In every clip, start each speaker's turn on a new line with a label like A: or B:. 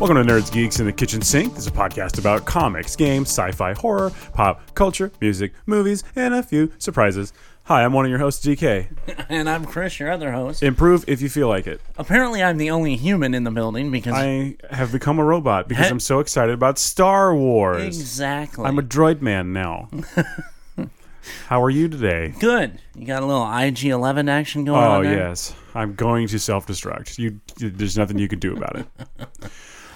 A: Welcome to Nerds Geeks in the Kitchen Sink. This is a podcast about comics, games, sci fi, horror, pop culture, music, movies, and a few surprises. Hi, I'm one of your hosts, DK.
B: And I'm Chris, your other host.
A: Improve if you feel like it.
B: Apparently, I'm the only human in the building because
A: I have become a robot because I'm so excited about Star Wars.
B: exactly
A: I'm a droid man now. How are you today?
B: good. You got a little IG11 action going
A: Oh,
B: on there.
A: yes. I'm going to self destruct. You, There's nothing you can do about it.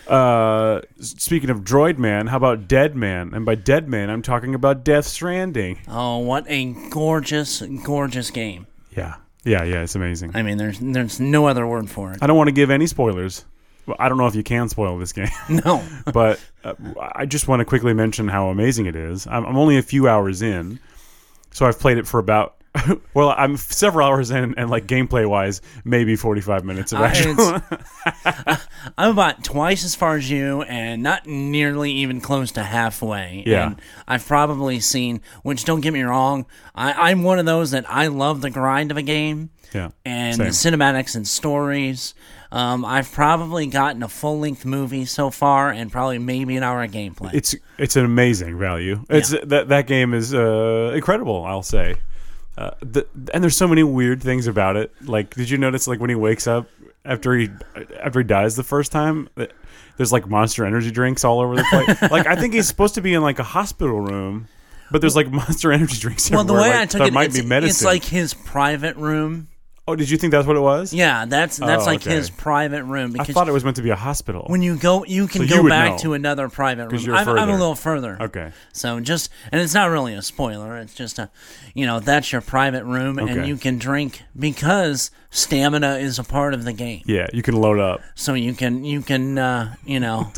A: Uh, s- speaking of droid man, how about dead man? And by dead man, I'm talking about Death Stranding.
B: Oh, what a gorgeous, gorgeous game.
A: Yeah. Yeah, yeah, it's amazing.
B: I mean, there's there's no other word for it.
A: I don't want to give any spoilers. Well, I don't know if you can spoil this game,
B: No,
A: but uh, I just want to quickly mention how amazing it is. I'm, I'm only a few hours in, so I've played it for about. Well, I'm several hours in, and like gameplay wise, maybe 45 minutes of
B: I-
A: actual.
B: it's- I'm about twice as far as you, and not nearly even close to halfway.
A: Yeah.
B: and I've probably seen. Which don't get me wrong, I, I'm one of those that I love the grind of a game.
A: yeah.
B: and
A: Same.
B: the cinematics and stories. Um, I've probably gotten a full length movie so far, and probably maybe an hour of gameplay.
A: it's it's an amazing value. It's that that game is uh, incredible. I'll say. Uh, the, and there's so many weird things about it. Like, did you notice like when he wakes up after he after he dies the first time? that There's like Monster Energy drinks all over the place. like, I think he's supposed to be in like a hospital room, but there's like Monster Energy drinks.
B: well, the
A: everywhere,
B: way
A: like,
B: I took
A: that
B: it,
A: might
B: it's,
A: be medicine.
B: it's like his private room.
A: oh, did you think that's what it was?
B: Yeah, that's that's
A: Oh,
B: like
A: okay.
B: his private room
A: I
B: because
A: thought it was meant to be a hospital.
B: when you go, you can
A: So you
B: go
A: would
B: back
A: know.
B: to another private room.
A: you're
B: I'm, I'm a
A: further.
B: little further.
A: okay,
B: So just and it's not really a spoiler. It's just a, you know, that's your private room, and
A: Okay.
B: you can drink because stamina is a part of the game.
A: yeah, you can load up.
B: so you can you can uh, you know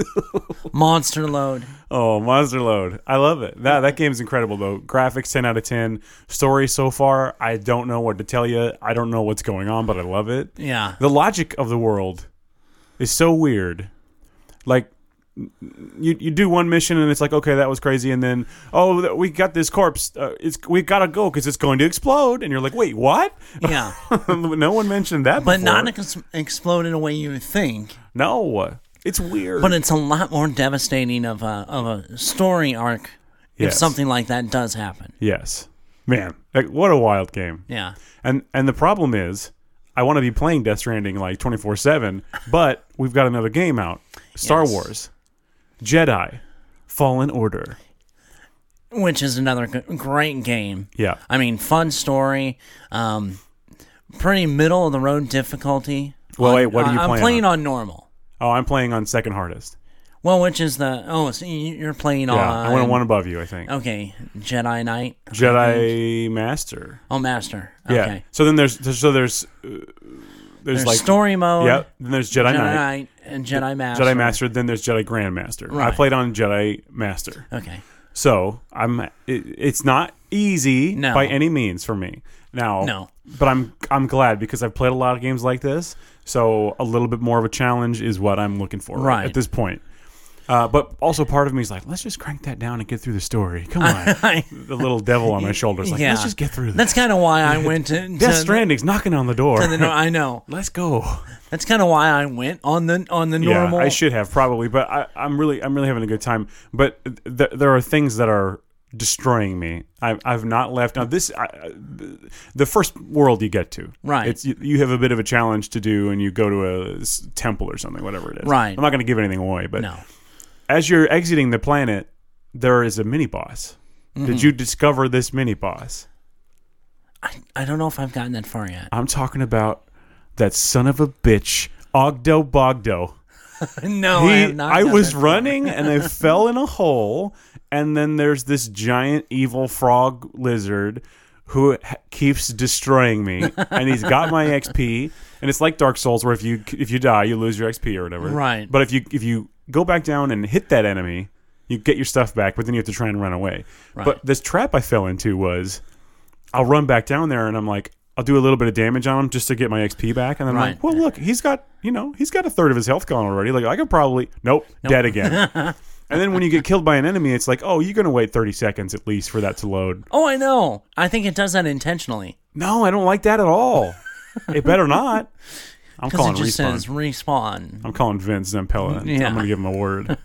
B: monster load.
A: Oh, Monster Load. I love it. That that game's incredible though. Graphics 10 out of 10. Story so far, I don't know what to tell you. I don't know what's going on, but I love it.
B: Yeah,
A: The logic of the world is so weird. Like you you do one mission and it's like, "Okay, that was crazy." And then, "Oh, th- we got this corpse. Uh, it's we got to go cuz it's going to explode." And you're like, "Wait, what?"
B: yeah,
A: no one mentioned that
B: but
A: before.
B: not ex- explode in a way you think.
A: No. It's weird.
B: But it's a lot more devastating of a of a story arc if
A: Yes.
B: something like that does happen.
A: yes. Man, like, what a wild game.
B: Yeah,
A: And and the problem is, I want to be playing Death Stranding like twenty four seven, but we've got another game out: Star
B: Yes.
A: Wars, Jedi, Fallen Order.
B: which is another g- great game.
A: Yeah,
B: I mean, fun story. Um, pretty middle of the road difficulty.
A: Well,
B: On-
A: wait, what are
B: I-
A: you
B: I'm
A: playing
B: playing on? normal.
A: Oh, I'm playing on second hardest.
B: Well, which is the oh, so you- you're playing
A: Yeah,
B: on
A: I went one above you, I think.
B: Okay, Jedi Knight.
A: Jedi Master.
B: Oh, Master. Okay.
A: Yeah. So then there's there's- so there's uh, there's,
B: There's
A: like
B: story mode,
A: yeah. Then there's Jedi,
B: Jedi
A: Knight,
B: Knight, and Jedi Master.
A: Jedi Master. Then there's Jedi Grandmaster. I
B: Right.
A: played on Jedi Master.
B: Okay.
A: So I'm. It, it's not easy
B: No.
A: by any means for me now.
B: No.
A: but I'm I'm glad because I've played a lot of games like this. So a little bit more of a challenge is what I'm looking for
B: Right.
A: at this point. Uh, but also part of me is like, let's just crank that down and get through the story. Come on,
B: I,
A: the little devil on my shoulder is like,
B: yeah.
A: let's just get through this.
B: That's kind of why I went to, to
A: Death Stranding's knocking on the door.
B: to the, no- I know.
A: let's go.
B: That's kind of why I went on the on the normal.
A: Yeah, I should have probably, but I, I'm really, I'm really having a good time. But th- there are things that are destroying me. I, I've not left. Now this, I, I- the first world you get to,
B: Right.
A: It's you, you have a bit of a challenge to do, and you go to a s- temple or something, whatever it is.
B: Right.
A: I'm not going to give anything away, but
B: No.
A: as you're exiting the planet, there is a mini boss.
B: Mm-hmm.
A: Did you discover this mini boss?
B: I, I don't know if I've gotten that far yet.
A: I'm talking about that son of a bitch, Ogdo Bogdo.
B: no, I
A: he,
B: have not.
A: I
B: gotten
A: was
B: that.
A: running and I fell in a hole, and then there's this giant evil frog lizard who h- keeps destroying me, and he's got my XP. And it's like Dark Souls, where if you if you die, you lose your XP or whatever.
B: Right.
A: But if you if you go back down and hit that enemy, you get your stuff back, but then you have to try and run away. But this trap I fell into was, I'll run back down there, and I'm like. I'll do a little bit of damage on him just to get my XP back, and then I'm like,
B: Right.
A: well, look, he's got you know he's got a third of his health gone already. Like I could probably nope, dead again. and then when you get killed by an enemy, it's like oh you're gonna wait thirty seconds at least for that to load.
B: Oh, I know. I think it does that intentionally.
A: No, I don't like that at all. it better not. I'm
B: Because
A: calling
B: it just
A: respawn.
B: says respawn.
A: I'm calling Vince Zampella. and
B: Yeah.
A: I'm going to give him a word.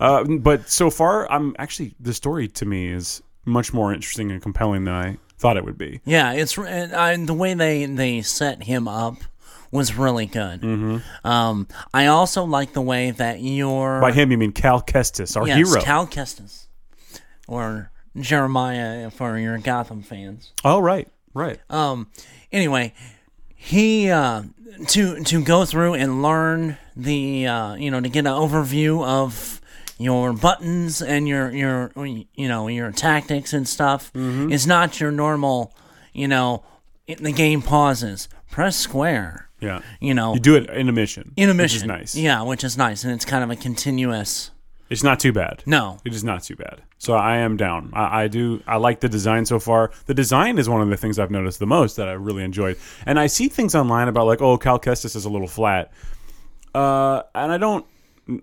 A: uh, but so far, I'm actually the story to me is much more interesting and compelling than I thought it would be.
B: Yeah, it's and I, the way they they set him up was really good. Mm-hmm. Um, I also like the way that your
A: By him, you mean Cal Kestis, our
B: yes,
A: hero.
B: Cal Kestis or Jeremiah for your Gotham fans.
A: oh, right, right.
B: Um, anyway, he uh, to to go through and learn the uh, you know to get an overview of your buttons and your your you know your tactics and stuff
A: Mm-hmm.
B: is not your normal you know in the game pauses press square
A: yeah,
B: you know
A: you do it in a mission.
B: in a
A: which
B: mission
A: is nice.
B: yeah which is nice and it's kind of a continuous
A: It's not too bad.
B: no
A: It is not too bad. So I am down. I, I do. I like the design so far. The design is one of the things I've noticed the most that I really enjoyed. And I see things online about like, oh, Cal Kestis is a little flat. Uh, and I don't.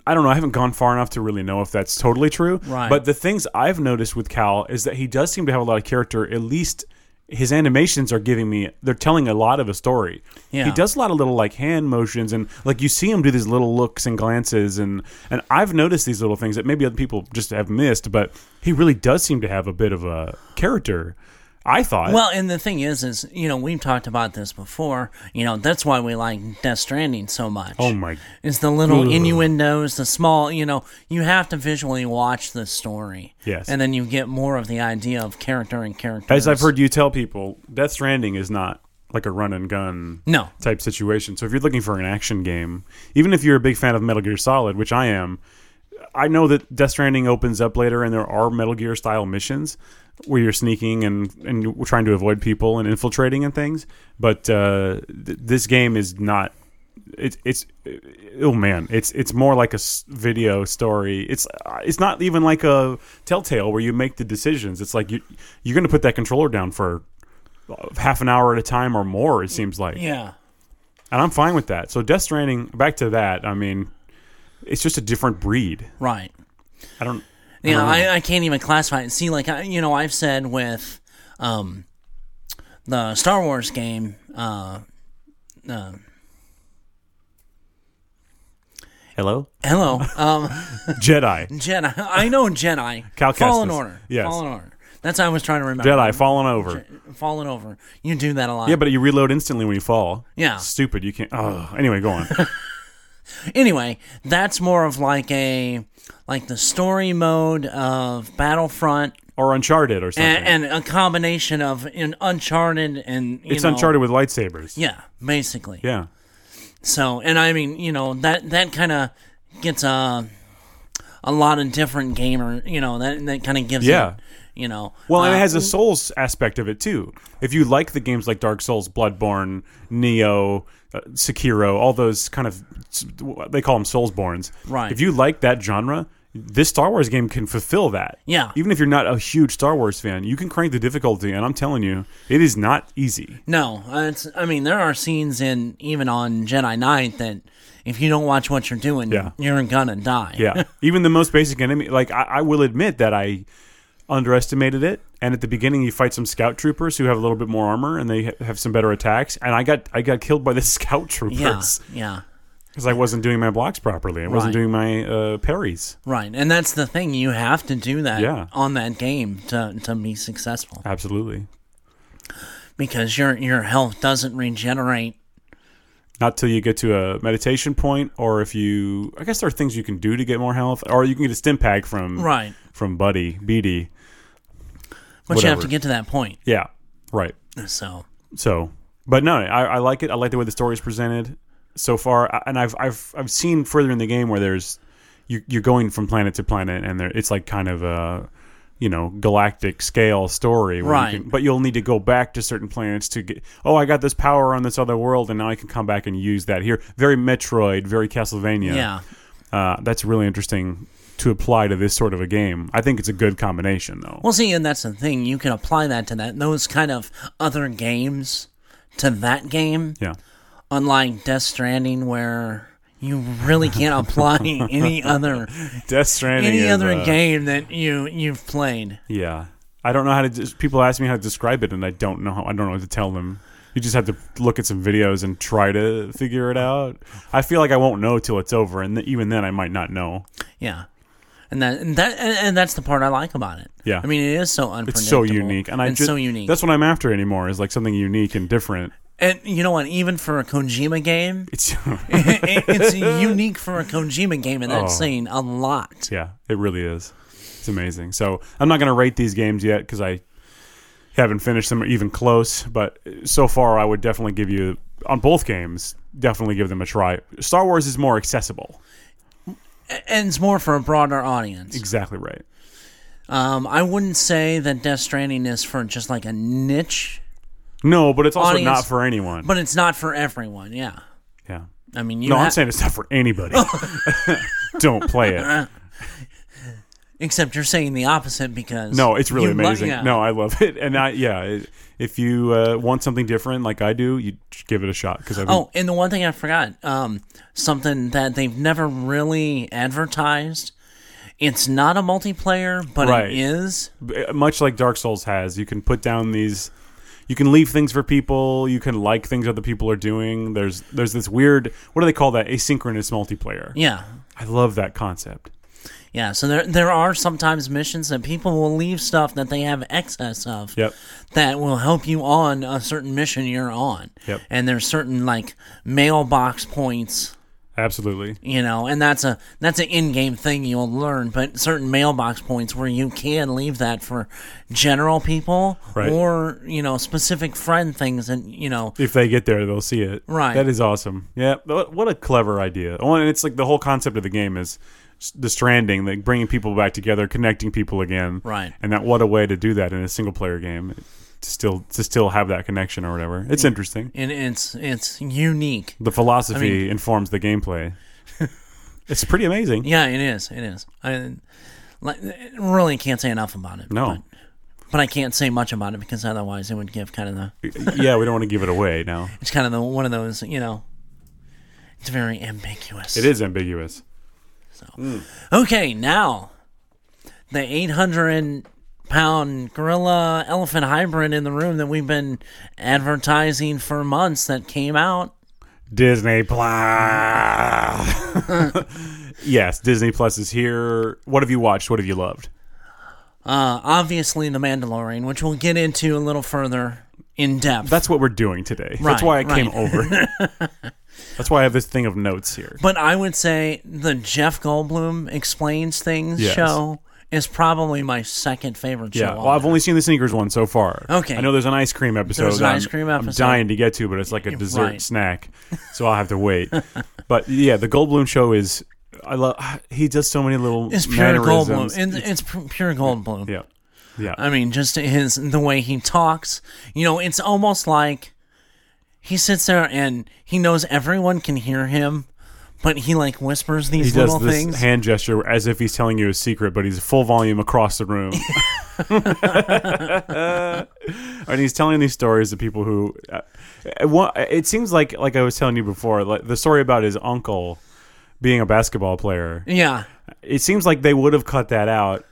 A: I don't know. I haven't gone far enough to really know if that's totally true.
B: Right.
A: But the things I've noticed with Cal is that he does seem to have a lot of character. At least his animations are giving me. They're telling a lot of a story.
B: Yeah.
A: He does a lot of little like hand motions and like you see him do these little looks and glances and and I've noticed these little things that maybe other people just have missed, but he really does seem to have a bit of a character. I thought.
B: Well, and the thing is, is you know we've talked about this before. You know that's why we like Death Stranding so much.
A: oh my.
B: Is the little
A: Ugh.
B: innuendos, the small, you know, you have to visually watch the story.
A: Yes.
B: And then you get more of the idea of character and character.
A: As I've heard you tell people, Death Stranding is not like a run and gun
B: No.
A: type situation. So if you're looking for an action game, even if you're a big fan of Metal Gear Solid, which I am, I know that Death Stranding opens up later and there are Metal Gear style missions where you're sneaking and and you're trying to avoid people and infiltrating and things. But uh, th- this game is not. It's it's oh man, it's it's more like a s- video story. It's uh, it's not even like a Telltale where you make the decisions. It's like you you're going to put that controller down for uh, half an hour at a time or more. It seems like
B: Yeah.
A: and I'm fine with that. So Death Stranding, back to that. I mean, it's just a different breed.
B: Right.
A: I don't.
B: You
A: Uh-huh.
B: know, I, I can't even classify it. See, like I, you know, I've said with um, the Star Wars game, uh,
A: Hello,
B: hello, um,
A: Jedi,
B: Jedi. I know Jedi.
A: Cal
B: Fallen
A: Kestis.
B: Order.
A: Yes.
B: Fallen Order. That's what I was trying to remember.
A: Jedi, falling over.
B: Fallen over. You do that a lot.
A: Yeah, but you reload instantly when you fall.
B: Yeah.
A: stupid. You can't. Oh, anyway, go on.
B: anyway, that's more of like a like the story mode of Battlefront
A: or Uncharted or something.
B: and, and a combination of in Uncharted and you
A: it's
B: know,
A: Uncharted with lightsabers.
B: Yeah, basically.
A: Yeah.
B: So, and I mean, you know that that kind of gets a a lot of different gamer. You know that that kind of gives
A: Yeah.
B: It, you know.
A: Well, and
B: uh,
A: it has a Souls aspect of it too. If you like the games like Dark Souls, Bloodborne, Neo, uh, Sekiro, all those kind of they call them Soulsborns.
B: Right.
A: If you like that genre, this Star Wars game can fulfill that.
B: Yeah.
A: Even if you're not a huge Star Wars fan, you can crank the difficulty, and I'm telling you, it is not easy.
B: No, uh, it's. I mean, there are scenes in even on Jedi Knight that if you don't watch what you're doing,
A: Yeah.
B: you're gonna die.
A: Yeah. Even the most basic enemy, like I, I will admit that I underestimated it. And at the beginning, you fight some scout troopers who have a little bit more armor and they ha- have some better attacks. And I got I got killed by the scout troopers.
B: Yeah. Yeah.
A: because I wasn't doing my blocks properly. I wasn't
B: Right.
A: doing my uh, parries.
B: Right, and that's the thing. You have to do that
A: Yeah.
B: on that game to, to be successful
A: Absolutely,
B: because your your health doesn't regenerate.
A: not till you get to a meditation point, or if you. I guess there are things you can do to get more health, or you can get a stim pack from
B: Right,
A: from Buddy BD.
B: but you have
A: Whatever.
B: to get to that point.
A: Yeah, right.
B: So
A: So, but no, I, I like it. I like the way the story is presented so far, I- and I've I've I've seen further in the game where there's you you're going from planet to planet, and there it's like kind of a you know galactic scale story, where you
B: Right.
A: can- but you'll need to go back to certain planets to get. Oh, I got this power on this other world, and now I can come back and use that here. Very Metroid, very Castlevania.
B: yeah,
A: uh, that's really interesting to apply to this sort of a game. I think it's a good combination, though.
B: well, see, and that's the thing. You can apply that to that those kind of other games to that game.
A: yeah.
B: Unlike Death Stranding, where you really can't apply any other
A: Death Stranding.
B: any
A: is,
B: other
A: uh,
B: game that you you've played.
A: Yeah, I don't know how to. Des- people ask me how to describe it, and I don't know. How, I don't know what to tell them. You just have to look at some videos and try to figure it out. I feel like I won't know till it's over, and th- even then, I might not know.
B: Yeah. And that and that and, and that's the part I like about it.
A: Yeah.
B: I mean it is so unpredictable.
A: It's so unique, and I
B: and
A: ju-
B: so unique.
A: That's what I'm after anymore is like something unique and different.
B: and you know what? Even for a Kojima game,
A: It's
B: it, it's unique for a Kojima game, and that's
A: Oh.
B: saying a lot.
A: yeah, it really is. It's amazing. So I'm not gonna rate these games yet because I haven't finished them even close. But so far, I would definitely give you on both games. Definitely give them a try. Star Wars is more accessible.
B: And it's more for a broader audience.
A: Exactly right.
B: Um, I wouldn't say that Death Stranding is for just like a niche,
A: No, but it's also
B: Audience-
A: not for anyone.
B: but it's not for everyone. Yeah.
A: yeah.
B: I mean, you Oh.
A: No,
B: ha-
A: I'm saying it's not for anybody. Don't play it.
B: except you're saying the opposite because
A: No, it's really
B: you lo-
A: amazing.
B: yeah.
A: No, I love it, and I yeah. It, if you uh, want something different, like I do, you just give it a shot because I think
B: Oh, and the one thing I forgot, um, something that they've never really advertised. It's not a multiplayer, but
A: Right.
B: it is.
A: much like Dark Souls has, you can put down these you can leave things for people, you can like things other people are doing. There's there's this weird what do they call that? Asynchronous multiplayer.
B: Yeah.
A: I love that concept.
B: Yeah, so there there are sometimes missions that people will leave stuff that they have excess of
A: Yep.
B: that will help you on a certain mission you're on.
A: Yep.
B: And there's certain like mailbox points,
A: Absolutely.
B: you know, and that's a that's an in-game thing you'll learn, but certain mailbox points where you can leave that for general people
A: Right.
B: or, you know, specific friend things and, you know,
A: If they get there, they'll see it.
B: Right.
A: That is awesome. Yeah. What what a clever idea. Oh, and it's like the whole concept of the game is s- the stranding, like bringing people back together, connecting people again.
B: Right.
A: And that what a way to do that in a single player game. To still to still have that connection or whatever. It's interesting.
B: and it's it's unique.
A: The philosophy
B: I
A: informs the gameplay. it's pretty amazing.
B: Yeah, it is. It is. I like really can't say enough about it.
A: No.
B: but, but I can't say much about it because otherwise it would give kind of the
A: yeah, we don't want to give it away now.
B: it's kind of the one of those you know. It's very ambiguous.
A: It is ambiguous.
B: Okay, now the 800 pound gorilla elephant hybrid in the room that we've been advertising for months that came out.
A: Disney Plus. yes, Disney Plus is here. What have you watched? What have you loved?
B: Uh, obviously, The Mandalorian, which we'll get into a little further in depth.
A: That's what we're doing today. That's
B: Right,
A: why I came
B: right.
A: over. That's why I have this thing of notes here.
B: But I would say the Jeff Goldblum explains things
A: Yes.
B: show is probably my second favorite show.
A: Yeah. Well,
B: on
A: I've
B: there.
A: only seen the sneakers one so far.
B: Okay.
A: I know there's an ice cream episode.
B: There's an
A: that
B: ice
A: I'm-
B: cream
A: I'm
B: episode.
A: dying to get to, but it's like a dessert
B: right.
A: snack, so I'll have to wait. but yeah, the Goldblum show is. I love. He does so many little.
B: it's pure
A: mannerisms.
B: Goldblum. It's, it's pu- pure Goldblum.
A: Yeah. Yeah.
B: I mean, just his the way he talks. You know, it's almost like he sits there and he knows everyone can hear him, but he like whispers these
A: he does
B: little
A: this
B: things.
A: hand gesture as if he's telling you a secret, but he's full volume across the room. and he's telling these stories to people who. Uh, uh, one- it seems like, like I was telling you before, like the story about his uncle being a basketball player.
B: yeah,
A: It seems like they would have cut that out,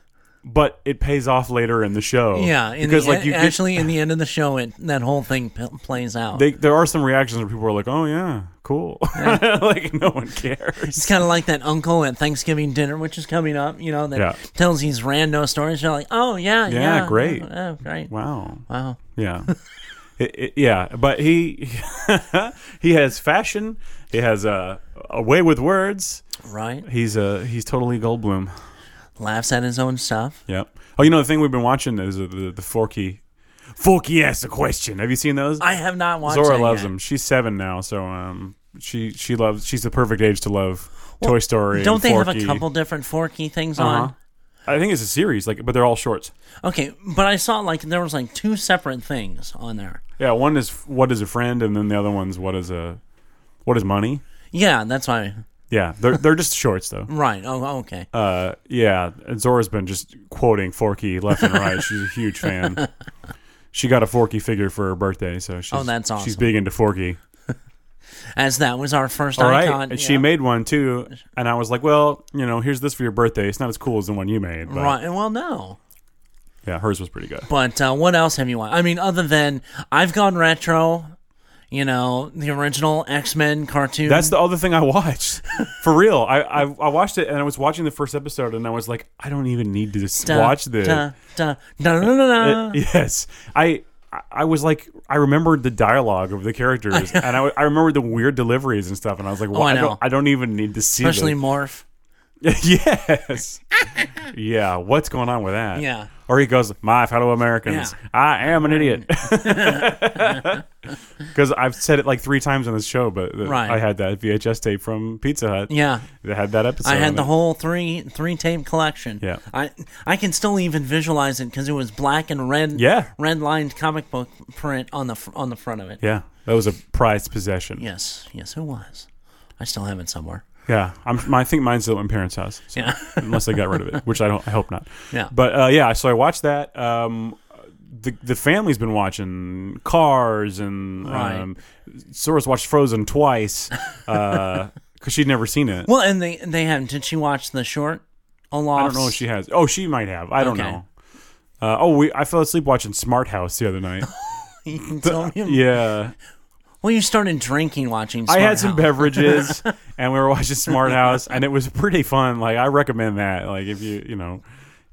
A: but it pays off later in the show.
B: yeah. In
A: because
B: the, e,
A: like you get-
B: actually, in the end of the show, it that whole thing p- plays out.
A: they, there are some reactions where people are like, "Oh yeah, cool," like no one cares.
B: It's kind of like that uncle at Thanksgiving dinner, which is coming up, you know, that
A: Yeah.
B: tells these rando stories. You're like, oh, yeah,
A: Yeah,
B: yeah.
A: great.
B: Yeah, oh, great. Wow.
A: Wow. Yeah. It- it- yeah, but he he has fashion. He has a a way with words.
B: Right?
A: He's a he's totally Goldblum.
B: Laughs at his own stuff.
A: Yep. Oh, you know the thing we've been watching is the the, the Forky. Forky asks a question. Have you seen those?
B: I have not watched
A: Zora
B: that
A: loves
B: yet.
A: them. She's seven now, so um, she she loves. She's the perfect age to love Toy Story.
B: Don't
A: and
B: they have
A: Forky.
B: a couple different Forky things
A: Uh-huh. I think it's a series, like, but they're all shorts.
B: on? Okay, but I saw like there was like two separate things on there.
A: Yeah, one is what is a friend, and then the other one's what is a what is money.
B: Yeah, that's why.
A: Yeah, they're they're just shorts though.
B: Right. Oh, okay.
A: Uh, yeah, and Zora's been just quoting Forky left and right. She's a huge fan. She got a Forky figure for her birthday, so she's,
B: Oh, that's
A: She's
B: awesome.
A: big into Forky.
B: As that was our first
A: All right,
B: icon.
A: and she
B: yeah.
A: made one too, and I was like, "Well, you know, here's this for your birthday. It's not as cool as the one you made, but
B: Right. Well, no.
A: yeah, hers was pretty good."
B: But uh, what else have you watched? I mean, other than I've gone retro. you know, the original X Men cartoon.
A: That's the other thing I watched. For real. I, I I watched it and I was watching the first episode and I was like, I don't even need to s-
B: Da,
A: watch this.
B: Da, da, da, da, da, da.
A: It- yes. I I was like, I remembered the dialogue of the characters and I, I remembered the weird deliveries and stuff. And I was like, well,
B: Oh, I
A: I,
B: know.
A: don't, I don't even need to see
B: Especially
A: this.
B: Morph.
A: yes. yeah. What's going on with that?
B: Yeah.
A: Or he goes, My fellow Americans,
B: Yeah.
A: I am an idiot. Because I've said it like three times on this show, but uh,
B: Right.
A: I had that VHS tape from Pizza Hut.
B: Yeah.
A: They had that episode.
B: I
A: on
B: had the
A: it.
B: whole three three tape collection.
A: Yeah.
B: I I can still even visualize it because it was black and red.
A: Yeah.
B: red lined comic book print on the fr- on the front of it.
A: Yeah. That was a prized possession. Yeah.
B: Yes, yes, it was. I still have it somewhere.
A: I'm, I think mine's still at my parents' house. so-
B: Yeah.
A: unless they got rid of it, which I don't. I hope not.
B: Yeah.
A: But uh, yeah, so I watched that. Um, the the family's been watching Cars and
B: Right.
A: um, Sora's watched Frozen twice because she'd never seen it.
B: Well, and they they have. Did she watch the short? Olaf.
A: I don't know if she has. Oh, she might have. I don't
B: Okay.
A: know. Uh, oh, we, I fell asleep watching Smart House the other night. yeah,
B: Well, you started drinking watching. Smart
A: I had some
B: House.
A: beverages, and we were watching Smart House, and it was pretty fun. Like I recommend that. Like if you you know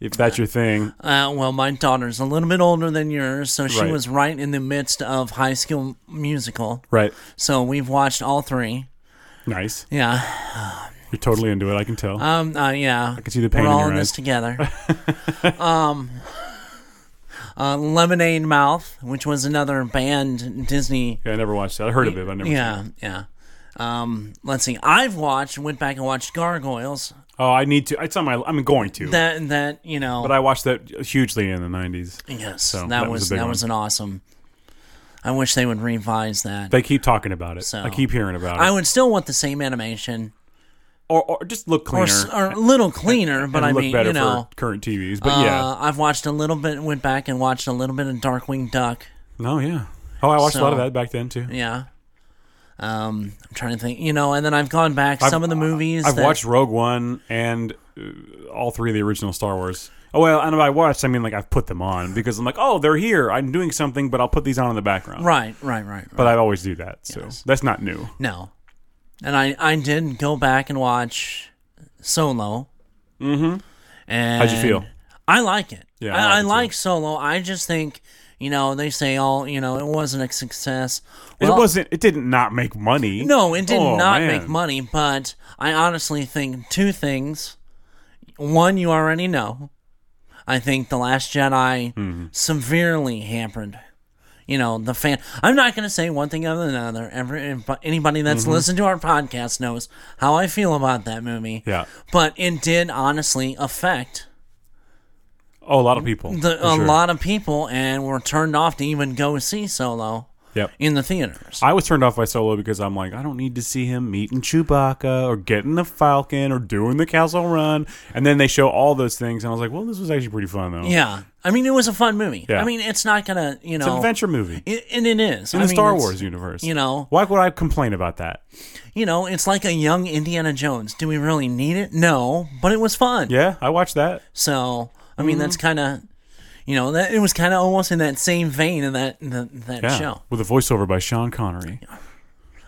A: if that's your thing.
B: Uh, well, my daughter's a little bit older than yours, so she
A: Right.
B: was right in the midst of High School Musical.
A: Right.
B: So we've watched all three.
A: Nice.
B: Yeah.
A: You're totally into it. I can tell.
B: Um. Uh, yeah. I
A: can see the pain
B: We're
A: in
B: all
A: your
B: in
A: eyes.
B: this together. um. Uh, Lemonade Mouth, which was another band Disney
A: Yeah, I never watched that. I heard of it, but I never. seen it.
B: Yeah, yeah. Um, let's see. I've watched, went back and watched Gargoyles.
A: Oh, I need to. It's on my. I'm going to.
B: That that you know.
A: but I watched that hugely in the '90s.
B: yes, that,
A: that was
B: was,
A: a big
B: that
A: one.
B: was an awesome. I wish they would revise that.
A: They keep talking about it.
B: So-
A: I keep hearing about
B: I
A: it.
B: would still want the same animation
A: Or, or just look cleaner.
B: or, s- or a little cleaner, but
A: and
B: I
A: look
B: mean,
A: better
B: you know,
A: for current TVs. But
B: uh,
A: yeah.
B: I've watched a little bit. Went back and watched a little bit of Darkwing Duck.
A: No, yeah. Oh, I watched a lot of
B: so-
A: that back then too.
B: Yeah. Um, I'm trying to think, you know, and then I've gone back some of the movies.
A: I've
B: that-
A: watched Rogue One and uh, all three of the original Star Wars. Oh well, and by watched I mean like I've put them on because I'm like, oh, they're here. I'm doing something, but I'll put these on in the background.
B: Right, right, right. right.
A: But I always do that, so that's not new.
B: No. And I, I did go back and watch Solo. Mm-hmm. And
A: How'd you feel?
B: I like it.
A: Yeah, I
B: I, I
A: like it,
B: like Solo. I just think, you know, they say all, you know, it wasn't a success.
A: it wasn't. It didn't not make money.
B: No, it did
A: Oh,
B: not
A: man.
B: make money, but I honestly think two things. One, you already know. I think The Last Jedi
A: Hmm.
B: severely hampered, you know, the fan. I'm not going to say one thing other than another. Every, anybody that's
A: Mm-hmm.
B: listened to our podcast knows how I feel about that movie.
A: Yeah.
B: But it did honestly affect
A: Oh, a lot of people.
B: the,
A: for
B: a
A: sure.
B: lot of people and were turned off to even go see Solo
A: Yep.
B: in the theaters.
A: I was turned off by Solo because I'm like, I don't need to see him meeting Chewbacca or getting the Falcon or doing the Castle Run. And then they show all those things, and I was like, well, this was actually pretty fun though.
B: yeah. I mean, it was a fun movie.
A: Oh. Yeah.
B: I mean, it's not going to, you know.
A: it's an adventure movie in
B: It, and it is.
A: the
B: I mean,
A: Star
B: it's-
A: Wars universe.
B: you know.
A: why would I complain about that?
B: You know, it's like a young Indiana Jones. Do we really need it? No, but it was fun.
A: Yeah, Mm-hmm. I watched that.
B: So, I mean, that's kind of, you know, that it was kind of almost in that same vein in that in the, that
A: Yeah,
B: show.
A: with a voiceover by Sean Connery.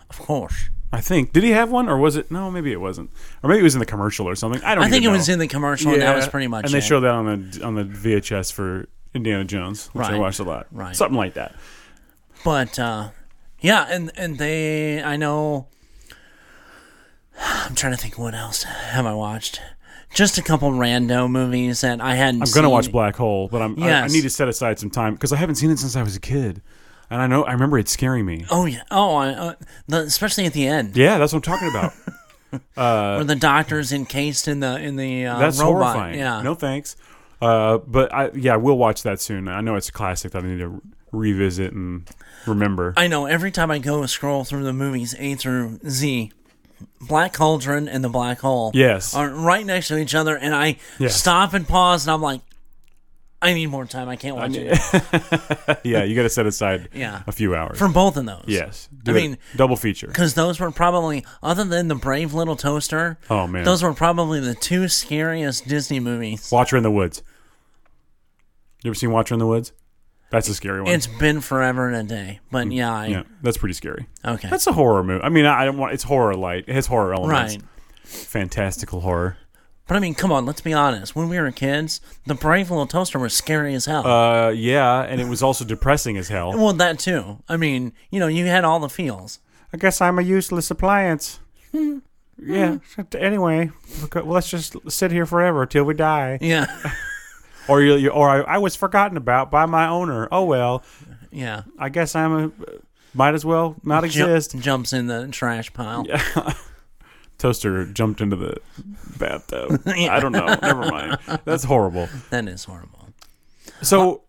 B: Of course,
A: I think did he have one or was it no? Maybe it wasn't, or maybe it was in the commercial or something. I don't.
B: I think it
A: even
B: was
A: know.
B: in the commercial, and that was pretty much.
A: And they
B: it.
A: showed that on the on the VHS for Indiana Jones, which I
B: Right.
A: watched a lot.
B: Right.
A: something like that.
B: but uh, yeah, and and they, I know. I'm trying to think what else have I watched. Just a couple rando movies that I hadn't.
A: I'm gonna watch Black Hole, but I'm I- I,
B: Yes.
A: need to set aside some time because I haven't seen it since I was a kid, and I know I remember it scaring me.
B: Oh yeah. Oh, I, uh, the, especially at the end.
A: Yeah, that's what I'm talking about.
B: Or the doctor's encased in the in the uh,
A: That's
B: robot.
A: horrifying.
B: Yeah.
A: No thanks. Uh, but I yeah, I will watch that soon. I know it's a classic that I need to re- revisit and remember.
B: I know. Every time I go scroll through the movies A through Z, Black Cauldron and the Black Hole.
A: Yes.
B: Are right next to each other, and I
A: Yes.
B: stop and pause, and I'm like, I need more time. I can't watch it
A: yeah, you got to set aside
B: Yeah.
A: a few hours.
B: from both of those.
A: yes,
B: I
A: Do it.
B: mean-
A: double feature.
B: Because those were probably, other than the Brave Little Toaster,
A: Oh, man.
B: those were probably the two scariest Disney movies.
A: Watcher in the Woods. You ever seen Watcher in the Woods? That's a scary one.
B: It's been forever and a day, but yeah, I,
A: Mm. yeah, that's pretty scary.
B: okay,
A: That's a horror movie. I mean, I I don't want. It's horror light. It has horror elements.
B: right.
A: Fantastical horror.
B: But I mean, come on, let's be honest. When we were kids, the Brave Little Toaster was scary as hell.
A: Uh, yeah, and it was also depressing as hell.
B: well, that too. I mean, you know, you had all the feels.
A: I guess I'm a useless appliance. yeah. Anyway, let's just sit here forever till we die.
B: Yeah,
A: Or you, you or I, I was forgotten about by my owner. Oh well.
B: yeah.
A: I guess I'm a. Might as well not
B: Ju-
A: exist.
B: jumps in the trash pile.
A: Toaster jumped into the bathtub. I don't know. Never mind. That's horrible.
B: That is horrible.
A: So,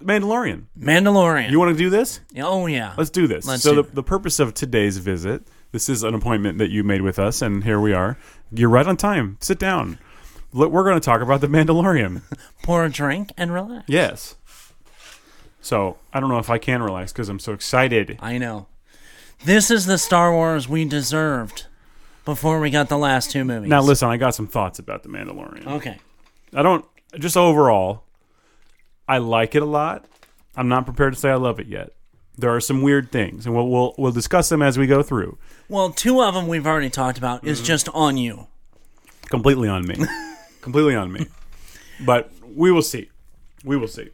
A: Mandalorian,
B: Mandalorian.
A: you want to do this?
B: oh yeah.
A: Let's do this.
B: Let's
A: so,
B: do
A: the, the purpose of today's visit, this is an appointment that you made with us, and here we are. You're right on time. Sit down. Look, We're going to talk about the Mandalorian.
B: Pour a drink and relax.
A: yes. So, I don't know if I can relax because I'm so excited.
B: I know. This is the Star Wars we deserved before we got the last two movies.
A: Now, listen, I got some thoughts about the Mandalorian.
B: Okay.
A: I don't just overall. I like it a lot. I'm not prepared to say I love it yet. There are some weird things, and we'll we'll, we'll discuss them as we go through.
B: Well, two of them we've already talked about
A: Mm-hmm.
B: is just on you.
A: Completely on me, completely on me. But we will see. We will see.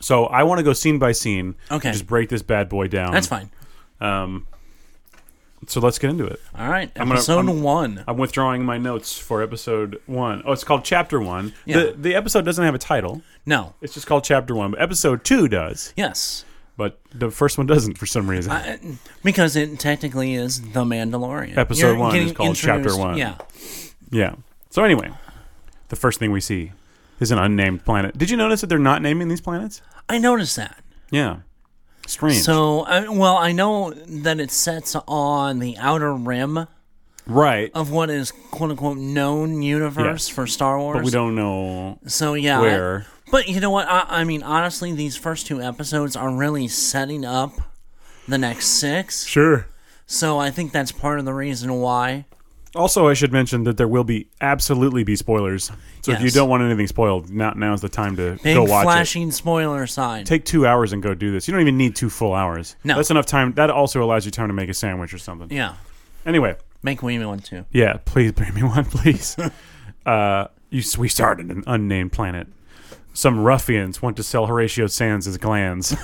A: So I want to go scene by scene. and
B: Okay.
A: just break this bad boy down.
B: That's fine.
A: Um, so let's get into it.
B: All right.
A: gonna-
B: Episode
A: I'm-
B: one.
A: I'm withdrawing my notes for episode one. Oh, it's called chapter one.
B: Yeah.
A: The the episode doesn't have a title.
B: No.
A: It's just called chapter one. But episode two does.
B: Yes.
A: But the first one doesn't for some reason.
B: Uh, Because it technically is The Mandalorian.
A: Episode
B: You're
A: one is
B: getting
A: called Chapter
B: introduced-
A: One.
B: Yeah.
A: Yeah. So anyway, the first thing we see is an unnamed planet. Did you notice that they're not naming these planets?
B: I noticed that.
A: Yeah. Strange.
B: So, I, well, I know that it sets on the outer rim
A: right.
B: of what is quote unquote known
A: Yes.
B: universe for Star Wars.
A: But we don't know
B: So yeah, I-
A: where.
B: but you know what? I, I mean, honestly, these first two episodes are really setting up the next six.
A: Sure.
B: So I think that's part of the reason why.
A: Also, I should mention that there will be absolutely be spoilers. So if you
B: Yes.
A: don't want anything spoiled, now now's the time to
B: Big
A: go watch it.
B: flashing spoiler sign.
A: Take two hours and go do this. You don't even need two full hours.
B: No.
A: That's enough time. That also allows you time to make a sandwich or something.
B: yeah,
A: Anyway,
B: make Weemy one too.
A: Yeah, please bring me one, please. uh, you, we started an unnamed planet. Some ruffians want to sell Horatio Sands his glands.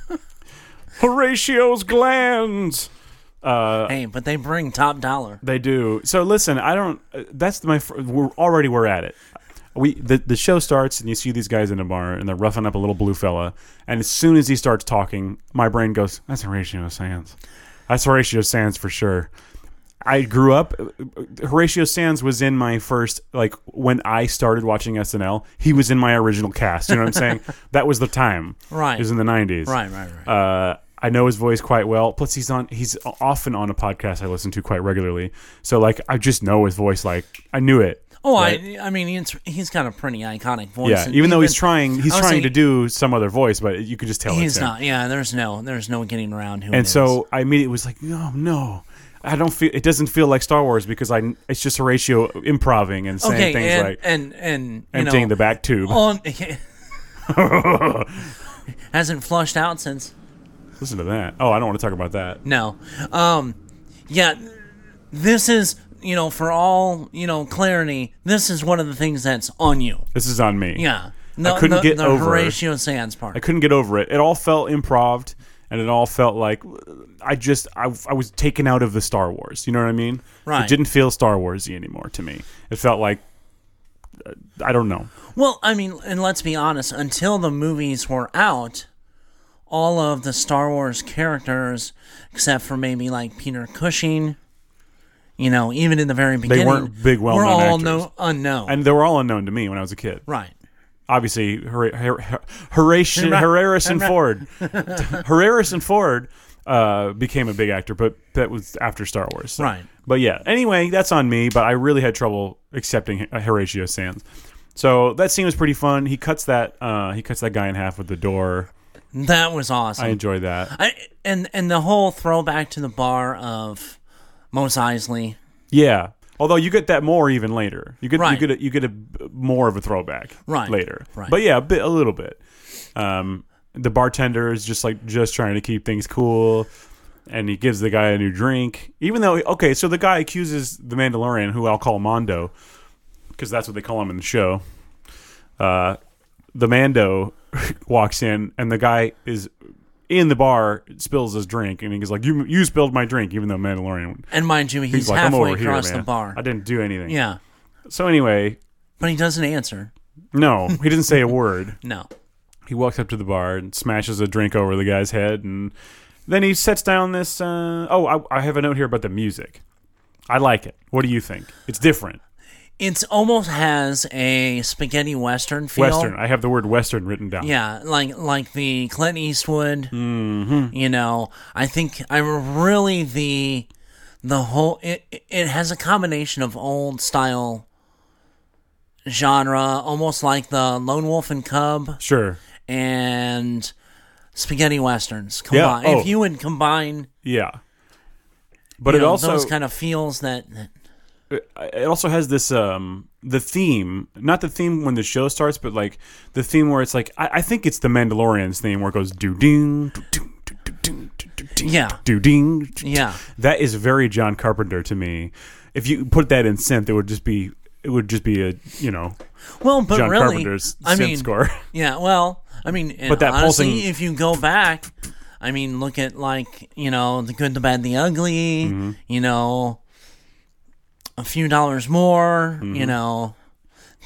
A: Horatio's glands. Uh,
B: hey, but they bring top dollar.
A: They do. So listen, I don't. uh, That's my. fir- We're already we're at it. We the the show starts and you see these guys in a bar and they're roughing up a little blue fella and as soon as he starts talking, my brain goes, "That's Horatio Sands. That's Horatio Sands for sure." I grew up. uh, Horatio Sands was in my first, like when I started watching SNL. He was in my original cast. You know what I'm saying? that was the time.
B: Right.
A: It was in the '90s.
B: Right, right, right.
A: Uh, I know his voice quite well. Plus, he's on. He's often on a podcast I listen to quite regularly. So, like, I just know his voice. Like, I knew it.
B: oh,
A: right?
B: I, I mean, it's, he's got a pretty iconic voice.
A: yeah.
B: and
A: Even though he's trying, he's
B: I was
A: trying
B: saying-
A: to do some other voice, but you could just tell it's
B: he's
A: him.
B: not. Yeah, there's no, there's no getting around who.
A: And so I immediately was like, no, no. I don't feel it doesn't feel like Star Wars because I it's just Horatio improving and saying
B: okay,
A: things
B: and,
A: like
B: and and you
A: emptying
B: know, oh.
A: the back tube.
B: on hasn't flushed out since
A: Listen to that. Oh, I don't want to talk about that.
B: no um yeah this is you know for all you know clarity this is one of the things that's on you
A: This is on me.
B: yeah the,
A: couldn't
B: the,
A: get
B: the
A: over-
B: Horatio Sands part
A: I couldn't get over it. It all felt improv, and it all felt like I just I, I was taken out of the Star Wars. You know what I mean?
B: Right.
A: It didn't feel Star Warsy anymore to me. It felt like uh, I don't know.
B: well I mean and let's be honest until the movies were out all of the Star Wars characters except for maybe like Peter Cushing you know even in the very beginning
A: weren't big,
B: were
A: well-known
B: all
A: actors.
B: no, unknown
A: And they were all unknown to me when I was a kid.
B: right
A: Obviously, Hora- Her- Her- Horatio
B: Hora-
A: Herreris and Ford, Herreris and Ford uh, became a big actor, but that was after Star Wars. so-
B: Right.
A: But yeah. Anyway, that's on me. But I really had trouble accepting H- Horatio Sands. So that scene was pretty fun. He cuts that. Uh, he cuts that guy in half with the door.
B: that was awesome
A: I enjoyed that.
B: I, and and the whole throwback to the bar of Mos Eisley.
A: Yeah. Although you get that more even later. You get you
B: Right.
A: get a, you get a b- more of a throwback
B: Right.
A: later.
B: Right.
A: But yeah, a bit a little bit. Um, the bartender is just like just trying to keep things cool, and he gives the guy a new drink. Even though, okay, so the guy accuses the Mandalorian, who I'll call Mondo, because that's what they call him in the show. Uh, the Mando walks in, and the guy is in the bar, spills his drink, and he's like, "You you spilled my drink," even though Mandalorian.
B: And mind you, he's,
A: He's like, I'm
B: halfway
A: over here,
B: across
A: man.
B: the bar.
A: I didn't do anything.
B: yeah,
A: So anyway,
B: but he doesn't answer.
A: no, he didn't say a word.
B: No.
A: He walks up to the bar and smashes a drink over the guy's head, and then he sets down this. Uh, oh, I, I have a note here about the music. I like it. What do you think? It's different.
B: It's almost has a spaghetti western feel.
A: Western. I have the word Western written down.
B: Yeah, like like the Clint Eastwood.
A: Mm-hmm.
B: You know, I think I really the the whole it it has a combination of old style genre, almost like the Lone Wolf and Cub
A: Sure.
B: and spaghetti westerns.
A: Yeah,
B: Combine
A: oh.
B: if you would combine,
A: Yeah. But
B: you
A: it
B: know,
A: also
B: those kind of feels that
A: it also has this um the theme not the theme when the show starts but like the theme where it's like i, I think it's the mandalorian's theme where it goes do ding do ding do ding do ding
B: Yeah.
A: do ding
B: Yeah.
A: that is very john carpenter to me if you put that in synth it would just be it would just be a you know
B: well, but
A: john
B: really,
A: carpenter's
B: I
A: synth
B: mean,
A: score
B: Yeah, well, I mean, and
A: But that
B: honestly,
A: pulsing-
B: if you go back, I mean, look at like you know the good, the bad, the ugly.
A: Mm-hmm.
B: You know, a few dollars more.
A: Mm-hmm.
B: You know,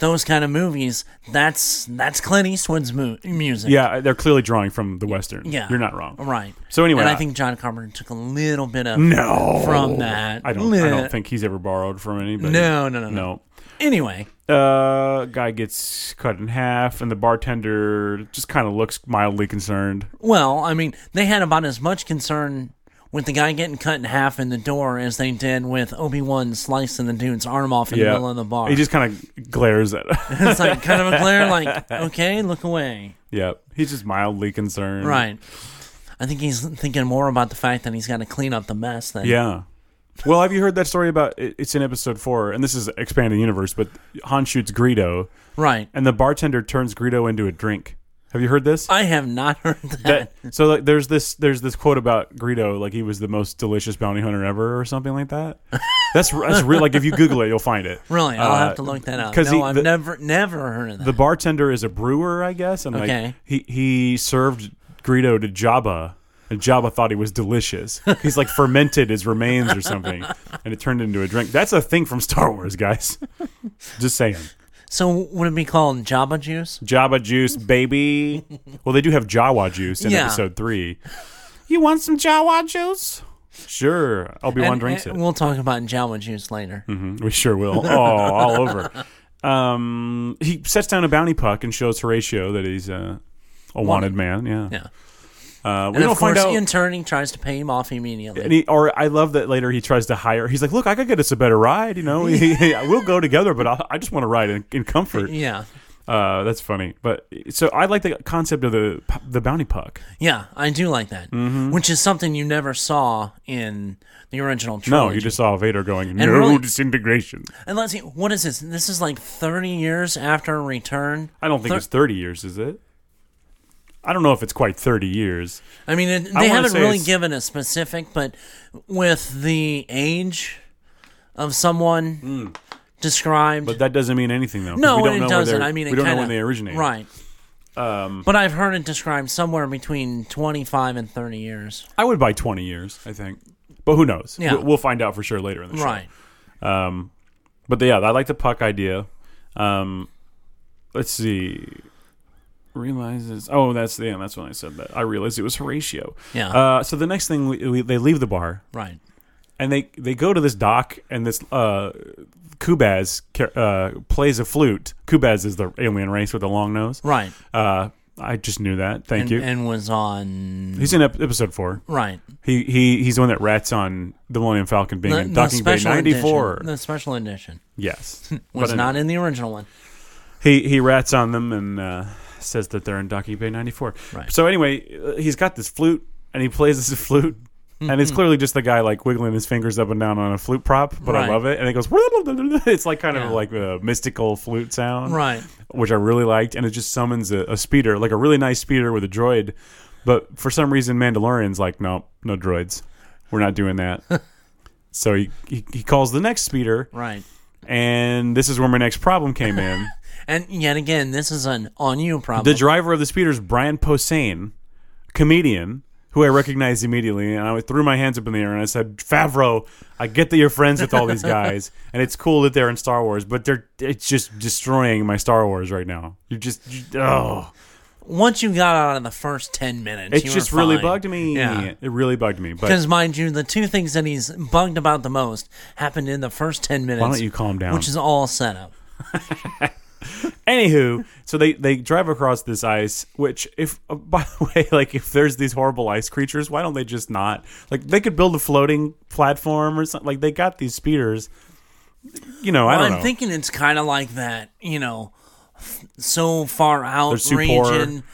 B: those kind of movies. That's that's Clint Eastwood's mu- music.
A: yeah they're clearly drawing from the western
B: Yeah.
A: you're not wrong
B: right.
A: so anyway
B: and I
A: I-
B: think John Carpenter took a little bit of
A: no
B: from that.
A: i don't i
B: Li-
A: don't think he's ever borrowed from anybody
B: No, no, no, no.
A: no
B: Anyway,
A: Uh, guy gets cut in half, and the bartender just kind of looks mildly concerned.
B: well, I mean, they had about as much concern with the guy getting cut in half in the door as they did with Obi Wan slicing the dude's arm off in the middle of the bar.
A: He just kind of glares at.
B: it's like kind of a glare, like okay, look away,
A: yeah, he's just mildly concerned.
B: right? I think he's thinking more about the fact that he's got to clean up the mess. Than
A: Yeah. Well, have you heard that story about? it- It's in episode four, and this is expanded universe. But Han shoots Greedo,
B: right.
A: and the bartender turns Greedo into a drink. Have you heard this?
B: I have not heard that.
A: That- so like, there's this there's this quote about Greedo, like he was the most delicious bounty hunter ever, or something like that. That's that's real. Like if you Google it, you'll find it.
B: really, I'll
A: Uh,
B: have to look that up.
A: 'cause
B: No,
A: he-
B: I've
A: the-
B: never never heard of that.
A: the bartender is a brewer, I guess, and
B: Okay.
A: like he he served Greedo to Jabba, and Jabba thought he was delicious. He's like fermented his remains or something, and it turned into a drink. That's a thing from Star Wars, guys. Just saying,
B: so would it be called Java Juice?
A: Jabba juice, baby. Well, they do have Jawa juice in
B: Yeah.
A: episode three. You want some Jawa juice? Sure, Obi Wan
B: And- uh,
A: drinks it. Mm-hmm.
B: and We'll talk about Java Juice later.
A: We sure will. Oh, all over. Um, he sets down a bounty puck and shows Horatio that he's uh, a wanted man. Yeah.
B: Yeah.
A: Uh, we
B: And
A: don't
B: of
A: find
B: course,
A: out.
B: in turn, he tries to pay him off immediately.
A: and he, or I love that later he tries to hire. He's like, "Look, I could get us a better ride. You know, we'll go together, but i I just want to ride in, in comfort."
B: yeah,
A: Uh, that's funny. But so I like the concept of the the bounty puck.
B: yeah, I do like that,
A: Mm-hmm.
B: which is something you never saw in the original trilogy.
A: No, you just saw Vader going, "No
B: really-
A: disintegration."
B: And let's see, what is this? This is like 30 years after Return.
A: I don't think it's thirty years, is it? I don't know if it's quite thirty years.
B: I mean, it,
A: I
B: they
A: wanna
B: haven't
A: say
B: really
A: it's-
B: given a specific, but with the age of someone described.
A: Mm. But that doesn't mean anything, though. 'cause
B: no,
A: we don't
B: it
A: know where
B: doesn't.
A: they're-
B: I mean, it
A: we don't
B: kinda,
A: know when they Um, originated.
B: Right. but I've heard it described somewhere between 25 and 30 years.
A: I would buy twenty years, I think. But who knows?
B: Yeah.
A: We'll, we'll find out for sure later in the show.
B: Right.
A: But yeah, I like the puck idea. Um, let's see. Realizes. Oh, that's the end. That's when I said that. I realized it was Horatio.
B: Yeah.
A: Uh, so the next thing, we, we, they leave the bar
B: Right.
A: and they they go to this dock and this uh, Kubaz ca- uh, plays a flute. Kubaz is the alien race with the long nose.
B: Right.
A: Uh, I just knew that. Thank
B: And,
A: you.
B: and was on.
A: He's in ep- episode four.
B: Right.
A: He he he's the one that rats on the Millennium Falcon being
B: The,
A: in
B: the
A: Docking Bay
B: special
A: ninety four.
B: edition. The special edition
A: Yes,
B: was
A: But
B: not in the original one.
A: he he rats on them and uh, says that they're in Docky Bay 94.
B: Right.
A: So anyway, uh, he's got this flute and he plays this flute and
B: Mm-hmm.
A: it's clearly just the guy like wiggling his fingers up and down on a flute prop, but
B: Right.
A: I love it. And it goes, it's like kind of like a mystical flute sound,
B: Right.
A: Which I really liked, and it just summons a, a speeder, like a really nice speeder with a droid. But for some reason, Mandalorian's like, no, no droids, we're not doing that. so he, he he calls the next speeder,
B: Right.
A: and this is where my next problem came in.
B: And yet again, this is an on you
A: The
B: problem.
A: driver of the speeder is Brian Posehn, comedian, who I recognized immediately, and I threw my hands up in the air and I said, "Favreau, I get that you're friends with all these guys, and it's cool that they're in Star Wars, but they're it's just destroying my Star Wars right now. You're just you- oh,
B: Once you got out of the first 10 minutes,
A: it
B: you were
A: just really
B: fine.
A: bugged me.
B: Yeah.
A: It really bugged me. But
B: Because, mind you, the two things that he's bugged about the most happened in the first 10 minutes.
A: why don't you calm down?
B: Which is all set up.
A: Anywho, so they they drive across this ice, which if uh, by the way, like if there's these horrible ice creatures, why don't they just not like they could build a floating platform or something? Like they got these speeders, you know. I
B: Well,
A: don't
B: I'm
A: know.
B: thinking it's kind of like that, you know, so far out
A: They're too poor,
B: region.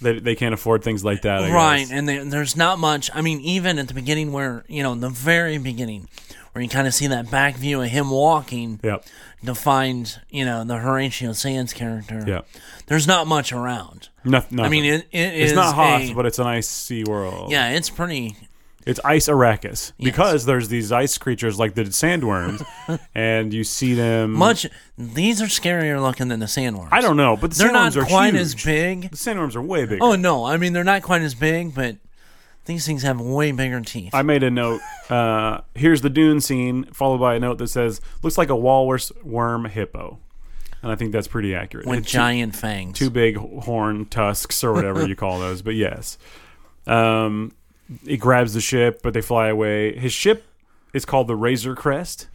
A: they they can't afford things like that, I
B: right
A: guess.
B: and there, there's not much i mean even at the beginning where you know the very beginning where you kind of see that back view of him walking
A: Yep.
B: to find you know the horatio sands character
A: Yeah.
B: there's not much around
A: No,
B: i
A: nothing.
B: mean it, it
A: it's
B: is
A: not Hoth,
B: a-
A: but it's an icy world.
B: yeah it's pretty
A: It's ice Arrakis because there's these ice creatures like the sandworms, and you see them.
B: much these are scarier looking than the sandworms
A: I don't know, but the
B: they're
A: sandworms
B: not
A: are
B: quite
A: huge.
B: as big
A: the sandworms are way bigger.
B: oh no i mean they're not quite as big but these things have way bigger teeth
A: I made a note. Uh, here's the dune scene, followed by a note that says, "Looks like a walrus worm hippo," and I think that's pretty accurate.
B: with
A: It's
B: giant fangs
A: two big horn tusks or whatever you call those, but yes. Um, he grabs the ship, but they fly away. His ship is called the Razor Crest.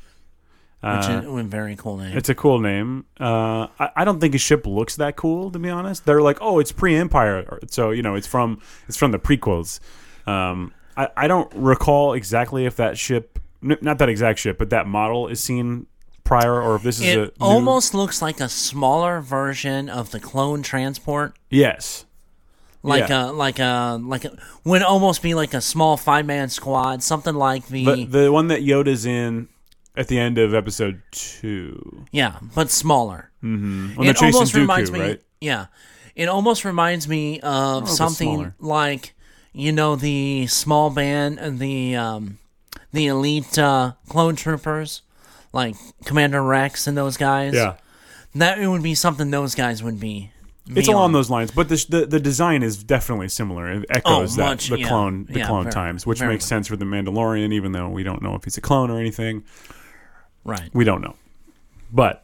B: which
A: Uh,
B: is with very cool name
A: it's a cool name. Uh, I, I don't think his ship looks that cool, to be honest. They're like, oh, it's pre-Empire, so you know, it's from it's from the prequels. Um, I, I don't recall exactly if that ship, n- not that exact ship, but that model is seen prior, or if this is
B: It
A: a new-
B: almost looks like a smaller version of the clone transport,
A: yes,
B: like
A: Yeah.
B: a like a like a would almost be like a small five man squad, something like the
A: the the one that Yoda's in at the end of Episode Two
B: yeah, but smaller.
A: when they're chasing Dooku,
B: me,
A: right?
B: yeah, it almost reminds me of something
A: smaller.
B: like you know the small band and the um the elite uh, clone troopers, like Commander Rex and those guys.
A: Yeah,
B: that would be something those guys would be.
A: it's
B: be
A: along
B: on.
A: those lines, but the, the the design is definitely similar. It echoes that
B: Oh, much,
A: the
B: yeah.
A: clone the
B: Yeah,
A: clone
B: very-
A: times, which
B: very
A: makes
B: much.
A: sense for the Mandalorian, even though we don't know if he's a clone or anything.
B: right.
A: We don't know, but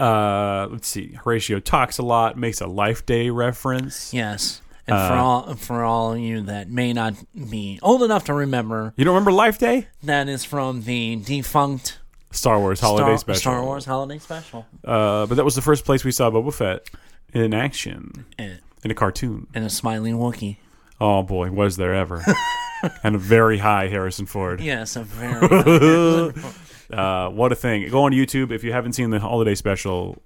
A: uh, let's see. Horatio talks a lot, makes a Life Day reference.
B: Yes. And
A: Uh,
B: for all for all you that may not be old enough to remember,
A: You don't remember Life Day?
B: that is from the defunct
A: Star Wars Holiday
B: Star,
A: Special.
B: Star Wars holiday special.
A: Uh, but that was the first place we saw Boba Fett in action
B: And,
A: in a cartoon.
B: and a smiling Wookiee.
A: Oh boy, was there ever! and a very high Harrison Ford.
B: Yes, a very
A: Uh, what a thing! Go on YouTube if you haven't seen the holiday special.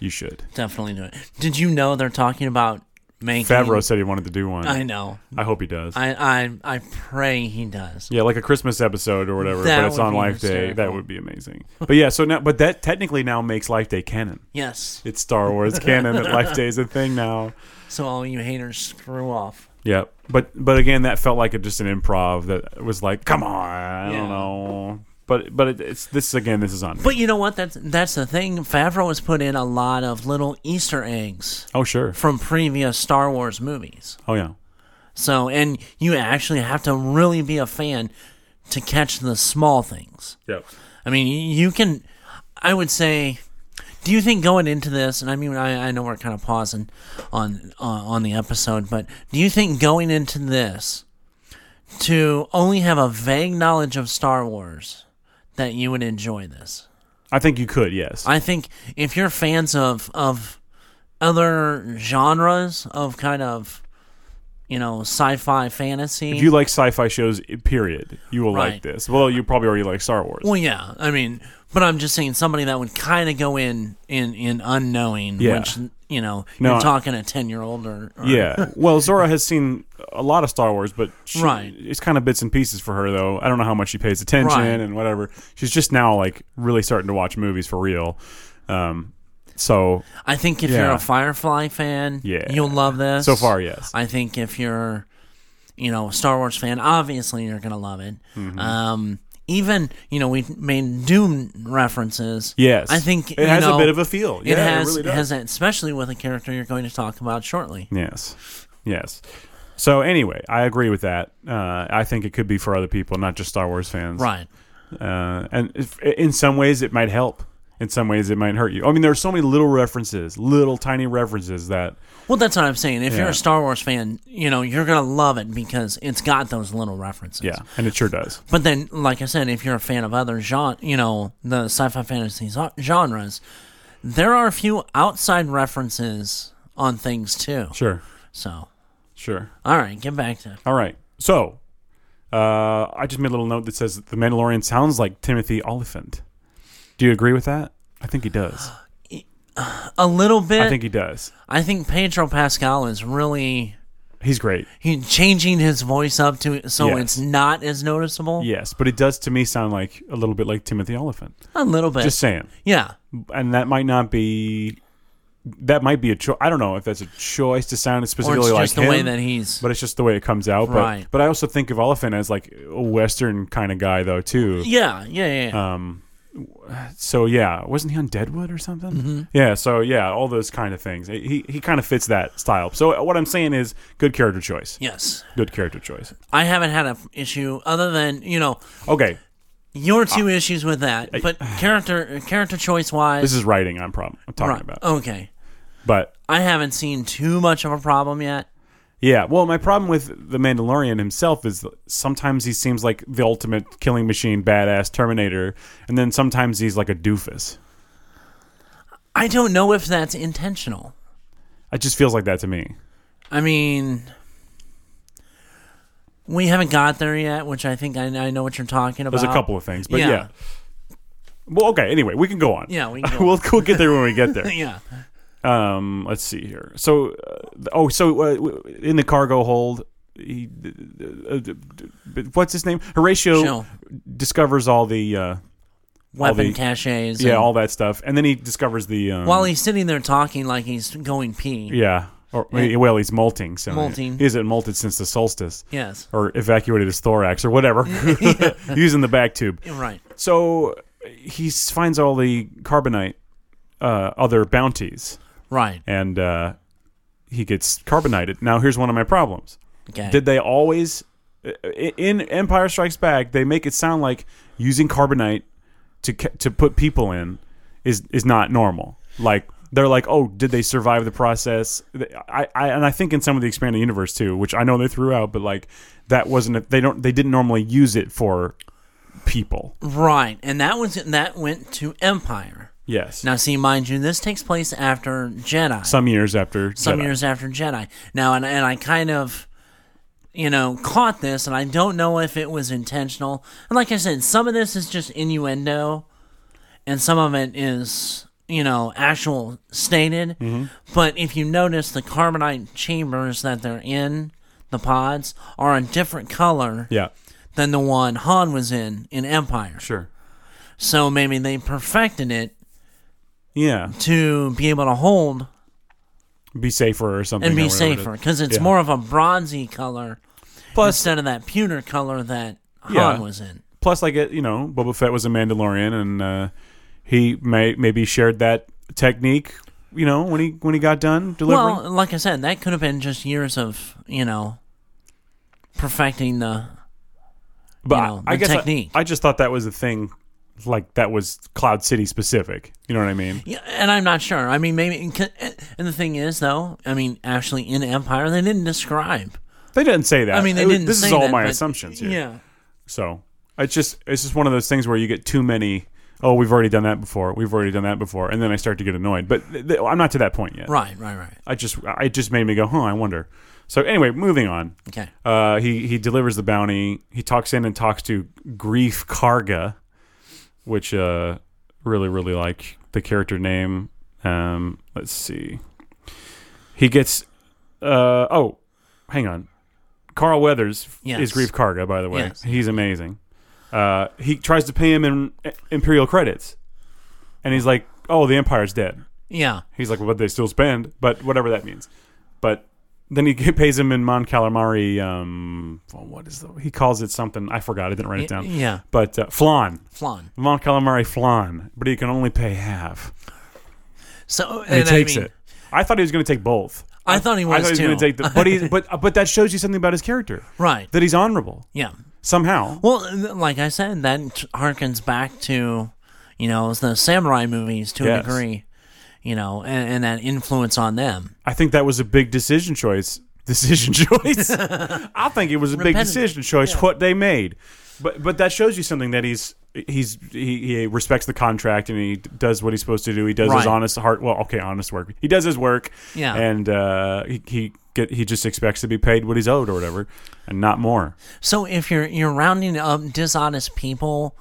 A: You should.
B: definitely do it. Did you know they're talking about making
A: Favreau said he wanted to do one.
B: I
A: I,
B: know.
A: hope he does.
B: I I I pray he does.
A: yeah, like a Christmas episode or whatever,
B: That
A: but it's
B: would
A: on
B: be
A: Life Day.
B: hysterical.
A: That would be amazing. But yeah, so now, but that technically now makes Life Day canon.
B: Yes.
A: It's Star Wars canon that Life Day is a thing now.
B: So all you haters screw off.
A: Yeah, but but again, that felt like a, just an improv that was like, come on, I
B: Yeah.
A: don't know. But but it, it's this again. This is on. me.
B: But you know what? That's that's the thing. Favreau has put in a lot of little Easter eggs
A: oh sure.
B: from previous Star Wars movies.
A: Oh yeah.
B: So, and you actually have to really be a fan to catch the small things.
A: Yep.
B: I mean, you can, I would say, do you think going into this, and I mean, I, I know we're kind of pausing on uh, on the episode, but do you think going into this to only have a vague knowledge of Star Wars that you would enjoy this?
A: I think you could. Yes.
B: I think if you're fans of of other genres of kind of you know, sci-fi fantasy.
A: If you like sci-fi shows, period, you will like
B: Right.
A: this. Well, you probably already like Star Wars.
B: well, yeah, I mean, but I'm just saying somebody that would kind of go in in in unknowing,
A: Yeah.
B: which you know,
A: No, I-
B: you're talking a ten year old or, or
A: yeah. Well, Zora has seen a lot of Star Wars, but she,
B: Right.
A: it's kind of bits and pieces for her, though. I don't know how much she pays attention
B: Right.
A: and whatever. She's just now like really starting to watch movies for real. Um, so
B: I think if you're
A: Yeah.
B: a Firefly fan,
A: Yeah.
B: you'll love this.
A: so far, yes.
B: I think if you're, you know, a Star Wars fan, obviously you're gonna love it.
A: Mm-hmm.
B: Um, even you know we made Doom references.
A: yes,
B: I think
A: it
B: you
A: has
B: know,
A: a bit of a feel. Yeah,
B: it has
A: it really does.
B: has that, especially with a character you're going to talk about shortly.
A: Yes. Yes. So anyway, I agree with that. Uh, I think it could be for other people, not just Star Wars fans.
B: Right.
A: Uh, and if, in some ways, it might help. In some ways, it might hurt you. I mean, there are so many little references, little tiny references that.
B: Well, that's what I'm saying. If you're
A: Yeah.
B: a Star Wars fan, you know you're gonna love it because it's got those little references.
A: Yeah, and it sure does.
B: But then, like I said, if you're a fan of other genre, you know, the sci-fi fantasy zo- genres, there are a few outside references on things too.
A: Sure.
B: So,
A: Sure.
B: all right, get back to
A: All right. So, uh, I just made a little note that says that the Mandalorian sounds like Timothy Oliphant. Do you agree with that? I think he does.
B: Uh, a little bit.
A: I think he does.
B: Pedro Pascal is really
A: He's great.
B: he changing his voice up to so
A: Yes.
B: it's not as noticeable.
A: Yes, but it does to me sound like a little bit like Timothy Oliphant.
B: A little bit.
A: Just saying.
B: yeah.
A: and that might not be that might be a choice. I don't know if that's a choice to sound
B: Or it's
A: specifically
B: just
A: like
B: the
A: him,
B: way that he's.
A: but it's just the way it comes out.
B: Right.
A: But but I also think of Oliphant as like a Western kind of guy though too.
B: yeah, yeah, yeah. yeah.
A: Um, so yeah, wasn't he on Deadwood or something?
B: Mm-hmm.
A: Yeah. So yeah, all those kind of things. He he kind of fits that style. So uh, what I'm saying is good character choice.
B: yes.
A: Good character choice.
B: I haven't had an issue other than, you know,
A: Okay,
B: your two issues with that, but character character choice wise,
A: Ah. this is writing. I'm problem. I'm talking about.
B: Okay.
A: But
B: I haven't seen too much of a problem yet.
A: Yeah, well, my problem with the Mandalorian himself is sometimes he seems like the ultimate killing machine, badass Terminator, and then sometimes he's like a doofus.
B: I don't know if that's intentional.
A: It just feels like that to me.
B: I mean, we haven't got there yet, which I think I, I know what you're talking about.
A: There's a couple of things, but yeah.
B: Uh, Yeah.
A: Well, okay. Anyway, we can go on.
B: Yeah, we can go
A: we'll we'll get there when we get there.
B: Yeah.
A: Um, let's see here. So, uh, th- oh, so uh, w- in the cargo hold, he, uh, d- d- d- what's his name? Horatio
B: Sure.
A: discovers all the uh,
B: Weapon
A: the-
B: caches.
A: yeah,
B: and-
A: all that stuff, and then he discovers the um,
B: while he's sitting there talking like he's going pee.
A: Yeah. Or well, he's molting. So
B: Molting.
A: He hasn't molted since the solstice,
B: Yes.
A: or evacuated his thorax, or whatever, using the back tube.
B: Right.
A: So he s- finds all the carbonite, uh, other bounties,
B: Right.
A: and uh, he gets carbonited. Now, here's one of my problems.
B: Okay.
A: Did they always i- i- in Empire Strikes Back? They make it sound like using carbonite to ca- to put people in is is not normal. Like they're like, oh, did they survive the process? Th- I, I and I think in some of the expanded universe too, which I know they threw out, but like that wasn't a, they don't they didn't normally use it for people.
B: right. And that was that went to Empire.
A: Yes,
B: Now, see, mind you, this takes place after Jedi.
A: some years after
B: some
A: Jedi.
B: years after Jedi. Now, and, and I kind of, you know, caught this, and I don't know if it was intentional. And like I said, some of this is just innuendo, and some of it is, you know, actual stated.
A: Mm-hmm.
B: But if you notice, the carbonite chambers that they're in, the pods, are a different color
A: Yeah,
B: than the one Han was in in Empire.
A: sure.
B: So maybe they perfected it
A: Yeah,
B: to be able to hold
A: be safer or something
B: and
A: or
B: be
A: whatever it is.
B: safer because it's
A: Yeah.
B: more of a bronzy color
A: Plus-
B: instead of that pewter color that Han
A: Yeah.
B: was in.
A: plus like it, you know Boba Fett was a Mandalorian and uh, he may maybe shared that technique you know when he when he got done delivering
B: Well, like I said, that could have been just years of you know perfecting the
A: but
B: you know,
A: I, I
B: the
A: guess I-
B: technique.
A: I, just thought that was a thing like that was Cloud City specific you know what I mean
B: yeah, and I'm not sure. I mean, maybe and the thing is though, I mean, actually in Empire they didn't describe.
A: they didn't say that
B: I mean, they
A: It was-
B: didn't.
A: this is
B: say
A: all
B: that,
A: my
B: but-
A: assumptions here
B: Yeah,
A: so it's just it's just one of those things where you get too many oh we've already done that before we've already done that before and then I start to get annoyed but th- th- I'm not to that point yet
B: right, right, right.
A: I just I it just made me go huh I wonder So anyway, moving on.
B: Okay.
A: Uh, he he delivers the bounty. He talks in and talks to Grief Karga, which uh, really really like the character name. Um, let's see. He gets. Uh, oh, hang on. Carl Weathers
B: Yes.
A: is Grief Karga, by the way.
B: Yes.
A: He's amazing. Uh, he tries to pay him in i- Imperial credits, and he's like, "Oh, the Empire's dead."
B: Yeah.
A: He's like, well, but they still spend, but whatever that means. But then he pays him in Mon Calamari. Um, well, what is the? He calls it something. I forgot. I didn't write it down.
B: Yeah.
A: But uh, flan,
B: Flan.
A: Mon Calamari flan, but he can only pay half.
B: So and
A: And he takes
B: I mean,
A: it. I thought he was going to take both.
B: I thought he
A: I
B: was
A: thought he was
B: too.
A: going to take the, but he, but but that shows you something about his character,
B: right.
A: that he's honorable
B: Yeah.
A: somehow.
B: Well, th- like I said, that t- harkens back to, you know, the samurai movies to
A: Yes.
B: a degree, you know, and, and that influence on them.
A: I think that was a big decision choice. Decision choice. I think it was a big
B: Repetitive.
A: decision choice what they made. But but that shows you something that he's he's he, he respects the contract and he does what he's supposed to do. He does his
B: Right.
A: honest heart. Well, okay, honest work. He does his work.
B: Yeah.
A: And uh, he he get he just expects to be paid what he's owed or whatever, and not more.
B: So if you're you're rounding up dishonest people,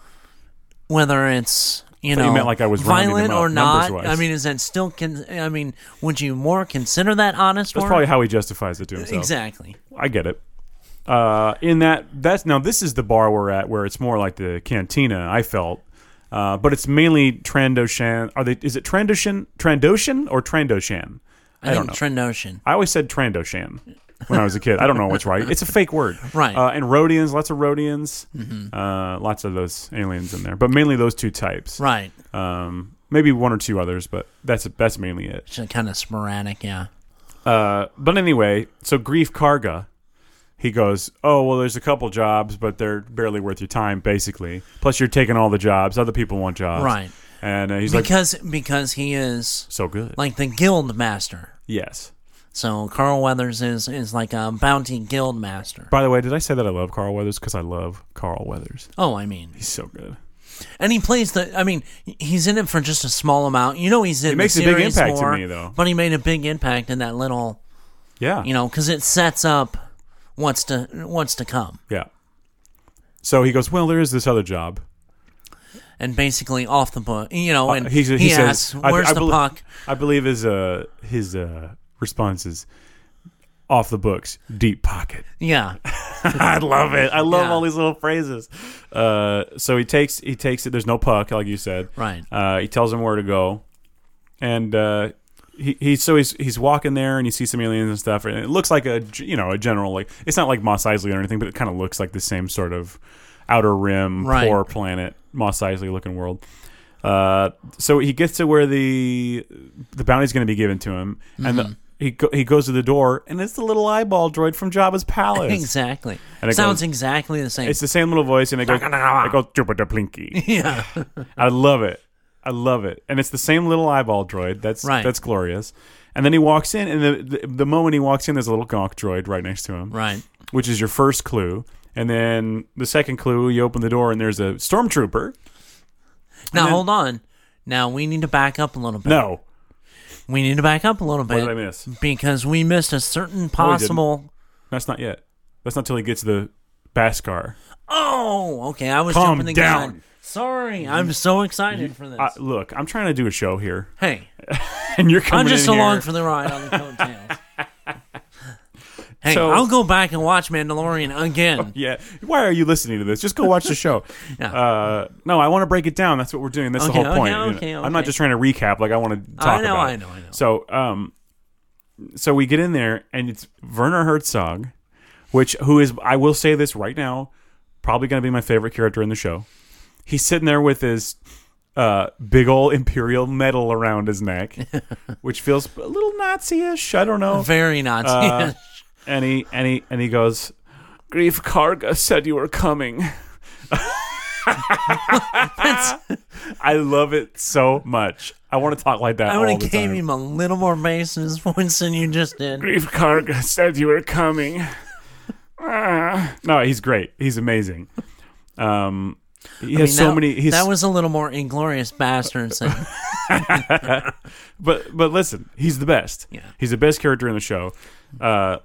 B: whether it's you
A: thought
B: know
A: you meant like I was rounding
B: violent
A: them up
B: or not,
A: numbers-wise.
B: I mean, is that still? Con- I mean, would you more consider that honest?
A: That's
B: or
A: probably how he justifies it to himself.
B: exactly.
A: I get it. Uh, in that that's now this is the bar we're at where it's more like the cantina. I felt, uh, but it's mainly Trandoshan. Are they? Is it Trandoshan? Trandoshan or Trandoshan?
B: I,
A: don't
B: think Trend Ocean.
A: I always said Trandoshan when I was a kid. I don't know what's right. It's a fake word,
B: Right. Mm-hmm.
A: Uh, and Rhodians, lots of Rhodians, uh, lots of those aliens in there, but mainly those two types.
B: Right.
A: Um, maybe one or two others, but that's that's mainly it.
B: Just kind of sporadic, yeah.
A: Uh, but anyway, so Grief Karga, he goes, Oh, well, there's a couple jobs, but they're barely worth your time, basically. Plus, you're taking all the jobs. Other people want jobs.
B: Right.
A: And uh, he's like,
B: Because because he is
A: So good.
B: like the guild master.
A: yes.
B: So Carl Weathers is is like a bounty guild master.
A: By the way, did I say that I love Carl Weathers? Because I love Carl Weathers.
B: Oh, I mean,
A: He's so good.
B: and he plays the. I mean, he's in it for just a small amount. You know, he's in. It
A: makes a
B: the
A: big
B: series
A: impact to
B: more,
A: me, though.
B: But he made a big impact in that little,
A: Yeah.
B: you know, because it sets up what's to what's to come.
A: Yeah. So he goes, Well, there is this other job.
B: And basically, off the book, you know, and
A: Uh, he-
B: he,
A: he says,
B: asks,
A: I-
B: "Where's
A: I
B: the
A: belie-
B: puck?"
A: I believe his, uh, his uh, response is off the books, deep pocket.
B: Yeah,
A: I love it. I love
B: Yeah.
A: all these little phrases. Uh, so he takes he takes it. There's no puck, like you said.
B: Right.
A: Uh, he tells him where to go, and uh, he, he so he's he's walking there, and you see some aliens and stuff, and it looks like a g- you know a general like it's not like Moss Eisley or anything, but it kind of looks like the same sort of outer rim
B: Right.
A: poor planet Moss Eisley looking world. Uh, so he gets to where the the bounty's going to be given to him, and
B: Mm-hmm.
A: the, he go, he goes to the door, and it's the little eyeball droid from Jabba's palace.
B: exactly.
A: And it
B: Sounds
A: goes-
B: exactly the same.
A: It's the same little voice, and it goes, it goes Jupiter Plinky.
B: yeah,
A: I love it. I love it. And it's the same little eyeball droid. That's
B: Right.
A: that's glorious. And then he walks in, and the, the the moment he walks in, there's a little gonk droid right next to him,
B: right.
A: which is your first clue. And then the second clue, you open the door, and there's a stormtrooper.
B: Now
A: then-
B: hold on. Now we need to back up a little bit.
A: No,
B: We need to back up a little bit.
A: did I miss?
B: Because we missed a certain possible.
A: that's not yet. That's not till he gets to the Baskar.
B: oh, okay. I was
A: Calm
B: jumping the
A: down.
B: gun. Sorry, I'm so excited for this.
A: I, look, I'm trying to do a show here,
B: hey,
A: and you're
B: I'm
A: coming
B: just
A: in here.
B: along for the ride on the coattails. hey,
A: So- Oh,
B: I'll go back and watch Mandalorian again.
A: Yeah. Why are you listening to this? Just go watch the show.
B: Yeah.
A: uh, no, I want to break it down. That's what we're doing. That's
B: Okay,
A: the whole point.
B: okay,
A: you know.
B: okay,
A: I'm not
B: okay.
A: just trying to recap. Like I want to talk
B: I know,
A: about.
B: I
A: it.
B: know, I know.
A: So, um, so we get in there, and it's Werner Herzog, which who is I will say this right now, probably going to be my favorite character in the show. He's sitting there with his uh, big old imperial medal around his neck, which feels a little Nazi-ish. I don't know
B: Very Nazi.
A: Uh, and he and he and he goes, Grief Karga said you were coming. I love it so much. I want to talk like that
B: I
A: all
B: would
A: the
B: have gave
A: time.
B: him a little more bass in his voice than you just did.
A: Grief Karga said you were coming. Ah. no, he's great. He's amazing. Um, he has
B: I mean,
A: so
B: that-
A: many. He's,
B: that was a little more inglorious bastards. than-
A: but but listen, he's the best.
B: Yeah.
A: He's the best character in the show. Uh,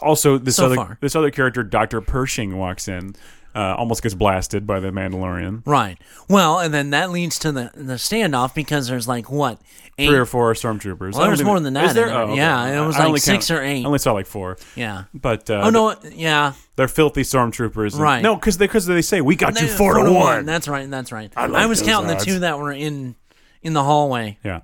A: also this
B: So
A: other
B: far.
A: this other character, Doctor Pershing, walks in, uh, almost gets blasted by the Mandalorian.
B: Right. Well, and then that leads to the the standoff because there's like what eight.
A: Three or four stormtroopers.
B: Well, there
A: I don't
B: was
A: even-
B: more than that
A: is
B: in
A: there?
B: there.
A: Oh, okay.
B: Yeah, it
A: I-
B: was
A: I
B: like
A: only
B: six
A: count-
B: or eight.
A: I only saw like four.
B: yeah.
A: But uh,
B: Oh no. Yeah.
A: they're filthy stormtroopers. and-
B: Right.
A: No, because they because they say we got you
B: They-
A: four, to one.
B: That's right. That's right. I,
A: like
B: was
A: those
B: counting
A: odds.
B: the two that were in in the hallway.
A: Yeah.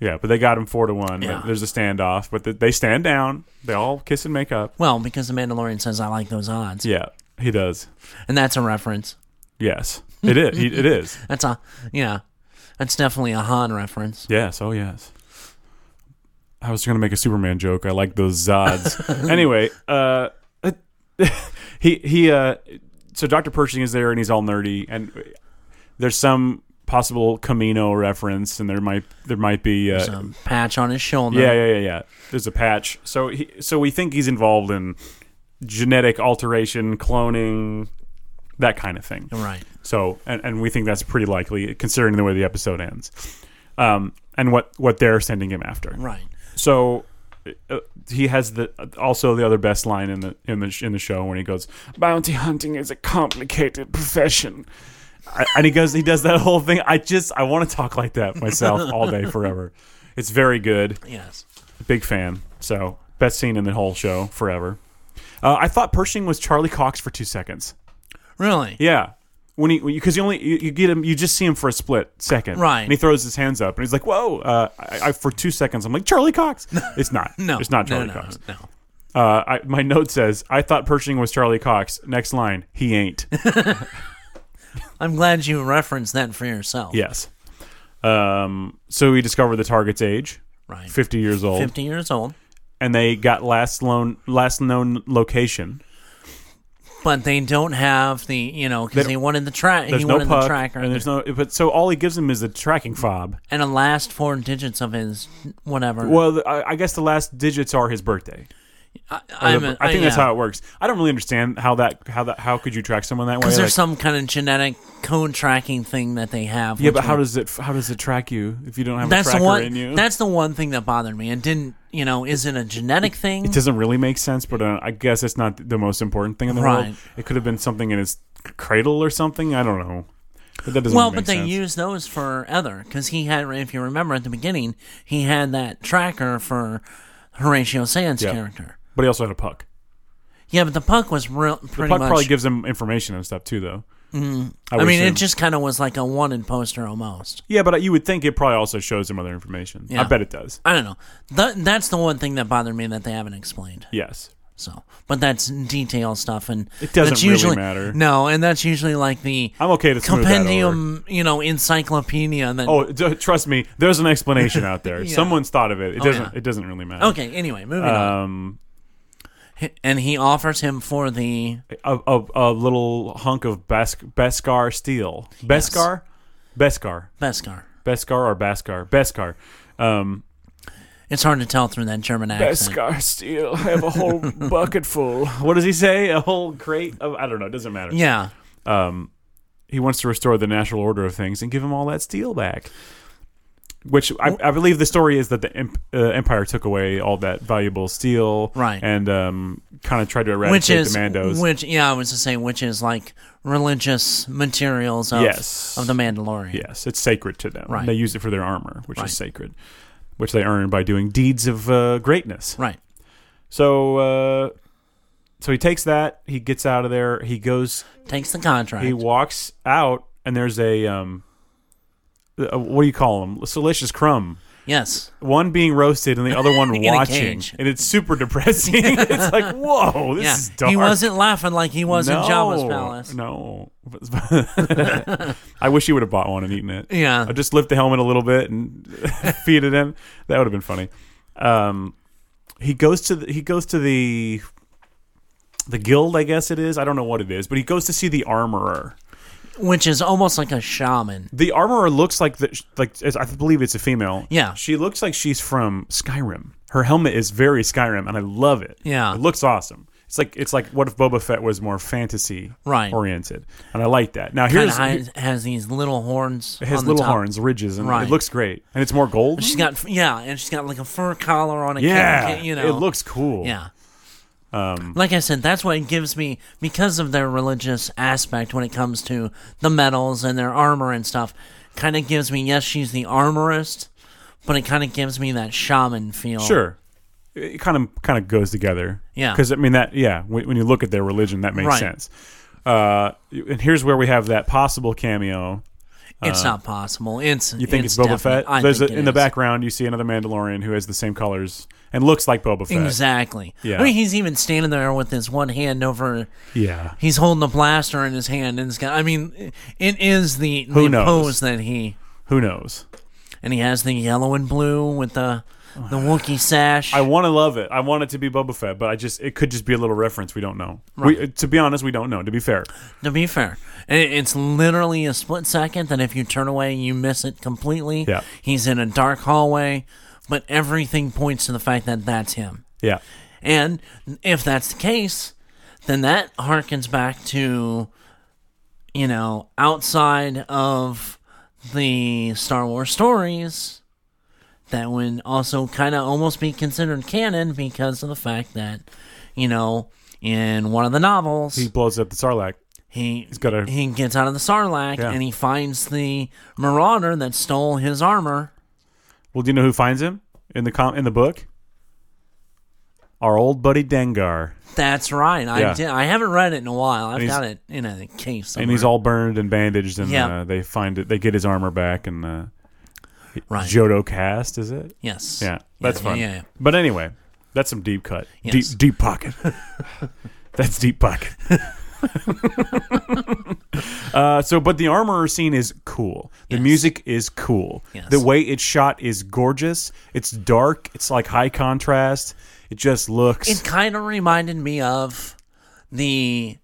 A: Yeah, but they got him four to one.
B: Yeah.
A: There's a standoff, but th they stand down. They all kiss and make up.
B: Well, because the Mandalorian says I like those odds,
A: Yeah, he does.
B: and that's a reference.
A: Yes, it is. He, it is.
B: That's a yeah. That's definitely a Han reference.
A: Yes. Oh, yes. I was going to make a Superman joke. I like those Zods. anyway, uh, he he. Uh, so Doctor Pershing is there, and he's all nerdy, and there's some possible Camino reference, and there might there might be uh,
B: There's a Um, patch on his shoulder.
A: Yeah, yeah, yeah, yeah. There's a patch. So he, so we think he's involved in genetic alteration, cloning, that kind of thing.
B: Right.
A: So, and, and we think that's pretty likely considering the way the episode ends, um, and what what they're sending him after.
B: Right.
A: So. Uh, he has the also the other best line in the in the sh- in the show when he goes bounty hunting is a complicated profession, I, and he goes he does that whole thing. I just I want to talk like that myself all day forever. It's very good
B: Yes.
A: big fan. So best scene in the whole show forever. Uh, I thought Pershing was Charlie Cox for two seconds.
B: Really.
A: Yeah, when he because you only you, you get him you just see him for a split second,
B: Right.
A: And he throws his hands up and he's like, "Whoa!" Uh, I, I, for two seconds, I'm like, "Charlie Cox." It's not.
B: No.
A: it's not
B: no,
A: Charlie
B: no,
A: Cox.
B: No.
A: Uh, I, my note says, "I thought Pershing was Charlie Cox." Next line, he ain't.
B: I'm glad you referenced that for yourself.
A: yes. Um. So we discover the target's age,
B: Right.
A: fifty years old,
B: Fifty years old,
A: and they got last known last known location.
B: but they don't have the you know because
A: They-
B: he wanted the track.
A: There's
B: He
A: no
B: wanted
A: puck,
B: the tracker
A: and there's no. But so all he gives him is the tracking fob.
B: and the last four digits of his whatever.
A: Well, the, I, I guess the last digits are his birthday.
B: I,
A: Or the-
B: I'm a-
A: I think that's
B: yeah.
A: how it works. I don't really understand how that how that how could you track someone that way?
B: Because
A: Like,
B: there's some kind of genetic code tracking thing that they have.
A: yeah,
B: which
A: but how
B: will-
A: does it how does it track you if you don't have a
B: that's the
A: tracker
B: one?
A: in you?
B: That's the one thing that bothered me. And didn't you know? Is it a genetic thing?
A: it doesn't really make sense, but uh, I guess it's not the most important thing in the world.
B: Right.
A: It could have been something in his cradle or something. I don't know. But that doesn't
B: well,
A: make
B: but they
A: sense.
B: use those for other because he had, if you remember at the beginning, he had that tracker for Horatio Sands'
A: Yeah.
B: character.
A: but he also had a puck.
B: Yeah, but the puck was real. Pretty
A: Puck
B: much. Mm-hmm.
A: probably gives him information and stuff too, though. Mm.
B: I mean, it just kind of was like a wanted poster almost.
A: Yeah, but you would think it probably also shows him other information. I
B: Yeah.
A: bet it does.
B: I don't know. Th- that's the one thing that bothered me that they haven't explained.
A: Yes.
B: So, but that's detail stuff, and
A: It doesn't
B: that's
A: really
B: usually,
A: matter.
B: No, and that's usually like the
A: I'm okay to smooth That over.
B: compendium, you know, encyclopedia. That
A: Oh, d- trust me, there's an explanation out there.
B: Yeah.
A: Someone's thought of it. It
B: yeah.
A: doesn't. It doesn't really matter.
B: okay. Anyway, moving on.
A: Um,
B: H- And he offers him for the
A: a, a, a little hunk of Bask- Beskar steel. Beskar, Beskar,
B: Beskar.
A: Beskar or Baskar, Beskar. Um,
B: It's hard to tell through that German accent.
A: Beskar steel. I have a whole bucket full. What does he say? A whole crate of I don't know. It doesn't matter.
B: Yeah,
A: he wants to restore the natural order of things and give him all that steel back. Which I, I believe the story is that the imp, uh, empire took away all that valuable steel,
B: Right.
A: And um, kind of tried to eradicate
B: which is
A: the Mandos.
B: which? Yeah, I was to say which is like religious materials of
A: Yes.
B: of the Mandalorian.
A: yes, it's sacred to them.
B: Right.
A: They use it for their armor, which
B: Right.
A: is sacred, which they earn by doing deeds of uh, greatness.
B: Right.
A: So, uh, so he takes that. He gets out of there. He goes.
B: Takes the contract.
A: He walks out, and there's a um, a, what do you call them? Salacious crumb.
B: yes.
A: one being roasted and the other one
B: a
A: watching,
B: cage.
A: and it's super depressing. it's like, whoa, this
B: Yeah.
A: is dark.
B: He wasn't laughing like he was in Java's palace.
A: No, I wish you would have bought one and eaten it.
B: Yeah.
A: I just lift the helmet a little bit and feed it in. That would have been funny. Um, he goes to the, he goes to the the guild, I guess it is. I don't know what it is, but he goes to see the armorer.
B: Which is almost like a shaman.
A: The armorer looks like the like I believe it's a female.
B: Yeah.
A: she looks like she's from Skyrim. Her helmet is very Skyrim, and I love it.
B: Yeah.
A: it looks awesome. It's like it's like what if Boba Fett was more fantasy
B: Right.
A: oriented, and I like that. Now
B: Kind
A: here's
B: of has, has these little horns.
A: it has
B: on the
A: little
B: top.
A: horns, ridges, and
B: Right.
A: it looks great, and it's more gold.
B: She's got yeah, and she's got like a fur collar on a
A: yeah,
B: cat, you know.
A: it looks cool.
B: yeah.
A: Um,
B: like I said, that's what it gives me because of their religious aspect when it comes to the medals and their armor and stuff. Kind of gives me yes, she's the armorist, but it kind of gives me that shaman feel.
A: sure, it kind of kind of goes together.
B: Yeah.
A: because I mean that. Yeah, when, when you look at their religion, that makes
B: Right.
A: sense. Uh, and here's where we have that possible cameo.
B: it's not possible. It's
A: Uh, You think it's, Boba Fett?
B: I
A: There's
B: think
A: a,
B: it
A: in the
B: is.
A: background you see another Mandalorian who has the same colors and looks like Boba Fett.
B: Exactly.
A: Yeah.
B: I mean, he's even standing there with his one hand over.
A: Yeah.
B: He's holding a blaster in his hand, and it's got, I mean, it is the,
A: Who
B: the
A: knows?
B: pose that he
A: Who knows?
B: and he has the yellow and blue with the the Wookiee sash.
A: I want to love it. I want it to be Boba Fett, but I just it could just be a little reference. We don't know. We, to be honest, we don't know. To be fair,
B: To be fair, it, it's literally a split second, and if you turn away, you miss it completely.
A: Yeah.
B: He's in a dark hallway, but everything points to the fact that that's him.
A: yeah,
B: And if that's the case, then that harkens back to, you know, outside of the Star Wars stories that would also kind of almost be considered canon because of the fact that, you know, in one of the novels,
A: he blows up the Sarlacc.
B: he
A: got a-
B: he gets out of the sarlacc
A: Yeah.
B: and he finds the marauder that stole his armor.
A: Well, do you know who finds him in the com- in the book? Our old buddy Dengar,
B: That's right. I
A: Yeah.
B: did. I haven't read it in a while. I've
A: he's-
B: got it in a case. Somewhere.
A: and he's all burned and bandaged, and
B: Yeah.
A: uh, they find it. They get his armor back, and uh,
B: right.
A: Jodo cast is it?
B: yes.
A: Yeah, that's
B: yeah,
A: fun.
B: yeah, yeah.
A: But anyway, that's some deep cut,
B: Yes.
A: deep deep pocket. that's deep pocket. uh, so, but the armorer scene is cool. The music is cool.
B: Yes.
A: The way it's shot is gorgeous. It's dark. It's like high contrast. It just looks.
B: It kind of reminded me of the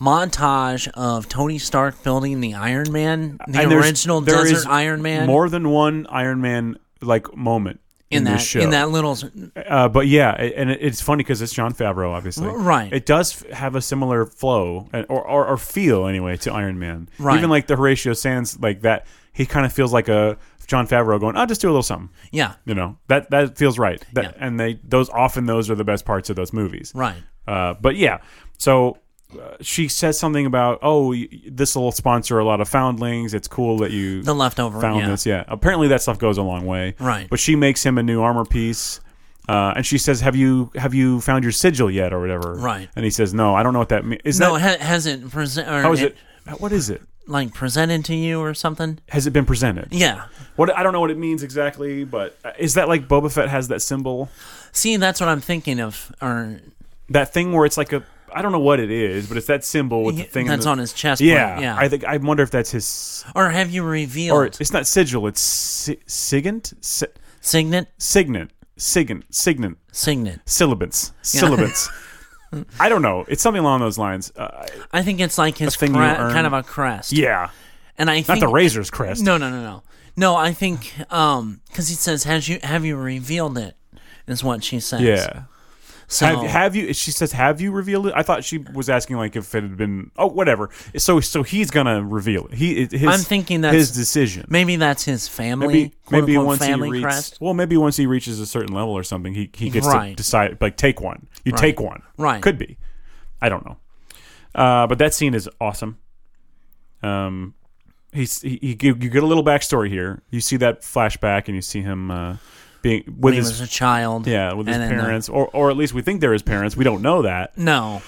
B: montage of Tony Stark building the Iron Man, the
A: And there's-
B: original
A: there
B: Desert
A: is
B: Iron Man.
A: More than one Iron Man like moment in,
B: in that
A: this show.
B: in that little
A: uh, but yeah, it- and it- it's funny because it's John Favreau, obviously.
B: R- right.
A: It does f- have a similar flow and- or, or or feel anyway to Iron Man.
B: Right.
A: Even like the Horatio Sands, like that, he kind of feels like a John Favreau going, "I'll just do a little something."
B: yeah
A: You know that that feels right. That,
B: Yeah.
A: And they those often those are the best parts of those movies.
B: right
A: Uh, but yeah, so uh, she says something about, oh, this will sponsor a lot of foundlings. It's cool that you
B: the leftover
A: found
B: yeah.
A: this. Yeah, apparently that stuff goes a long way.
B: Right.
A: But she makes him a new armor piece. Uh, and she says, "Have you have you found your sigil yet, or whatever?"
B: Right.
A: And he says, "No, I don't know what that means. Is
B: No,
A: that
B: ha- hasn't present or
A: how is it? What is it?
B: like presented to you or something?
A: Has it been presented?
B: Yeah.
A: What I don't know what it means exactly, but uh, is that like Boba Fett has that symbol,
B: See, that's what I'm thinking of. Or
A: that thing where it's like a I don't know what it is, but it's that symbol with the
B: that's
A: thing in the-
B: on his chest. plate,
A: Yeah,
B: yeah.
A: I think I wonder if that's his
B: or have you revealed
A: or it's not sigil, it's si- sigint, si-
B: signet?
A: signet, sigint, signet,
B: Signet.
A: syllabants, syllabants. I don't know. It's something along those lines. Uh,
B: I think it's like his
A: thing
B: cre-
A: you earn.
B: kind of a crest.
A: yeah,
B: And I
A: not
B: think
A: the razor's crest.
B: No, no, no, no. No, I think um because he says, "Has you have you revealed it?" Is what she says.
A: Yeah.
B: So
A: Have, have you? She says, "Have you revealed it?" I thought she was asking like if it had been. Oh, whatever. So, so he's gonna reveal it. He, it- his,
B: I'm thinking that's-
A: his decision.
B: maybe that's his family.
A: Maybe,
B: quote
A: maybe
B: unquote,
A: once he
B: family
A: reaches,
B: crest.
A: well, maybe once he reaches a certain level or something, he, he gets to
B: Right.
A: decide like take one. You take one,
B: Right.
A: Could be, I don't know. Uh, but that scene is awesome. Um, he's he, he you you get a little backstory here. You see that flashback, and you see him uh, being with
B: When he
A: his
B: was a child.
A: yeah with his
B: and then the-
A: parents, or or at least we think they're his parents. We don't know that.
B: no.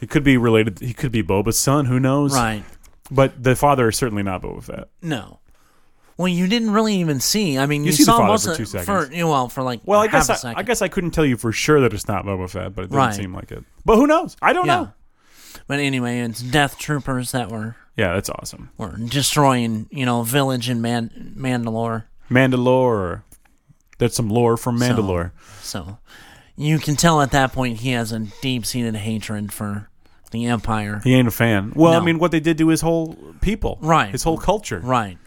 A: He could be related. He could be Boba's son. Who knows?
B: Right.
A: But the father is certainly not Boba Fett.
B: No. Well, you didn't really even see. I mean, you,
A: see the
B: saw
A: father
B: most
A: for
B: of-
A: two seconds.
B: For, you know, well, for like
A: Well, I
B: half
A: guess
B: a
A: I,
B: second.
A: I guess I couldn't tell you for sure that it's not Boba Fett, but it doesn't
B: Right.
A: seem like it. But who knows? I don't
B: Yeah.
A: know.
B: But anyway, it's death troopers that were,
A: Yeah, that's awesome.
B: were destroying, you know, village in Man- Mandalore.
A: Mandalore. That's some lore from Mandalore.
B: So you can tell at that point he has a deep seated hatred for the Empire.
A: He ain't a fan. Well, I
B: No.
A: mean, what they did to his whole people,
B: Right.
A: His whole culture.
B: Right.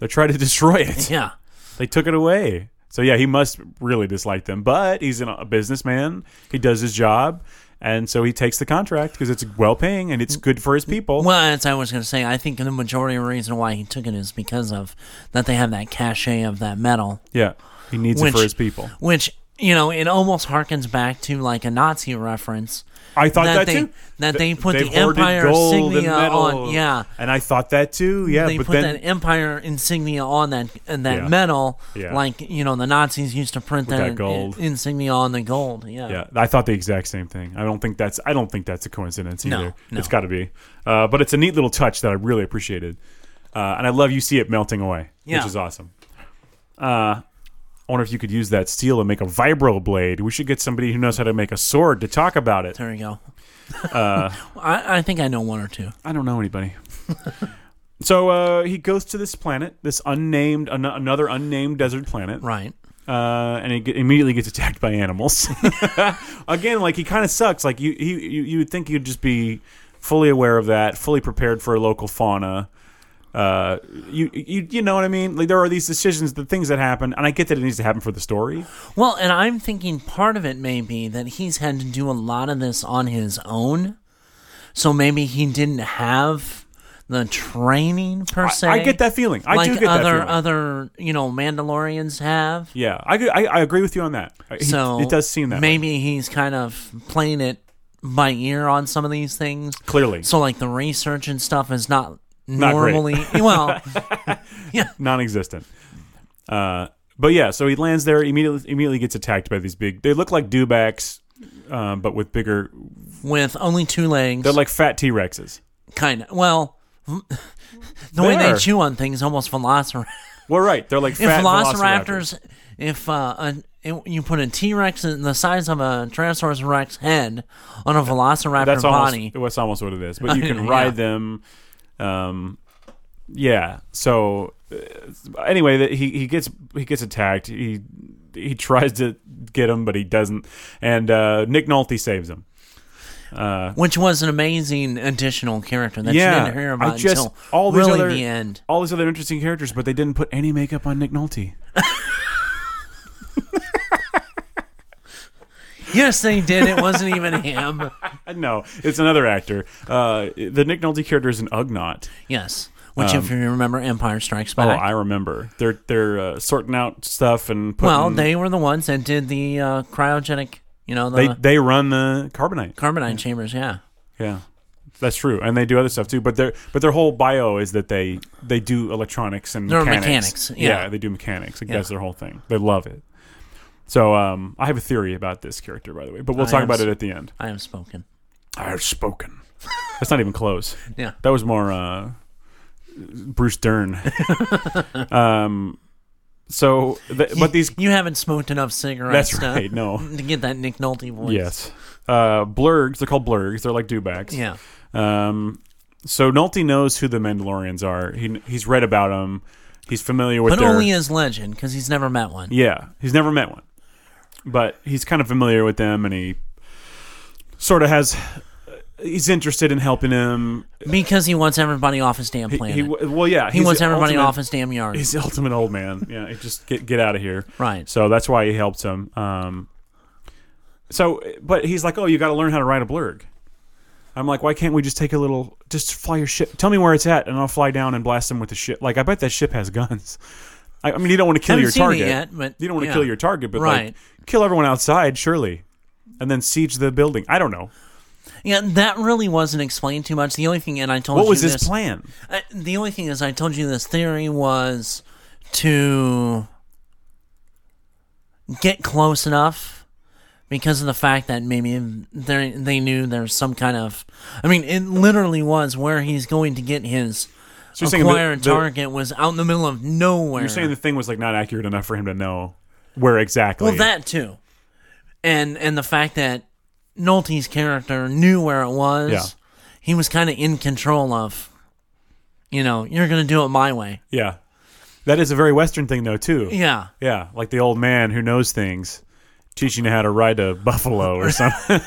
A: They tried to destroy it.
B: Yeah.
A: they took it away. So yeah, he must really dislike them. But he's an, a businessman. He does his job, and so he takes the contract because it's well paying and it's good for his people.
B: Well, as I was going to say, I think the majority of the reason why he took it is because of that they have that cachet of that metal.
A: yeah, he needs it
B: Which-
A: for his people.
B: which you know it almost harkens back to like a Nazi reference
A: I thought that,
B: they,
A: too.
B: That they put
A: They've
B: the
A: hoarded
B: Empire
A: gold and
B: insignia
A: metal.
B: on. Yeah,
A: and I thought that too. Yeah,
B: they
A: but
B: put
A: then
B: that Empire insignia on that and that
A: Yeah.
B: medal.
A: Yeah.
B: Like you know, the Nazis used to print that,
A: that gold.
B: in- insignia on the gold. Yeah.
A: Yeah, I thought the exact same thing. I don't think that's I don't think that's a coincidence
B: No,
A: either.
B: no.
A: It's got to be. Uh, but it's a neat little touch that I really appreciated, uh, and I love you see it melting away,
B: Yeah.
A: which is awesome. Uh, I wonder if you could use that steel and make a vibro blade. We should get somebody who knows how to make a sword to talk about it.
B: There we go.
A: Uh,
B: I, I think I know one or two.
A: I don't know anybody. so uh, he goes to this planet, this unnamed, an- another unnamed desert planet.
B: Right.
A: uh, and he get, immediately gets attacked by animals. Again, like he kind of sucks. Like you, he, you, you would think you'd just be fully aware of that, fully prepared for local fauna. Uh, you, you, you know what I mean? Like there are these decisions, the things that happen, and I get that it needs to happen for the story.
B: Well, and I'm thinking part of it may be that he's had to do a lot of this on his own. So maybe he didn't have the training per se.
A: I get that feeling. I
B: like
A: do get
B: other
A: that feeling.
B: other you know Mandalorians have.
A: yeah, I, could- I, I agree with you on that. Uh, He-
B: so
A: it does seem that way.
B: maybe he's kind of playing it by ear on some of these things.
A: clearly
B: So like the research and stuff is not,
A: great.
B: normally well.
A: non-existent. Uh, but yeah, so he lands there immediately. Immediately gets attacked by these big. They look like dewbacks, um, but with bigger.
B: with only two legs.
A: They're like fat T Rexes.
B: kind of well. The way
A: They
B: they
A: are.
B: chew on things, almost velociraptor.
A: Well, right. They're like
B: if
A: fat velociraptors.
B: velociraptors, if uh, an it, you put a T Rex the size of a Tyrannosaurus Rex head on a Velociraptor
A: That's almost
B: body,
A: that's almost what it is. But you can
B: Yeah.
A: ride them. Um, yeah. So uh, anyway, that he he gets he gets attacked. He he tries to get him, but he doesn't. And uh, Nick Nolte saves him. Uh,
B: which was an amazing additional character that
A: yeah,
B: you didn't hear
A: I
B: about
A: just
B: until
A: all these
B: really
A: other
B: the end.
A: all these other interesting characters, but they didn't put any makeup on Nick Nolte.
B: Yes, they did. It wasn't even him.
A: no, it's another actor. Uh, the Nick Nolte character is an Ugnaught.
B: Yes, which if you remember, Empire Strikes
A: Um, Oh,
B: Back.
A: I remember. They're they're uh, sorting out stuff and putting,
B: well, they were the ones that did the uh, cryogenic, you know, the
A: they they run the carbonite.
B: carbonite chambers. Yeah,
A: Yeah, that's true, and they do other stuff too. But their but their whole bio is that they they do electronics and
B: They're
A: mechanics.
B: mechanics, yeah.
A: they do mechanics. Like,
B: Yeah.
A: That's their whole thing. They love it. So um, I have a theory about this character, by the way, but we'll
B: I
A: talk
B: am
A: about
B: s-
A: it at the end.
B: I have spoken.
A: I have spoken. That's not even close.
B: Yeah.
A: That was more uh, Bruce Dern. um, so, th- but these.
B: you haven't smoked enough cigarettes.
A: That's
B: to-
A: right. No.
B: to get that Nick Nolte voice.
A: Yes. Uh, blurgs. They're called blurgs. They're like dewbacks.
B: Yeah.
A: Um, so Nolte knows who the Mandalorians are. He he's read about them. He's familiar with
B: But
A: their.
B: only as legend because he's never met one.
A: yeah, he's never met one, but he's kind of familiar with them, and he sort of has. uh, He's interested in helping him.
B: Because he wants everybody off his damn
A: He,
B: planet.
A: he- well, yeah,
B: He
A: he's
B: wants
A: the
B: everybody
A: ultimate-
B: off his damn yard.
A: He's the ultimate old man. Yeah, he just get get out of here.
B: Right.
A: So that's why he helps him. Um, so, but he's like, "Oh, you got to learn how to ride a blurg." I'm like, "Why can't we just take a little? Just fly your ship. Tell me where it's at, and I'll fly down and blast them with the ship. Like, I bet that ship has guns. I, I mean, you don't want to kill
B: Haven't
A: your
B: seen it
A: target.
B: yet, but
A: you don't want to
B: yeah.
A: kill your target, but
B: Right.
A: like, kill everyone outside, surely, and then siege the building. I don't know
B: Yeah, that really wasn't explained too much. The only thing, and I told
A: what
B: you
A: was his
B: this,
A: plan.
B: I, the only thing is, I told you this theory was to get close enough because of the fact that maybe they they knew there's some kind of. I mean, it literally was where he's going to get his
A: So you're saying the-
B: acquired
A: the-
B: target was out in the middle of nowhere.
A: You're saying the thing was like not accurate enough for him to know where exactly.
B: Well, that too, and and the fact that Nolte's character knew where it was,
A: Yeah.
B: he was kind of in control of. You know, you're gonna do it my way.
A: yeah, that is a very Western thing, though, too.
B: Yeah,
A: Yeah, like the old man who knows things, teaching you how to ride a buffalo or something.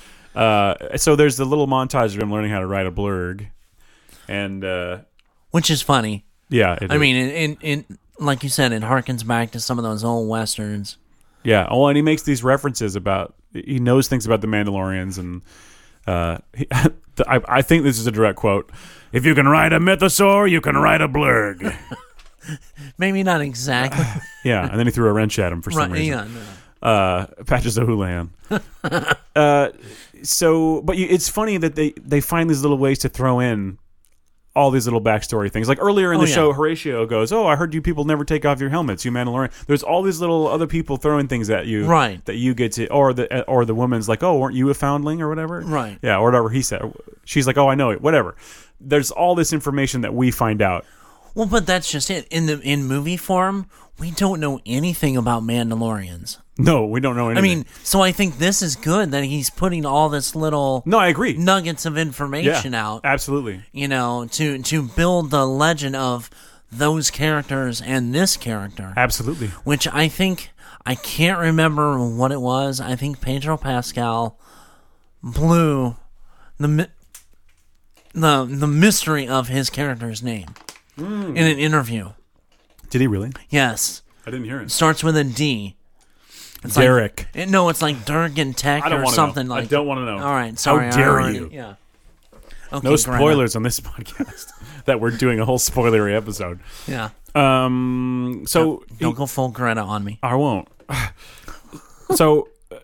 A: uh, so there's the little montage of him learning how to ride a blurg, and uh,
B: which is funny.
A: yeah, it
B: I
A: is.
B: mean, in, in in like you said, it harkens back to some of those old westerns.
A: yeah. Oh, and he makes these references about he knows things about the Mandalorians, and uh, he, the- I, I think this is a direct quote. If you can ride a mythosaur, you can ride a blurg.
B: Maybe not exactly.
A: yeah, and then he threw a wrench at him for some
B: right?
A: reason.
B: Yeah, no.
A: uh, Patches O'Hulan. uh, so, but you, it's funny that they they find these little ways to throw in all these little backstory things. Like earlier in
B: Oh,
A: the
B: yeah.
A: show, Horatio goes, "Oh, I heard you people never take off your helmets, you Mandalorian." There's all these little other people throwing things at you,
B: Right.
A: That you get to, or the or the woman's like, "Oh, weren't you a foundling or whatever?"
B: Right.
A: Yeah, or whatever he said. She's like, "Oh, I know it." Whatever. There's all this information that we find out.
B: Well, but that's just it. In the in movie form, we don't know anything about Mandalorians.
A: No, we don't know anything.
B: I mean, so I think this is good that he's putting all this little
A: no, I agree.
B: nuggets of
A: yeah,
B: information out,
A: absolutely.
B: you know, to to build the legend of those characters and this character,
A: Absolutely.
B: which I think I can't remember what it was. I think Pedro Pascal blew the mi- the the mystery of his character's name
A: Hmm.
B: in an interview.
A: Did he really?
B: Yes.
A: I didn't hear it.
B: starts with a D. It's like-
A: Derek.
B: Eh, no, it's like Durgan Tech
A: I don't
B: or
A: want to
B: something
A: know.
B: like.
A: I don't want to know.
B: All right, sorry. I
A: dare
B: already-
A: you.
B: Yeah. Okay,
A: No
B: Greta.
A: spoilers on this podcast. that we're doing a whole spoilery episode.
B: Yeah.
A: Um. So
B: Don't go full Greta on me.
A: I won't. so uh,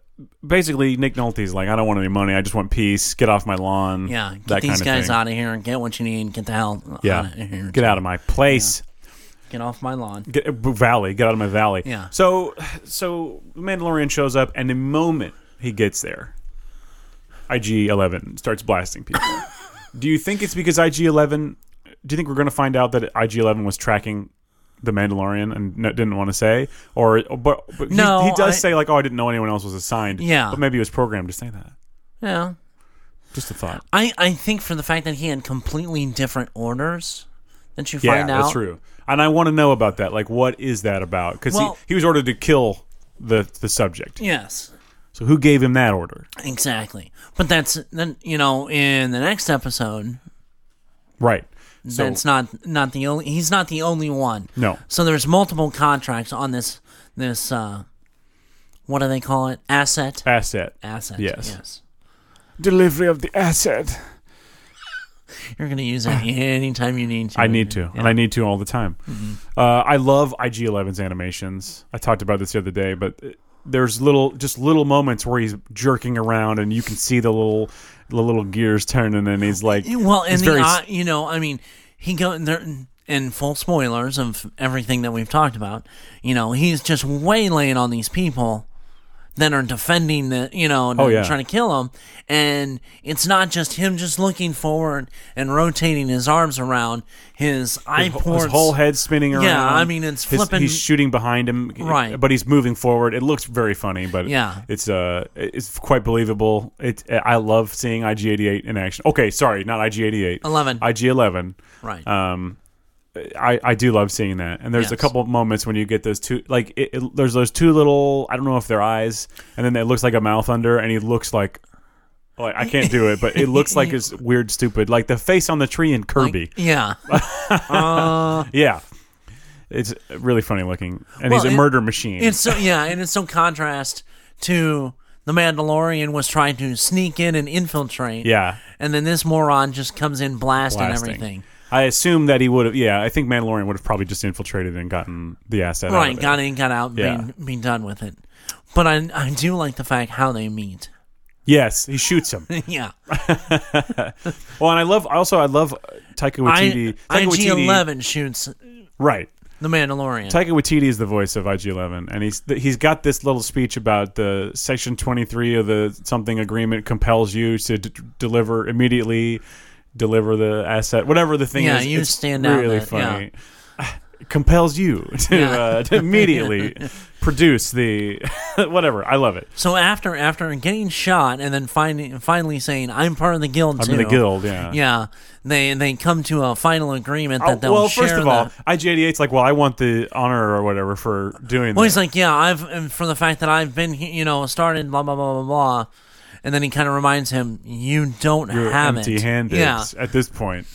A: basically, Nick Nolte's like, I don't want any money. I just want peace. Get off my lawn.
B: Yeah. Get
A: that
B: these
A: kind of
B: guys
A: thing.
B: out of here and get what you need and get the hell out
A: Yeah.
B: of here.
A: Get out of my place.
B: Get off my lawn.
A: Get, uh, valley. Get out of my valley.
B: Yeah.
A: So, so Mandalorian shows up, and the moment he gets there, IG Eleven starts blasting people. do you think it's because IG Eleven? Do you think we're going to find out that IG Eleven was tracking the Mandalorian and no, didn't want to say, or but, but he-
B: No,
A: he, does
B: I-
A: say like, "Oh, I didn't know anyone else was assigned."
B: Yeah.
A: but maybe he was programmed to say that.
B: Yeah.
A: Just a thought.
B: I, I think for the fact that he had completely different orders that you
A: Yeah,
B: find out.
A: that's true. And I want to know about that. Like, what is that about? Because
B: Well-
A: he, he was ordered to kill the the subject.
B: Yes.
A: So who gave him that order?
B: Exactly. But that's then you know in the next episode
A: Right. So
B: that's not not the only he's not the only one.
A: no.
B: So there's multiple contracts on this this uh what do they call it? Asset.
A: Asset.
B: Asset.
A: yes.
B: Yes.
A: Delivery of the asset.
B: You're gonna use it anytime you need to.
A: I need to, and I need to all the time.
B: Mm-hmm.
A: Uh, I love IG 11's animations. I talked about this the other day, but uh, there's little, just little moments where he's jerking around, and you can see the little, the little gears turning, and he's like,
B: Well, and
A: he's
B: the
A: very s-
B: uh, you know, I mean, he go there and full spoilers of everything that we've talked about. You know, he's just waylaying on these people that are defending the you know and
A: Oh, yeah.
B: trying to kill him, and it's not just him just looking forward and rotating his arms around his, eye
A: his
B: ports.
A: whole head spinning around.
B: I mean, it's
A: His-
B: flipping-
A: he's shooting behind him,
B: Right.
A: But he's moving forward. It looks very funny, but
B: Yeah.
A: it's uh, it's quite believable. It I love seeing IG88 in action. Okay, sorry, not IG88,
B: 11.
A: IG11.
B: right.
A: Um, I I do love seeing that. And there's a
B: Yes.
A: couple of moments when you get those two, like it, it- there's those two little. I don't know if they're eyes, and then it looks like a mouth under, and he looks like. Like, I can't do it, but it looks like it's weird, stupid. Like the face on the tree in Kirby.
B: yeah. Uh,
A: Yeah. It's really funny looking. And
B: Well,
A: he's a
B: it-
A: murder machine.
B: It's so yeah, and it's so contrast to the Mandalorian was trying to sneak in and infiltrate.
A: yeah.
B: And then this moron just comes in blasting,
A: Blasting.
B: everything.
A: I assume that he would have yeah, I think Mandalorian would have probably just infiltrated and gotten the asset. out
B: Right,
A: of it.
B: got in, got out,
A: Yeah.
B: being, being done with it. But I I do like the fact how they meet.
A: Yes, he shoots him.
B: yeah.
A: well, and I love also I love uh, Taika Waititi. Taika
B: IG
A: Waititi-
B: eleven shoots
A: Right.
B: the Mandalorian.
A: Taika Waititi is the voice of IG11, and he's th- he's got this little speech about the Section 23 of the something agreement compels you to d- deliver immediately, deliver the asset, whatever the thing
B: Yeah,
A: is.
B: you
A: It's
B: stand out
A: really
B: that,
A: funny. compels you to,
B: Yeah.
A: uh, to immediately produce the whatever. I love it.
B: so after after getting shot and then finding finally saying I'm part of the guild
A: I'm
B: too.
A: in the guild. Yeah.
B: Yeah, they they come to a final agreement
A: Oh,
B: that they'll
A: well,
B: share
A: first of
B: the-
A: all, IG88's like, well, I want the honor or whatever for doing
B: Well,
A: this.
B: he's like, yeah, I've and for the fact that I've been, he- you know, started blah blah blah blah blah, and then he kind of reminds him, you don't
A: You're
B: have it.
A: empty-handed
B: Yeah,
A: at this point.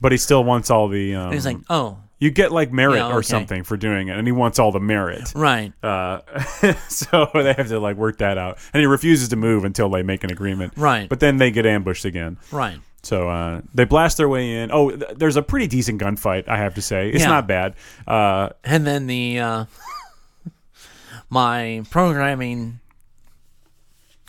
A: But he still wants all the. Um,
B: he's like, oh,
A: You get like merit
B: Yeah,
A: or
B: okay.
A: something for doing it, and he wants all the merit.
B: right,
A: Uh, so they have to like work that out, and he refuses to move until they make an agreement.
B: Right.
A: But then they get ambushed again.
B: right,
A: So uh, they blast their way in. Oh, th- there's a pretty decent gunfight, I have to say. It's
B: Yeah.
A: not bad. Uh,
B: and then the uh, my programming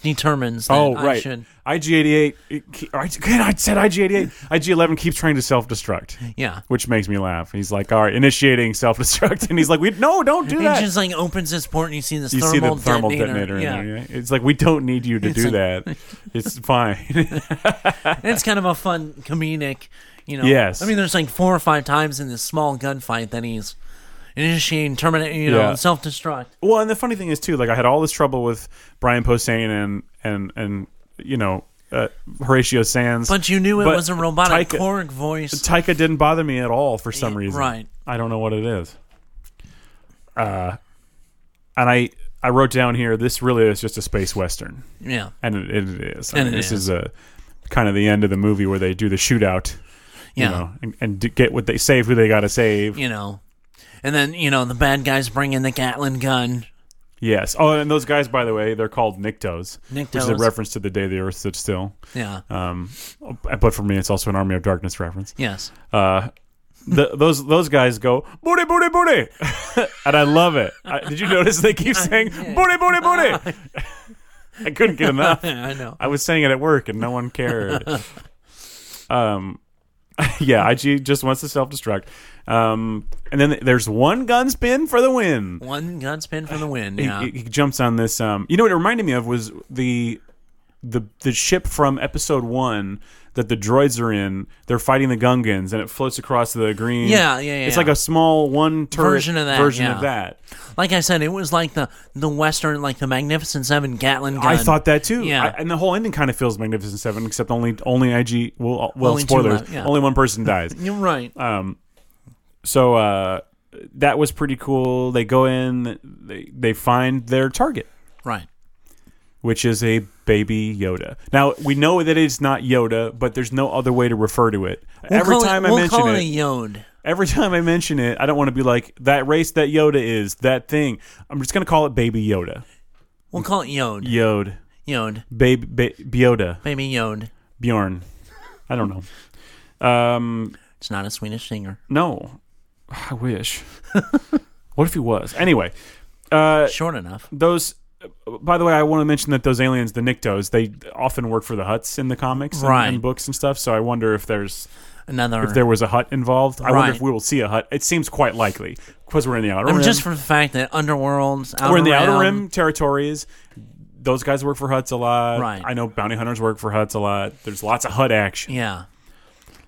B: determines that
A: Oh
B: I
A: right,
B: should.
A: IG88. it ke- I I said IG88. IG11 keeps trying to self-destruct,
B: Yeah.
A: which makes me laugh. He's like, "All right, initiating self-destruct," and he's like, "We no, don't do
B: It
A: that."
B: just like opens this port and you see this
A: you
B: thermal,
A: see the thermal detonator,
B: detonator. yeah.
A: in there. Yeah? It's like we don't need you to do that. It's fine.
B: And it's kind of a fun comedic, you know.
A: Yes.
B: I mean, there's like four or five times in this small gunfight that he's initiating, terminating, you know,
A: Yeah.
B: self destruct.
A: Well, and the funny thing is too, like I had all this trouble with Brian Posehn and and and you know uh, Horatio Sands,
B: But you knew it
A: But
B: was a robotic
A: Taika-
B: Korg voice.
A: Taika didn't bother me at all for some
B: Yeah,
A: reason.
B: right.
A: I don't know what it is. Uh, and I I wrote down here. This really is just a space western,
B: yeah.
A: and it, it is. I
B: And
A: mean,
B: it
A: this
B: is.
A: is a kind of the end of the movie where they do the shootout.
B: Yeah.
A: You know, and, and d- get what they save, who they got to save.
B: You know. And then, you know, the bad guys bring in the Gatlin gun.
A: Yes. Oh, and those guys, by the way, they're called Nictos, which is a
B: Nyctos.
A: reference to the day the Earth stood still.
B: Yeah.
A: Um, but for me, it's also an Army of Darkness reference.
B: yes.
A: Uh, th those those guys go booty booty booty, and I love it. I, did you notice they keep saying booty booty booty? I couldn't get enough.
B: I know.
A: I was saying it at work, and no one cared. um, yeah, IG just wants to self destruct. Um, and then there's one gun spin for the win.
B: One gun spin for the win.
A: He-
B: Yeah.
A: he, he jumps on this. Um, you know what it reminded me of was the the the ship from episode one that the droids are in. They're fighting the Gungans, and it floats across the green.
B: Yeah, yeah, yeah.
A: It's like a small one turret
B: Version of that,
A: version of
B: yeah.
A: that.
B: like I said, it was like the the Western, like the Magnificent Seven Gatlin gun.
A: I thought that too.
B: Yeah.
A: I- and the whole ending kind of feels Magnificent Seven, except only only IG. Well, uh, well,
B: Only two
A: spoilers.
B: left, yeah.
A: Only one person dies.
B: You're right.
A: Uh, So uh, that was pretty cool. They go in. They they find their target.
B: right.
A: which is a baby Yoda. Now we know that it's not Yoda, but there's no other way to refer to it.
B: We'll
A: every
B: call it-
A: time I
B: we'll
A: mention
B: call
A: it,
B: it a yod.
A: every time I mention it, I don't want to be like that race that Yoda is that thing. I'm just gonna call it baby Yoda.
B: We'll call it yod.
A: Yod,
B: Yod.
A: baby ba- Yoda,
B: Baby yod.
A: Bjorn. I don't know. Um,
B: It's not a Swedish singer.
A: no, I wish. what if he was? Anyway, uh,
B: Short enough.
A: those by the way i want to mention that those aliens the nictos they often work for the huts in the comics and,
B: Right.
A: and books and stuff so i wonder if there's
B: Another.
A: if there was a hut involved i wonder
B: Right.
A: if we will see a hut it seems quite likely because we're in the outer
B: I mean,
A: rim
B: just for the fact that Underworld's outer
A: we're in the outer
B: Rim,
A: rim territories those guys work for huts a lot
B: Right.
A: i know bounty hunters work for huts a lot there's lots of hut action
B: Yeah.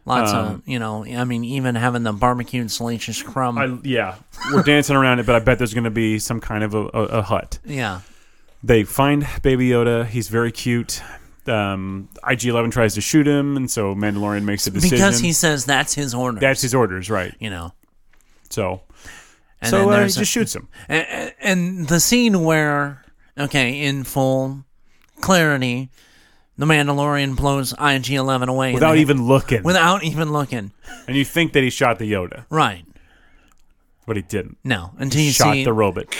B: Lots
A: Um,
B: of, you know, I mean, even having the barbecue and salacious crumb.
A: I, yeah we're dancing around it but i bet there's going to be some kind of a, a, a hut
B: yeah.
A: they find Baby Yoda. He's very cute. Um, IG Eleven tries to shoot him, and so Mandalorian makes a decision.
B: Because he says that's his order.
A: that's his orders, right?
B: you know.
A: So,
B: And
A: so
B: then
A: uh, he
B: there's
A: just
B: a-
A: shoots him.
B: and, and the scene where, okay, in full clarity, the Mandalorian blows IG 11 away. and
A: without
B: they-
A: even looking.
B: Without even looking.
A: and you think that he shot the Yoda,
B: Right.
A: but he didn't.
B: No. Until you
A: shot
B: see
A: the robot.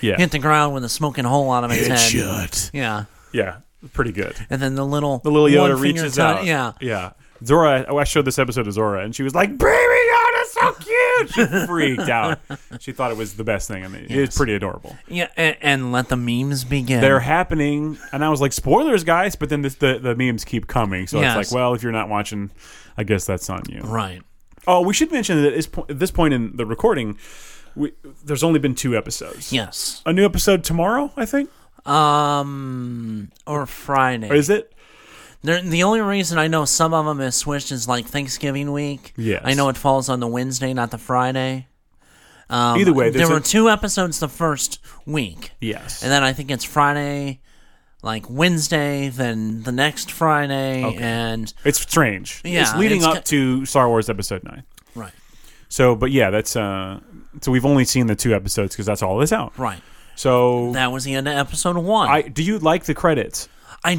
A: Yeah,
B: hit the ground with a smoking hole out of his head.
A: shot.
B: Yeah.
A: Yeah, pretty good.
B: And then the little
A: The little Yoda
B: one finger
A: reaches
B: cut-
A: out.
B: Yeah.
A: yeah. Zora, oh, I showed this episode to Zora, and she was like, "Baby Yoda, so cute!" She freaked out. She thought it was the best thing. I mean, it's pretty adorable.
B: Yeah, and, and let the memes begin.
A: they're happening and i was like spoilers guys but then this, the, the memes keep coming so
B: Yes.
A: it's like well if you're not watching i guess that's on you
B: right.
A: oh we should mention that at this po- at this point in the recording we, there's only been two episodes
B: Yes.
A: a new episode tomorrow i think
B: Um, or
A: Or
B: Friday.
A: is it
B: There, the only reason I know some of them is switched is like Thanksgiving week.
A: Yes.
B: I know it falls on the Wednesday, not the Friday.
A: either way
B: there
A: there's
B: were
A: a-
B: two episodes the first week,
A: yes
B: and then I think it's Friday, like Wednesday, then the next Friday, and
A: it's strange it's
B: Yeah,
A: leading up
B: it's ki-
A: to star wars episode 9
B: right,
A: so but yeah that's uh so we've only seen the two episodes because that's all that's out
B: right.
A: so
B: That was the end of episode one.
A: i
B: I,
A: do you like the credits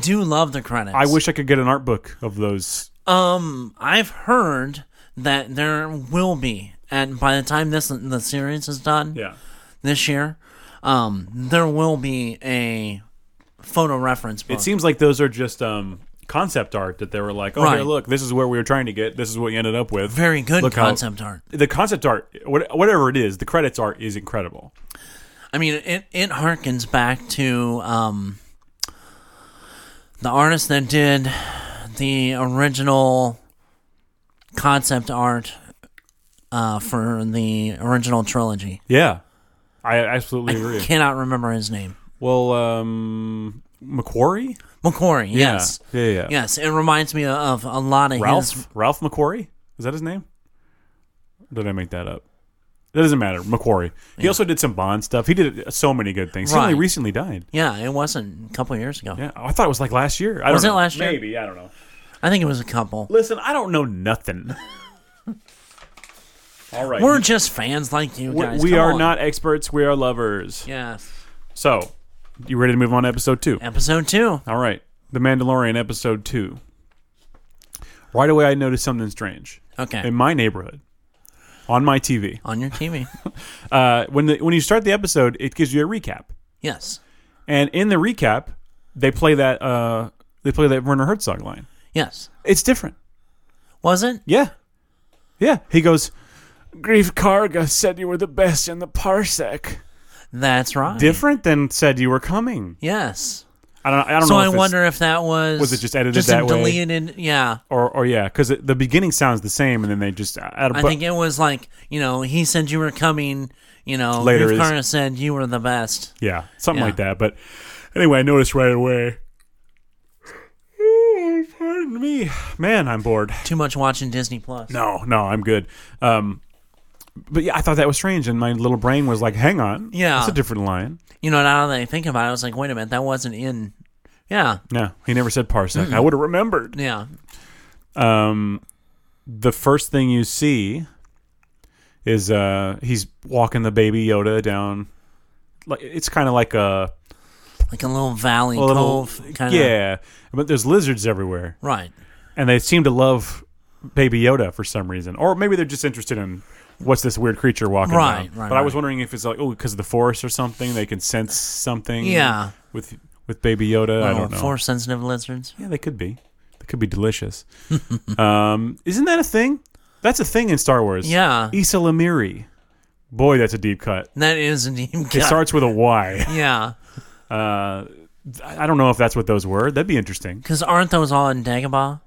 B: do love the credits.
A: i wish i could get an art book of those
B: Um, I've heard that there will be, and by the time this the series is done
A: yeah
B: this year, um, there will be a photo reference book.
A: It seems like those are just um, concept art that they were like, oh, here,
B: Right.
A: look, this is where we were trying to get. This is what you ended up with.
B: Very good
A: Look how-
B: concept art.
A: the concept art, what, whatever it is, the credits art is incredible.
B: I mean, it it harkens back to um, the artist that did the original concept art uh, for the original trilogy.
A: Yeah, I absolutely agree.
B: Cannot remember his name.
A: Well, um, Macquarie.
B: McQuarrie. Yes.
A: Yeah, yeah, yeah.
B: Yes, it reminds me of a lot of
A: Ralph
B: his.
A: Ralph Macquarie is that his name? Or did I make that up? That doesn't matter. Macquarie. He also did some Bond stuff. He did so many good things. He only
B: Right.
A: recently died.
B: Yeah, it wasn't a couple years ago.
A: Yeah, Oh, I thought it was like last year. I
B: Was
A: don't
B: it
A: know.
B: last year?
A: Maybe I don't know.
B: I think it was a couple.
A: Listen, I don't know nothing. All right,
B: We're just fans like you
A: We-
B: guys.
A: we
B: Come
A: are
B: on.
A: not experts. We are lovers.
B: Yes.
A: So, you ready to move on to episode two?
B: Episode two.
A: All right, The Mandalorian episode two. Right away, I noticed something strange
B: Okay.
A: in my neighborhood, on my TV.
B: On your TV.
A: Uh, when the, when you start the episode, it gives you a recap,
B: yes.
A: and in the recap, they play that uh, they play that Werner Herzog line.
B: Yes.
A: It's different.
B: Was it?
A: Yeah. Yeah. He goes, Grief Karga said you were the best in the parsec.
B: That's right.
A: Different than said you were coming.
B: Yes.
A: I don't, I don't
B: So
A: know.
B: I
A: if it's-
B: wonder if that was
A: Was it just edited
B: just
A: that
B: a
A: way?
B: deleted. Yeah.
A: Or, or yeah, because the beginning sounds the same and then they just add a
B: I
A: bu-
B: think it was like you know he said you were coming. You know,
A: Later
B: Griff
A: is-
B: Karna said you were the best.
A: Yeah, something
B: Yeah.
A: like that. But anyway, I noticed right away. Oh, pardon me. Man, I'm bored.
B: Too much watching Disney Plus.
A: No, no, I'm good. Um, but yeah, I thought that was strange, and my little brain was like, "Hang on,
B: Yeah.
A: that's a different line."
B: You know, now that I think about it, I was like, wait a minute, that wasn't in. Yeah.
A: No, he never said parsec. I would have remembered.
B: Yeah.
A: um, the first thing you see is uh, he's walking the baby Yoda down. Like it's kind of like a,
B: Like a little valley
A: a little,
B: cove kind of.
A: yeah, but there's lizards everywhere,
B: Right.
A: and they seem to love baby Yoda for some reason, or maybe they're just interested in what's this weird creature walking
B: Right,
A: around.
B: right,
A: but I was
B: right.
A: wondering if it's like oh, because of the forest or something, they can sense something.
B: Yeah.
A: with with baby Yoda, I
B: Little
A: don't know.
B: Force Oh, sensitive lizards.
A: Yeah, they could be. They could be delicious. um, isn't that a thing? That's a thing in Star Wars.
B: Yeah.
A: Issa Lamiri. Boy, that's a deep cut.
B: That is a deep
A: It
B: cut.
A: starts with a Y.
B: yeah.
A: Uh, I don't know if that's what those were. That'd be interesting.
B: Because aren't those all in Dagobah?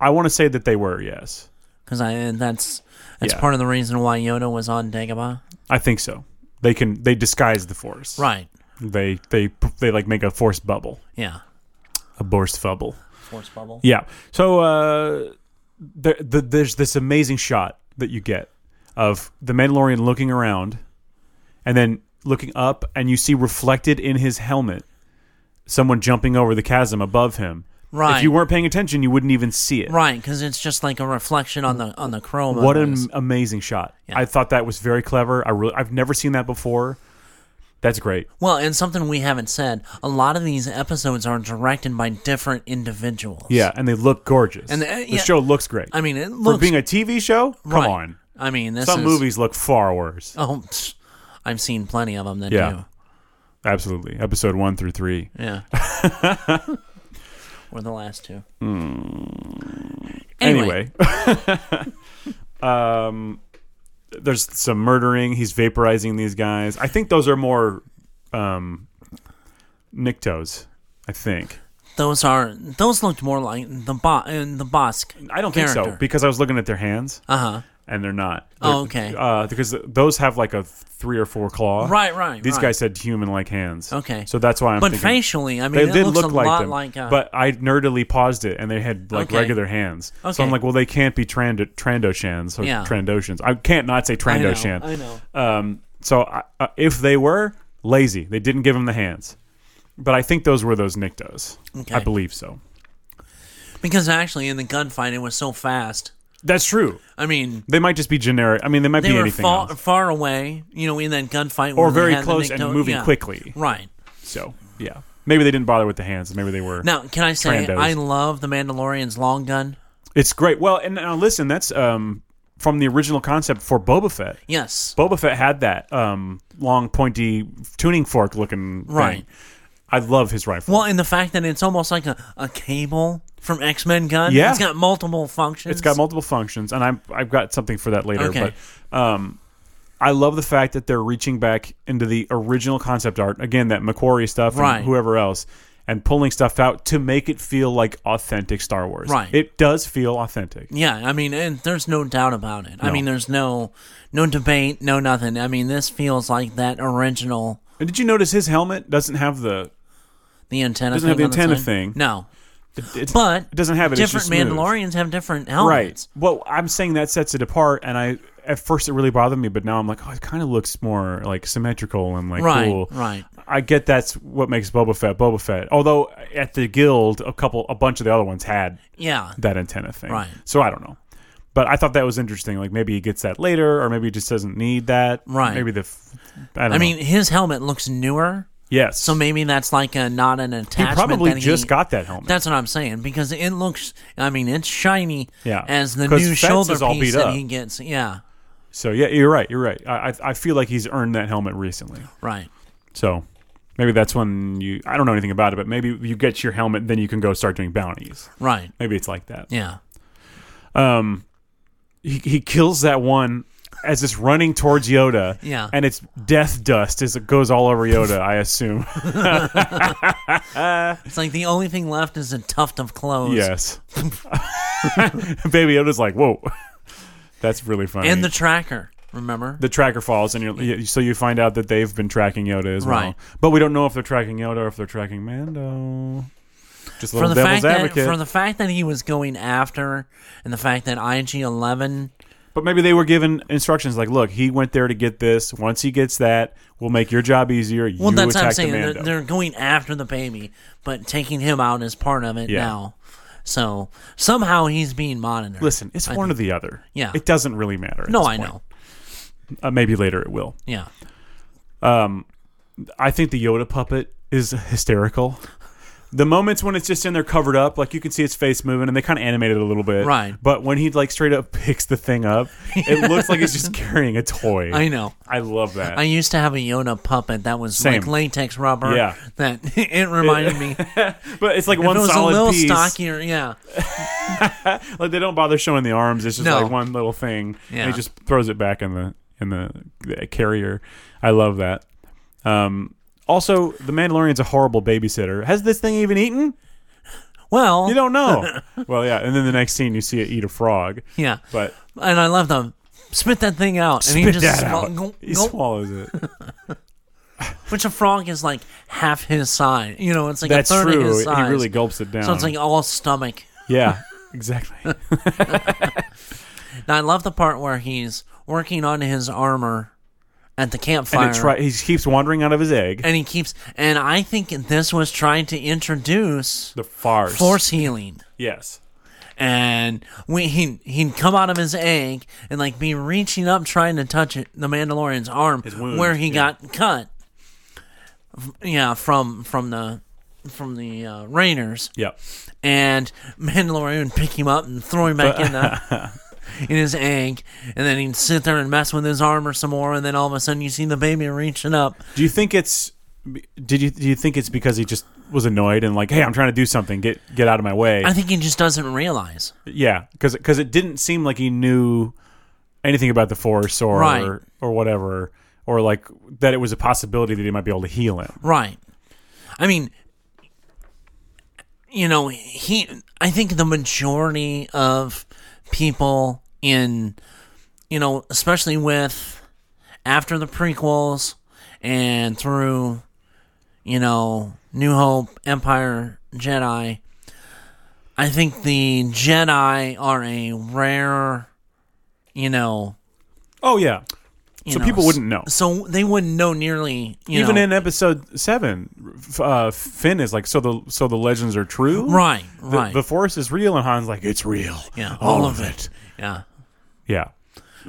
A: I want to say that they were. Yes,
B: Because I that's that's
A: Yeah.
B: part of the reason why Yoda was on Dagobah.
A: I think so. They can. They disguise the force.
B: Right.
A: They they they like make a force bubble,
B: Yeah.
A: a burst bubble.
B: Force bubble.
A: Yeah. So uh, there, the, there's this amazing shot that you get of the Mandalorian looking around, and then looking up, and you see reflected in his helmet someone jumping over the chasm above him.
B: Right.
A: If you weren't paying attention, you wouldn't even see it.
B: Right, because it's just like a reflection on the on the chrome. of
A: What
B: it.
A: an amazing shot!
B: Yeah.
A: I thought that was very clever. I really, I've never seen that before. That's great.
B: well, and something we haven't said. A lot of these episodes are directed by different individuals.
A: Yeah, and they look gorgeous.
B: And, uh,
A: the
B: yeah.
A: show looks great.
B: I mean, it looks
A: for being a TV show, come
B: right.
A: on.
B: I mean, this
A: Some
B: is,
A: movies look far worse.
B: Oh, psh, I've seen plenty of them that
A: Yeah.
B: do.
A: Absolutely. Episode one through three.
B: Yeah. or the last two.
A: Hmm. Anyway. um there's some murdering. He's vaporizing these guys. I think those are more um Nictos, I think.
B: those are those looked more like the bo- uh, the Bosk.
A: I don't think so
B: Character.
A: because I was looking at their hands
B: Uh huh.
A: and they're not.
B: Oh,
A: They're-
B: okay.
A: Uh, because those have like a three or four claw.
B: Right, right.
A: These
B: right.
A: guys had human-like hands.
B: Okay.
A: So that's why I'm
B: but
A: thinking
B: facially, I
A: they
B: mean, it
A: did
B: looks
A: look
B: a
A: like
B: lot
A: them,
B: like. uh, A,
A: but I nerdily paused it, and they had like
B: Okay.
A: regular hands. So
B: Okay.
A: I'm like, well, they can't be Trando- Trandoshans or
B: Yeah.
A: Trandoshans. I can't not say
B: I know,
A: Trandoshan.
B: I know.
A: Um, so I, uh, if they were lazy, they didn't give them the hands. But I think those were those Nictos.
B: Okay.
A: I believe so.
B: Because actually, in the gunfight, it was so fast.
A: That's true.
B: I mean,
A: They might just be generic. I mean, they might
B: they
A: be
B: were
A: anything
B: far,
A: else.
B: far away. You know, in that gunfight,
A: or
B: where they
A: very
B: had the
A: close
B: Nikto-
A: and moving
B: yeah.
A: quickly.
B: Right
A: So yeah, maybe they didn't bother with the hands. Maybe they were.
B: now, can I say
A: Trandos.
B: I love the Mandalorian's long gun?
A: It's great. Well, and now listen, that's um, from the original concept for Boba Fett.
B: Yes.
A: Boba Fett had that um, long, pointy tuning fork looking thing.
B: Right.
A: I love his rifle.
B: Well, and the fact that it's almost like a, a cable from X Men gun.
A: Yeah.
B: It's got multiple functions.
A: it's got multiple functions, and I'm, I've got something for that later.
B: Okay.
A: But um, I love the fact that they're reaching back into the original concept art again, that Macquarie stuff, and
B: Right.
A: whoever else, and pulling stuff out to make it feel like authentic Star Wars.
B: Right.
A: It does feel authentic.
B: Yeah, I mean, and there's no doubt about it. I mean, there's no no debate, no nothing. I mean, this feels like that original
A: And did you notice his helmet doesn't have the?
B: the antenna.
A: Doesn't have
B: thing
A: the
B: on
A: antenna
B: side.
A: thing.
B: No,
A: It, it's-
B: but
A: it doesn't have it. it's just
B: different
A: smooth.
B: Mandalorians have different
A: Right.
B: helmets.
A: Well, I'm saying that sets it apart, and I at first it really bothered me, but now I'm like, oh, it kind of looks more like symmetrical and like
B: Right,
A: cool.
B: right.
A: I get that's what makes Boba Fett Boba Fett. Although at the guild, a couple, a bunch of the other ones had
B: Yeah,
A: that antenna thing.
B: Right.
A: So I don't know. But I thought that was interesting. Like maybe he gets that later, or maybe he just doesn't need that.
B: Right.
A: Maybe the. f- I don't
B: I
A: know.
B: mean, his helmet looks newer,
A: yes.
B: so maybe that's like a not an
A: he
B: attachment.
A: probably
B: that
A: just
B: he,
A: got that helmet.
B: That's what I'm saying because it looks. I mean, it's shiny.
A: Yeah.
B: as the
A: 'Cause
B: new
A: Fett's
B: shoulder
A: is all
B: piece
A: beat
B: that
A: up.
B: he gets. Yeah,
A: so yeah, you're right. You're right. I, I I feel like he's earned that helmet recently.
B: right.
A: So maybe that's when you I don't know anything about it, but maybe you get your helmet, then you can go start doing bounties.
B: Right.
A: Maybe it's like that.
B: Yeah.
A: He, he kills that one as it's running towards Yoda.
B: Yeah.
A: And it's death dust as it goes all over Yoda, I assume.
B: It's like the only thing left is a tuft of clothes.
A: yes. Baby Yoda's like, whoa. That's really funny.
B: And the tracker, remember?
A: the tracker falls, and you're, you- so you find out that they've been tracking Yoda as well.
B: Right.
A: But we don't know if they're tracking Yoda or if they're tracking Mando. Just a
B: for
A: little
B: the
A: devil's
B: fact
A: advocate.
B: that for the fact that he was going after and the fact that IG eleven
A: But maybe they were given instructions like, "Look, he went there to get this. Once he gets that, we'll make your job easier.
B: Well
A: you
B: that's
A: attack
B: what I'm
A: the
B: saying. They're,
A: Mando."
B: they're going after the baby, but taking him out is part of it
A: Yeah.
B: now. So somehow he's being monitored.
A: Listen, it's one or the other.
B: Yeah.
A: it doesn't really matter. at
B: No,
A: this
B: I
A: point.
B: know.
A: Uh, maybe later it will.
B: Yeah.
A: I think the Yoda puppet is hysterical. The moments when it's just in there covered up, like you can see its face moving, and they kind of animate it a little bit.
B: Right.
A: But when he like straight up picks the thing up, it looks like he's just carrying a toy.
B: I know.
A: I love that.
B: I used to have a Yoda puppet that was
A: Same.
B: like latex rubber.
A: Yeah.
B: That it reminded me. If
A: but it's like one
B: it was a
A: solid
B: little
A: piece.
B: stockier, yeah.
A: Like they don't bother showing the arms. It's just
B: No.
A: like one little thing.
B: Yeah.
A: And he just throws it back in the in the, the carrier. I love that. Um, also, the Mandalorian's a horrible babysitter. Has this thing even eaten?
B: Well
A: You don't know. well, yeah. And then the next scene, you see it eat a frog.
B: Yeah.
A: But
B: and I love them. Spit that thing out, and he
A: spit
B: just
A: that
B: swal-
A: out.
B: gulp,
A: he
B: gulp,
A: swallows it.
B: which a frog is like half his size. You know, it's like
A: That's
B: a third of
A: true.
B: his
A: He
B: size.
A: really gulps it down.
B: so it's like all stomach.
A: yeah, exactly.
B: Now I love the part where he's working on his armor at the campfire,
A: and it try- he keeps wandering out of his egg.
B: and he keeps. And I think this was trying to introduce
A: The farce.
B: force healing.
A: Yes.
B: and we, he he'd come out of his egg and like be reaching up trying to touch it, the Mandalorian's arm
A: wound,
B: where he
A: yeah.
B: got cut. F- Yeah, from from the from the uh, Rainers,
A: Yep.
B: and Mandalorian would pick him up and throw him back in the in his egg, and then he'd sit there and mess with his armor some more, and then all of a sudden you see the baby reaching up.
A: Do you think it's did you do you think it's because he just was annoyed and like, hey, I'm trying to do something, get get out of my way?
B: I think he just doesn't realize.
A: yeah, because it didn't seem like he knew anything about the force or
B: Right.
A: or whatever, or like that it was a possibility that he might be able to heal him.
B: Right. I mean, you know, he. I think the majority of people in, you know, especially with after the prequels and through, you know, New Hope, Empire, Jedi. I think the Jedi are a rare, you know.
A: Oh yeah,
B: you
A: so
B: know,
A: people wouldn't know.
B: So they wouldn't know nearly. You
A: Even
B: know,
A: in episode seven, f- uh, Finn is like, so the so the legends are true.
B: right,
A: The,
B: right,
A: the force is real, and Han's like, it's real.
B: Yeah,
A: all,
B: all
A: of
B: of
A: it.
B: yeah.
A: Yeah,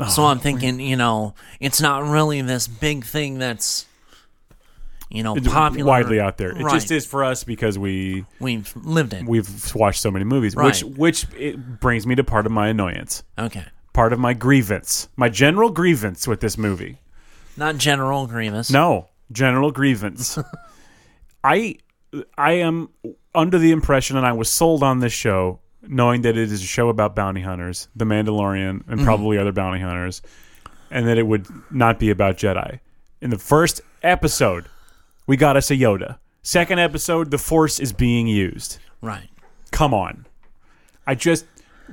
B: So
A: Oh,
B: I'm thinking, you know, it's not really this big thing that's, you know,
A: It's
B: popular
A: widely out there. It
B: Right.
A: just is for us because we
B: We've lived it.
A: we've watched so many movies, which
B: Right.
A: which it brings me to part of my annoyance,
B: Okay,
A: part of my grievance, my general grievance with this movie.
B: not General Grievous.
A: No, general grievance. I I am under the impression, and I was sold on this show, knowing that it is a show about bounty hunters, The Mandalorian, and probably other bounty hunters. and that it would not be about Jedi. In the first episode, we got us a Yoda. Second episode, the Force is being used.
B: Right.
A: Come on. I just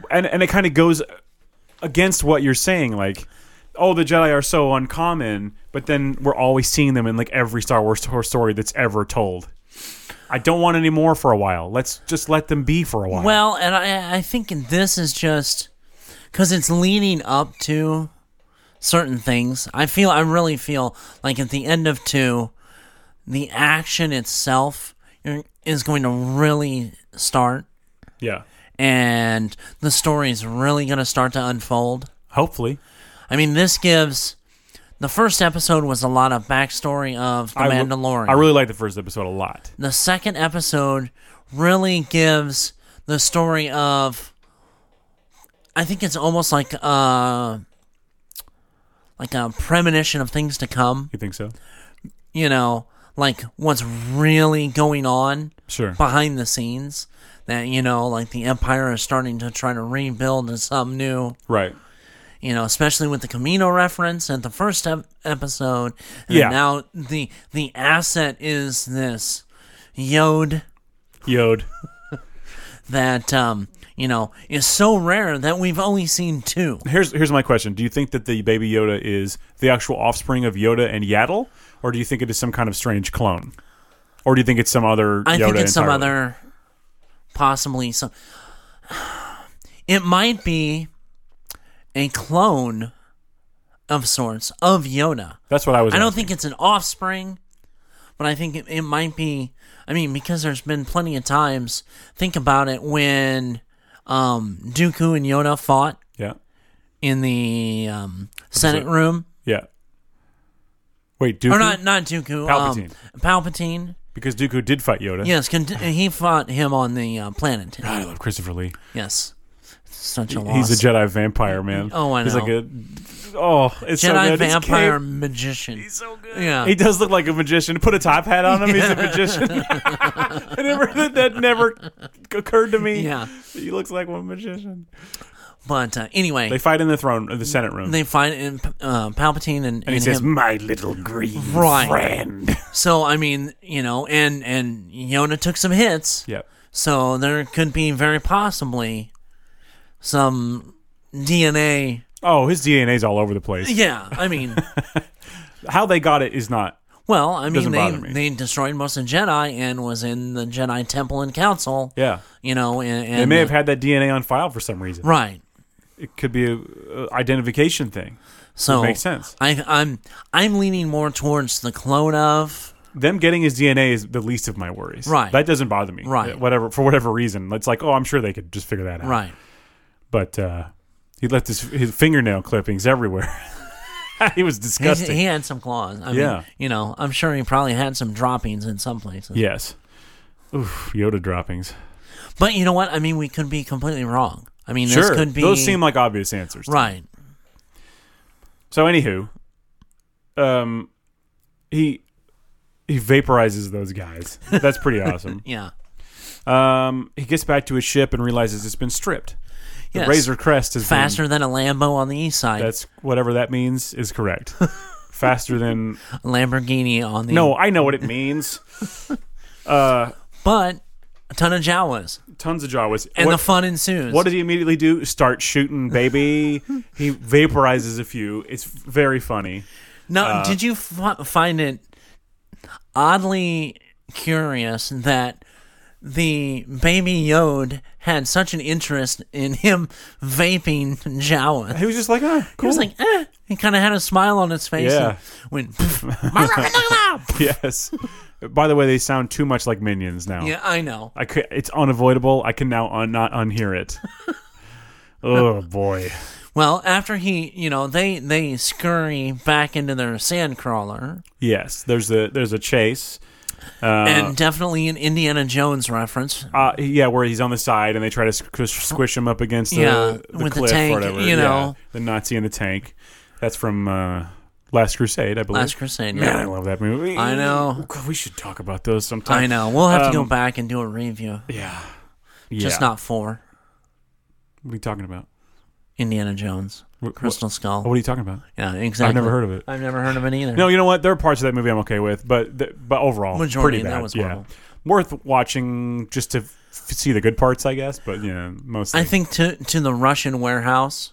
A: and and it kind of goes against what you're saying like oh the Jedi are so uncommon, but then we're always seeing them in like every Star Wars tor- story that's ever told. I don't want any more for a while. Let's just let them be for a while.
B: Well, and I, I think this is just because it's leading up to certain things. I feel, I really feel like at the end of two, the action itself is going to really start,
A: yeah.
B: and the story is really going to start to unfold.
A: Hopefully.
B: I mean, this gives the first episode was a lot of backstory of the
A: I re-
B: Mandalorian.
A: I really like the first episode a lot.
B: the second episode really gives the story of I think it's almost like uh like a premonition of things to come,
A: You think so?
B: you know, like what's really going on
A: Sure.
B: behind the scenes that you know, like the empire is starting to try to rebuild into some new,
A: Right.
B: you know, especially with the Camino reference at the first ep- episode. And
A: Yeah.
B: now the the asset is this Yod
A: Yod.
B: that um, you know is so rare that we've only seen two.
A: Here's here's my question. Do you think that the baby Yoda is the actual offspring of Yoda and Yaddle, or do you think it is some kind of strange clone, or do you think it's some other?
B: I
A: Yoda
B: think it's some
A: entirely?
B: other, possibly some. It might be a clone of sorts of Yoda.
A: That's what I was.
B: I don't
A: asking.
B: think it's an offspring, but I think it, it might be. I mean, because there's been plenty of times. Think about it when um, Dooku and Yoda fought
A: Yeah.
B: in the um, Senate room.
A: Yeah. Wait, Dooku.
B: Or not, not Dooku.
A: Palpatine.
B: Um, Palpatine.
A: because Dooku did fight Yoda.
B: Yes, con- he fought him on the uh, planet.
A: God, I love Christopher Lee.
B: Yes, such a loss.
A: He's a Jedi vampire man.
B: Oh, I
A: He's
B: know.
A: like a. Oh, it's so
B: Jedi
A: good. His
B: vampire
A: cape-
B: magician.
A: He's so good.
B: yeah,
A: He does look like a magician. Put a top hat on him. He's a magician. I never, that, that never occurred to me.
B: Yeah.
A: he looks like one magician.
B: but uh, anyway,
A: They
B: they,
A: fight in the throne, or the Senate room,
B: find in, uh, Palpatine and, and,
A: and he
B: him.
A: says, "My little green
B: Right.
A: friend."
B: so I mean, you know, and and Yoda took some hits.
A: yeah,
B: So there could be very possibly some DNA.
A: Oh, his DNA's all over the place.
B: Yeah, I mean.
A: How they got it is not.
B: Well, I mean,
A: Doesn't bother
B: they,
A: me.
B: they destroyed most of Jedi and was in the Jedi Temple and Council.
A: Yeah.
B: You know, and, and
A: They may have had that DNA on file for some reason.
B: right.
A: It could be a, a identification thing.
B: So
A: makes sense.
B: I, I'm I'm leaning more towards the clone of
A: Them getting his DNA is the least of my worries.
B: Right.
A: That doesn't bother me.
B: Right.
A: Whatever for whatever reason, it's like, oh, I'm sure they could just figure that out.
B: right.
A: But uh, he left his his fingernail clippings everywhere. he was
B: He,
A: disgusting.
B: he had some claws. I
A: Yeah.
B: mean, you know, I'm sure he probably had some droppings in some places.
A: yes. Oof, Yoda droppings.
B: But you know what? I mean, we could be completely wrong. I mean, this
A: Sure.
B: could be
A: Those seem like obvious answers.
B: right.
A: So anywho, um, he he vaporizes those guys. That's pretty awesome.
B: Yeah.
A: Um, he gets back to his ship and realizes it's been stripped. The
B: Yes.
A: Razor Crest is
B: Faster than a Lambo on the east side.
A: that's whatever that means is correct. Faster than
B: Lamborghini on the
A: no, I know what it means. Uh,
B: But a ton of Jawas,
A: Tons of Jawas.
B: and
A: what,
B: the fun ensues.
A: what does he immediately do? Start shooting, baby. he vaporizes a few. It's very funny.
B: Now,
A: uh,
B: did you f- find it oddly curious that the baby Yod had such an interest in him vaping Jawa?
A: He was just like, ah,
B: He
A: cool.
B: was like, eh. He kind of had a smile on his face.
A: Yeah.
B: And went, "Pff."
A: yes. By the way, they sound too much like minions now.
B: yeah, I know.
A: I could, it's unavoidable. I can now un- not unhear it. oh boy.
B: Well, after he, you know, they they scurry back into their sand crawler,
A: Yes, there's a there's a chase.
B: and definitely an Indiana Jones reference.
A: Uh, yeah, where he's on the side and they try to squ- squish him up against the,
B: Yeah,
A: the
B: with the
A: cliff
B: tank,
A: or whatever.
B: you know.
A: Yeah, the Nazi in the tank. That's from uh, Last Crusade, I believe.
B: Last Crusade.
A: Man,
B: yeah.
A: I love that movie.
B: I know.
A: God, We should talk about those sometime.
B: I know. We'll have to go
A: Um,
B: back and do a review.
A: Yeah.
B: Just
A: Yeah.
B: not four.
A: What are you talking about?
B: Indiana Jones,
A: Wh- wh-
B: Crystal Skull.
A: What are you talking about?
B: yeah, exactly.
A: Oh, never heard of it.
B: I've never heard of it either.
A: No, you know what? There are parts of that movie I'm okay with, but th- but overall,
B: Majority,
A: pretty
B: that
A: bad.
B: was
A: yeah,
B: horrible.
A: worth watching just to f- see the good parts, I guess. But yeah, mostly.
B: I think to to the Russian warehouse.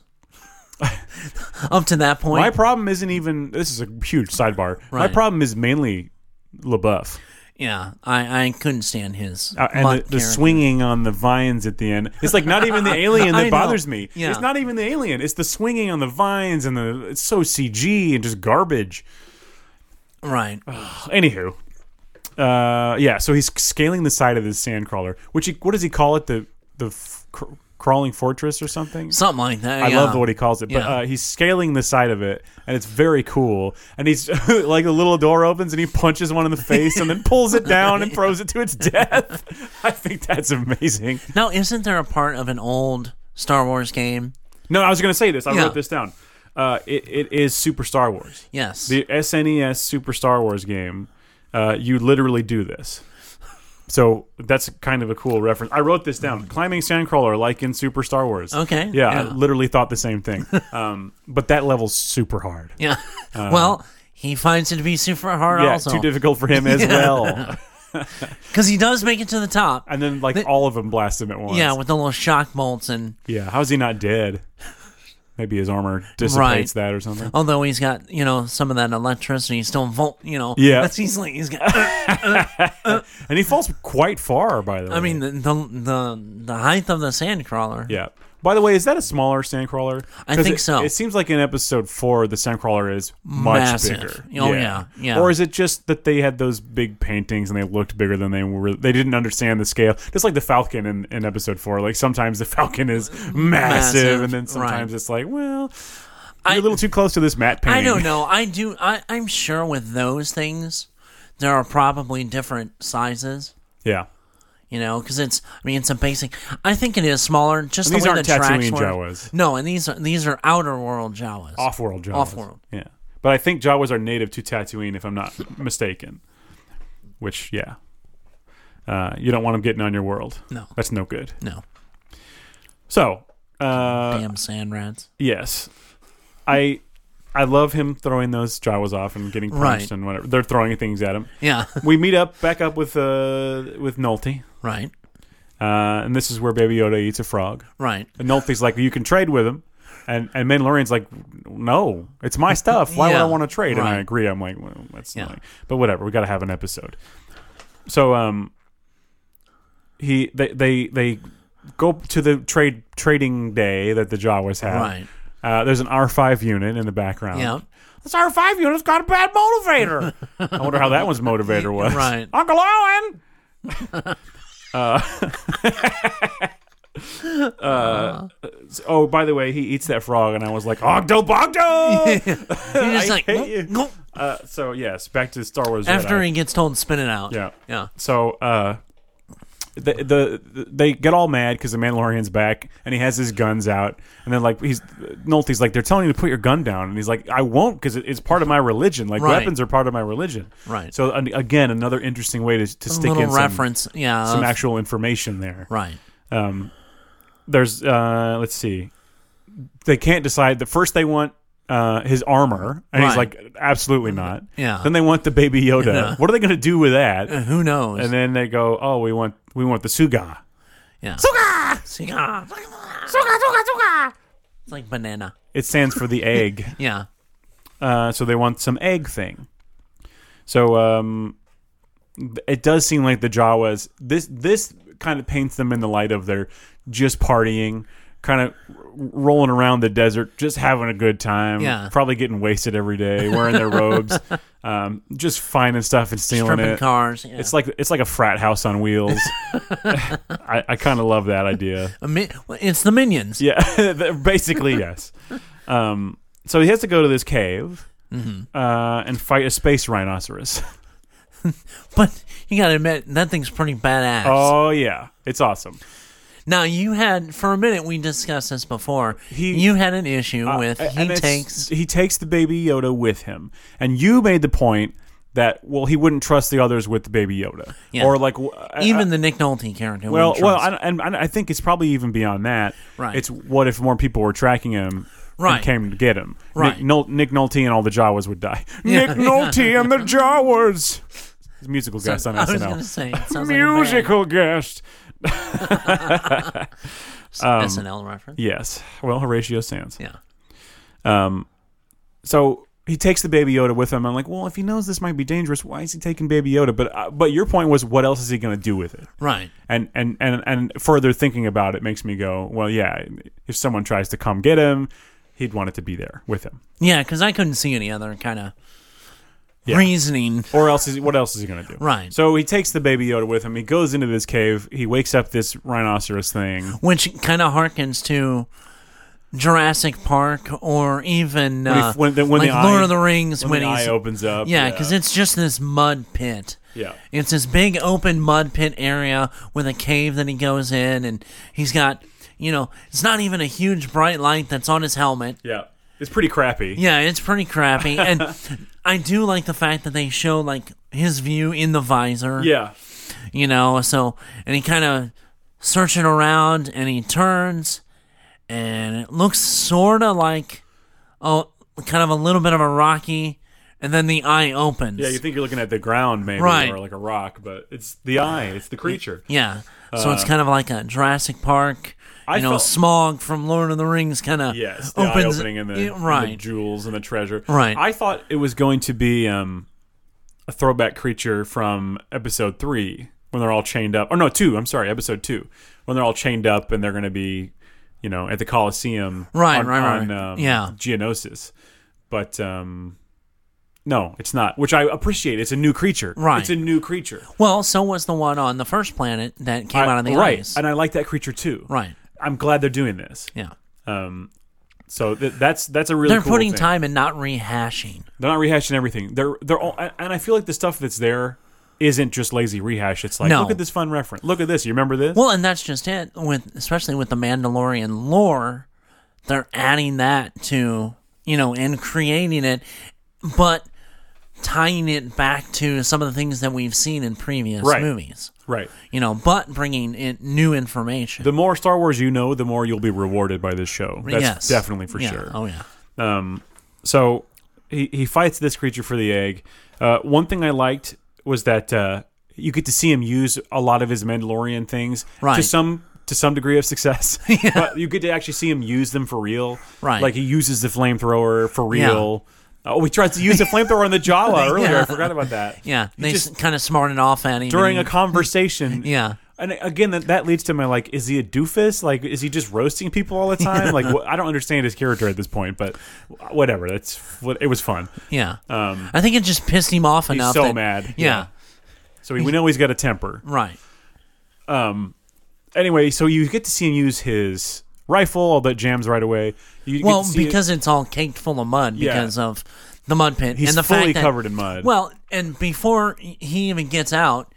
B: Up to that point,
A: My problem isn't even. This is a huge sidebar. My
B: Right.
A: problem is mainly LaBeouf
B: yeah, I, I couldn't stand his
A: uh, and
B: mutt
A: the, the
B: character.
A: swinging on the vines at the end. It's like not even the alien
B: I
A: that
B: know.
A: bothers me.
B: Yeah.
A: It's not even the alien. It's the swinging on the vines and the it's so CG and just garbage.
B: right.
A: Anywho, uh, yeah. So he's scaling the side of this sand crawler, which he, what does he call it? The the f- cr- crawling fortress or something.
B: Something like that.
A: I
B: yeah.
A: love the what he calls it, but
B: Yeah.
A: uh, he's scaling the side of it, and it's very cool. And he's like the little door opens, and he punches one in the face, and then pulls it down and throws it to its death. I think that's amazing.
B: Now, isn't there a part of an old Star Wars game?
A: No, I was going to say this. I
B: Yeah.
A: wrote this down. Uh, it, it is Super Star Wars,
B: Yes.
A: the SNES Super Star Wars game. Uh, you literally do this. So that's kind of a cool reference. I wrote this down. Climbing Sandcrawler, like in Super Star Wars.
B: Okay,
A: Yeah, I
B: yeah.
A: literally thought the same thing. Um, but that level's super hard.
B: yeah. well, he finds it to be super hard
A: Uh, Yeah,
B: also
A: too difficult for him as well.
B: because he does make it to the top.
A: And then like all of them blast him at once.
B: Yeah, with the little shock bolts and
A: yeah. How's he not dead? Maybe his armor dissipates
B: Right.
A: that or something.
B: although he's got you know some of that electricity still volt you know
A: Yeah.
B: that's easily he's got.
A: And he falls quite far, by the way.
B: I mean the the the, the height of the sand crawler.
A: Yeah. By the way, is that a smaller sandcrawler?
B: I
A: 'Cause
B: think
A: it-
B: so.
A: It seems like in episode four, the sandcrawler is much
B: Massive.
A: bigger.
B: Oh, yeah, yeah.
A: Or is it just that they had those big paintings and they looked bigger than they were? They didn't understand the scale. Just like the Falcon in, in episode four. Like sometimes the Falcon is massive,
B: Massive,
A: and then sometimes
B: right.
A: it's like, well,
B: I-
A: you're a little too close to this matte painting.
B: I don't know. I do. I I'm sure with those things there are probably different sizes.
A: Yeah.
B: You know, because it's. I mean, it's a basic. I think it is smaller. Just
A: And these
B: the way
A: aren't
B: the tracks
A: Tatooine
B: were.
A: Jawas.
B: No, and these are these are outer world Jawas.
A: Off world Jawas.
B: Off-world.
A: Yeah. But I think Jawas are native to Tatooine, if I'm not mistaken. Which, yeah. Uh, you don't want them getting on your world.
B: No.
A: That's no good.
B: No,
A: So, uh,
B: damn sand rats.
A: yes. I. I love him throwing those Jawas off and getting punched
B: Right.
A: and whatever. They're throwing things at him.
B: Yeah,
A: We meet up, back up with uh, with Nolte,
B: right,
A: uh, and this is where Baby Yoda eats a frog.
B: right.
A: And Nolte's like, you can trade with him. And and Mandalorian's like, no, it's my stuff. Why would
B: Yeah,
A: I want to trade? And I
B: right.
A: agree. I'm like, well, that's
B: Yeah.
A: annoying. But whatever. We got to have an episode. So um, he they they they go to the trade trading day that the Jawas have.
B: Right.
A: Uh, there's an R5 unit in the background.
B: Yeah.
A: This R5 unit's got a bad motivator. I wonder how that one's motivator was.
B: Right. Uh.
A: Uncle Owen. Uh, Oh, by the way, he eats that frog, and I was like, Ogdo Bogdo!
B: You're just
A: I
B: like
A: hate
B: "Nope,
A: you."
B: nope."
A: Uh, so yes, back to Star Wars.
B: after
A: Jedi.
B: he gets told spin it out.
A: Yeah.
B: yeah,
A: so uh, the, the they get all mad because the Mandalorian's back and he has his guns out, and then like he's Nolte's like they're telling you to put your gun down, and he's like I won't because it, it's part of my religion. Like
B: Right.
A: weapons are part of my religion.
B: Right.
A: So an, again, another interesting way to, to stick
B: little
A: in some,
B: reference. yeah,
A: some
B: of-
A: actual information there.
B: right.
A: Um, there's uh, let's see, they can't decide. The first they want uh, his armor, and he's
B: Right.
A: like, absolutely not.
B: Yeah.
A: Then they want the baby Yoda. What are they going to do with that? And
B: Who knows?
A: then they go, oh, we want we want the Suga.
B: yeah. See, ah, It's like banana.
A: It stands for the egg.
B: Yeah.
A: Uh, so they want some egg thing. So um, it does seem like the Jawas this this kind of paints them in the light of they're just partying, kind of rolling around the desert, just having a good time.
B: Yeah.
A: probably getting wasted every day, wearing their robes, um, just finding stuff and stealing
B: Stripping
A: it.
B: cars. Yeah.
A: It's like it's like a frat house on wheels. I, I kind of love that idea.
B: A mi- it's the minions.
A: Yeah, they're basically yes. Um, so he has to go to this cave
B: Mm-hmm.
A: uh, and fight a space rhinoceros.
B: But you gotta admit that thing's pretty badass.
A: oh yeah, it's awesome.
B: now you had for a minute we discussed this before.
A: He-
B: you had an issue
A: Uh,
B: with
A: and
B: he
A: it's-
B: takes
A: he takes the baby Yoda with him, and you made the point that well he wouldn't trust the others with Baby Yoda
B: Yeah.
A: or like w- I-
B: Even the Nick Nolte character.
A: Well,
B: wouldn't
A: well,
B: trust.
A: I, and, and I think it's probably even beyond that.
B: Right.
A: It's what if more people were tracking him
B: Right.
A: and came to get him?
B: Right.
A: Nick, Nol- Nick Nolte and all the Jawas would die.
B: Yeah.
A: Nick Nolte and the Jawas. He's a musical guest on
B: I was going to
A: SNL.
B: say, it sounds like
A: musical guest.
B: a
A: Um,
B: bad SNL reference.
A: Yes. Well, Horatio Sands.
B: Yeah.
A: Um, so he takes the baby Yoda with him. I'm like, well, if he knows this might be dangerous, why is he taking baby Yoda? But uh, but your point was, what else is he going to do with it?
B: Right.
A: and and and and further thinking about it makes me go, well, yeah. If someone tries to come get him, he'd want it to be there with him.
B: Yeah, because I couldn't see any other kind of
A: Yeah.
B: reasoning.
A: Or else, is he, what else is he going to do?
B: Right.
A: So he takes the baby Yoda with him. He goes into this cave. He wakes up this rhinoceros thing.
B: which kind of harkens to Jurassic Park or even
A: When he-
B: uh,
A: when the- when
B: like
A: the
B: Lord
A: eye-
B: of the Rings
A: When,
B: when,
A: the
B: he's
A: eye opens up.
B: yeah, because it's just this mud pit.
A: Yeah.
B: It's this big open mud pit area with a cave that he goes in, and he's got you know it's not even a huge bright light that's on his helmet.
A: yeah, it's pretty crappy.
B: Yeah, it's pretty crappy, and I do like the fact that they show like his view in the visor
A: Yeah.
B: you know so and he kind of searching around and he turns and it looks sort of like oh kind of a little bit of a rocky and then the eye opens
A: Yeah, you think you're looking at the ground maybe
B: Right.
A: or like a rock, but it's the eye, it's the creature.
B: Yeah. so it's kind of like a Jurassic Park
A: Uh, I
B: you know
A: felt-
B: smog from Lord of the Rings kind of
A: Yes, the eye
B: opens
A: opening and the,
B: Yeah,
A: and the
B: right
A: jewels and the treasure.
B: Right.
A: I thought it was going to be um, a throwback creature from episode three when they're all chained up. Or no, two. I'm sorry, episode two when they're all chained up and they're going to be, you know, at the Coliseum.
B: Right,
A: on,
B: right, right.
A: on, Um,
B: Yeah.
A: Geonosis, but um, no, it's not. Which I appreciate. It's a new creature.
B: Right.
A: It's a new creature.
B: well so was the one on the first planet that came
A: I-
B: out of the
A: right,
B: ice
A: and I like that creature too.
B: right
A: I'm glad they're doing this.
B: yeah
A: Um, so th- that's that's a really
B: they're
A: cool
B: putting
A: thing.
B: time and not rehashing
A: They're not rehashing everything. They're they're all, and and I feel like the stuff that's there isn't just lazy rehash. It's like
B: No.
A: look at this fun reference. Look at this. You remember this?
B: Well, and that's just it. With especially with the Mandalorian lore, they're adding that to you know and creating it, but tying it back to some of the things that we've seen in previous
A: Right.
B: movies.
A: right.
B: You know, but bringing in new information.
A: The more Star Wars you know, the more you'll be rewarded by this show. That's
B: yes,
A: definitely for
B: Yeah.
A: sure.
B: Oh yeah,
A: So he he fights this creature for the egg. Uh, one thing I liked was that uh, you get to see him use a lot of his Mandalorian things to
B: Right.
A: some to some degree of success. But you get to actually see him use them for real.
B: Right.
A: Like he uses the flamethrower for real. Oh, he tries to use the flamethrower on the Jawa earlier. I
B: Yeah.
A: forgot about that.
B: yeah. They
A: just-
B: kind of smarted off at him
A: During a
B: and-
A: conversation.
B: yeah.
A: And again, that, that leads to my like, is he a doofus? Like, is he just roasting people all the time? Like, wh- I don't understand his character at this point, but whatever. That's what it was fun. Um,
B: Yeah, I think it just pissed him off enough.
A: Uh, so
B: that-
A: mad.
B: Yeah,
A: So we know he's got a temper.
B: right.
A: Anyway, so you get to see him use his rifle, all that jams right away. You
B: Well,
A: get to see
B: because it's all caked full of mud
A: Yeah.
B: because of the mud pit
A: he's
B: and the
A: fully
B: fact that,
A: covered in mud.
B: Well, and before he even gets out,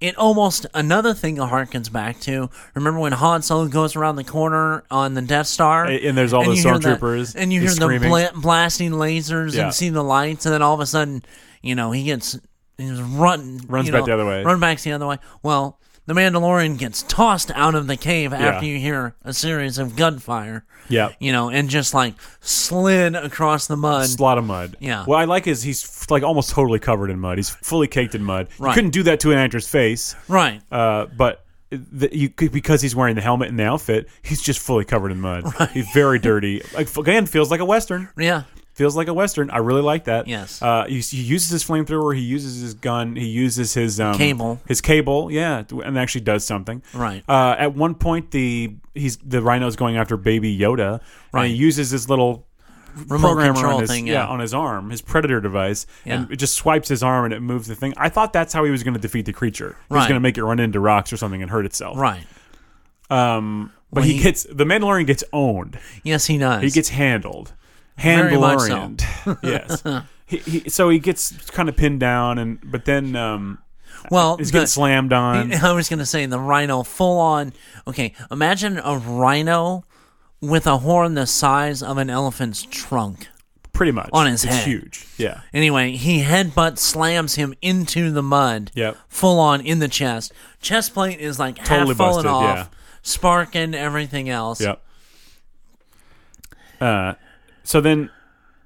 B: it almost another thing harkens back to. Remember when Han Solo goes around the corner on the Death Star,
A: A- and there's all the
B: you hear the-
A: stormtroopers,
B: and you
A: he's
B: hear them
A: screaming.
B: bla- blasting lasers
A: Yeah.
B: and see the lights, and then all of a sudden, you know, he gets he's run
A: Runs
B: you
A: back
B: know,
A: the other way.
B: run back the other way. Well. The Mandalorian gets tossed out of the cave after
A: Yeah.
B: you hear a series of gunfire.
A: Yeah.
B: You know, and just like slid across the mud.
A: it's a lot of mud.
B: Yeah.
A: What I like is he's f- like almost totally covered in mud. He's fully caked in mud. You
B: Right.
A: couldn't do that to an actor's face,
B: right.
A: uh, but the, you could, because he's wearing the helmet and the outfit, he's just fully covered in mud. He's very dirty. Like, again, feels like a western.
B: Yeah.
A: feels like a western. I really like that.
B: Yes.
A: Uh, he, he uses his flamethrower. He uses his gun. He uses his um,
B: Cable.
A: His cable. Yeah, and actually does something.
B: Right.
A: Uh, at one point, the he's the rhino's going after Baby Yoda. Right. And he uses his little
B: Remote
A: programmer
B: control
A: on his
B: thing.
A: yeah. on his arm, his predator device, and
B: Yeah.
A: it just swipes his arm and it moves the thing. I thought that's how he was going to defeat the creature. He was
B: Right.
A: going to make it run into rocks or something and hurt itself.
B: Right.
A: But he gets the Mandalorian gets owned.
B: Yes, he does.
A: He gets handled.
B: Very much so.
A: Handlorient. yes. He, he, so he gets kind of pinned down, and but then um,
B: well.
A: he's getting
B: the-
A: slammed on.
B: I was gonna say the rhino full on. Okay, imagine a rhino with a horn the size of an elephant's trunk.
A: pretty much
B: On his
A: it's
B: head.
A: huge. Yeah,
B: Anyway, he headbutt slams him into the mud.
A: Yep.
B: Full on in the chest. Chest plate is like
A: Totally
B: half fallen
A: busted,
B: off,
A: yeah.
B: sparking everything else.
A: yep. Uh, so then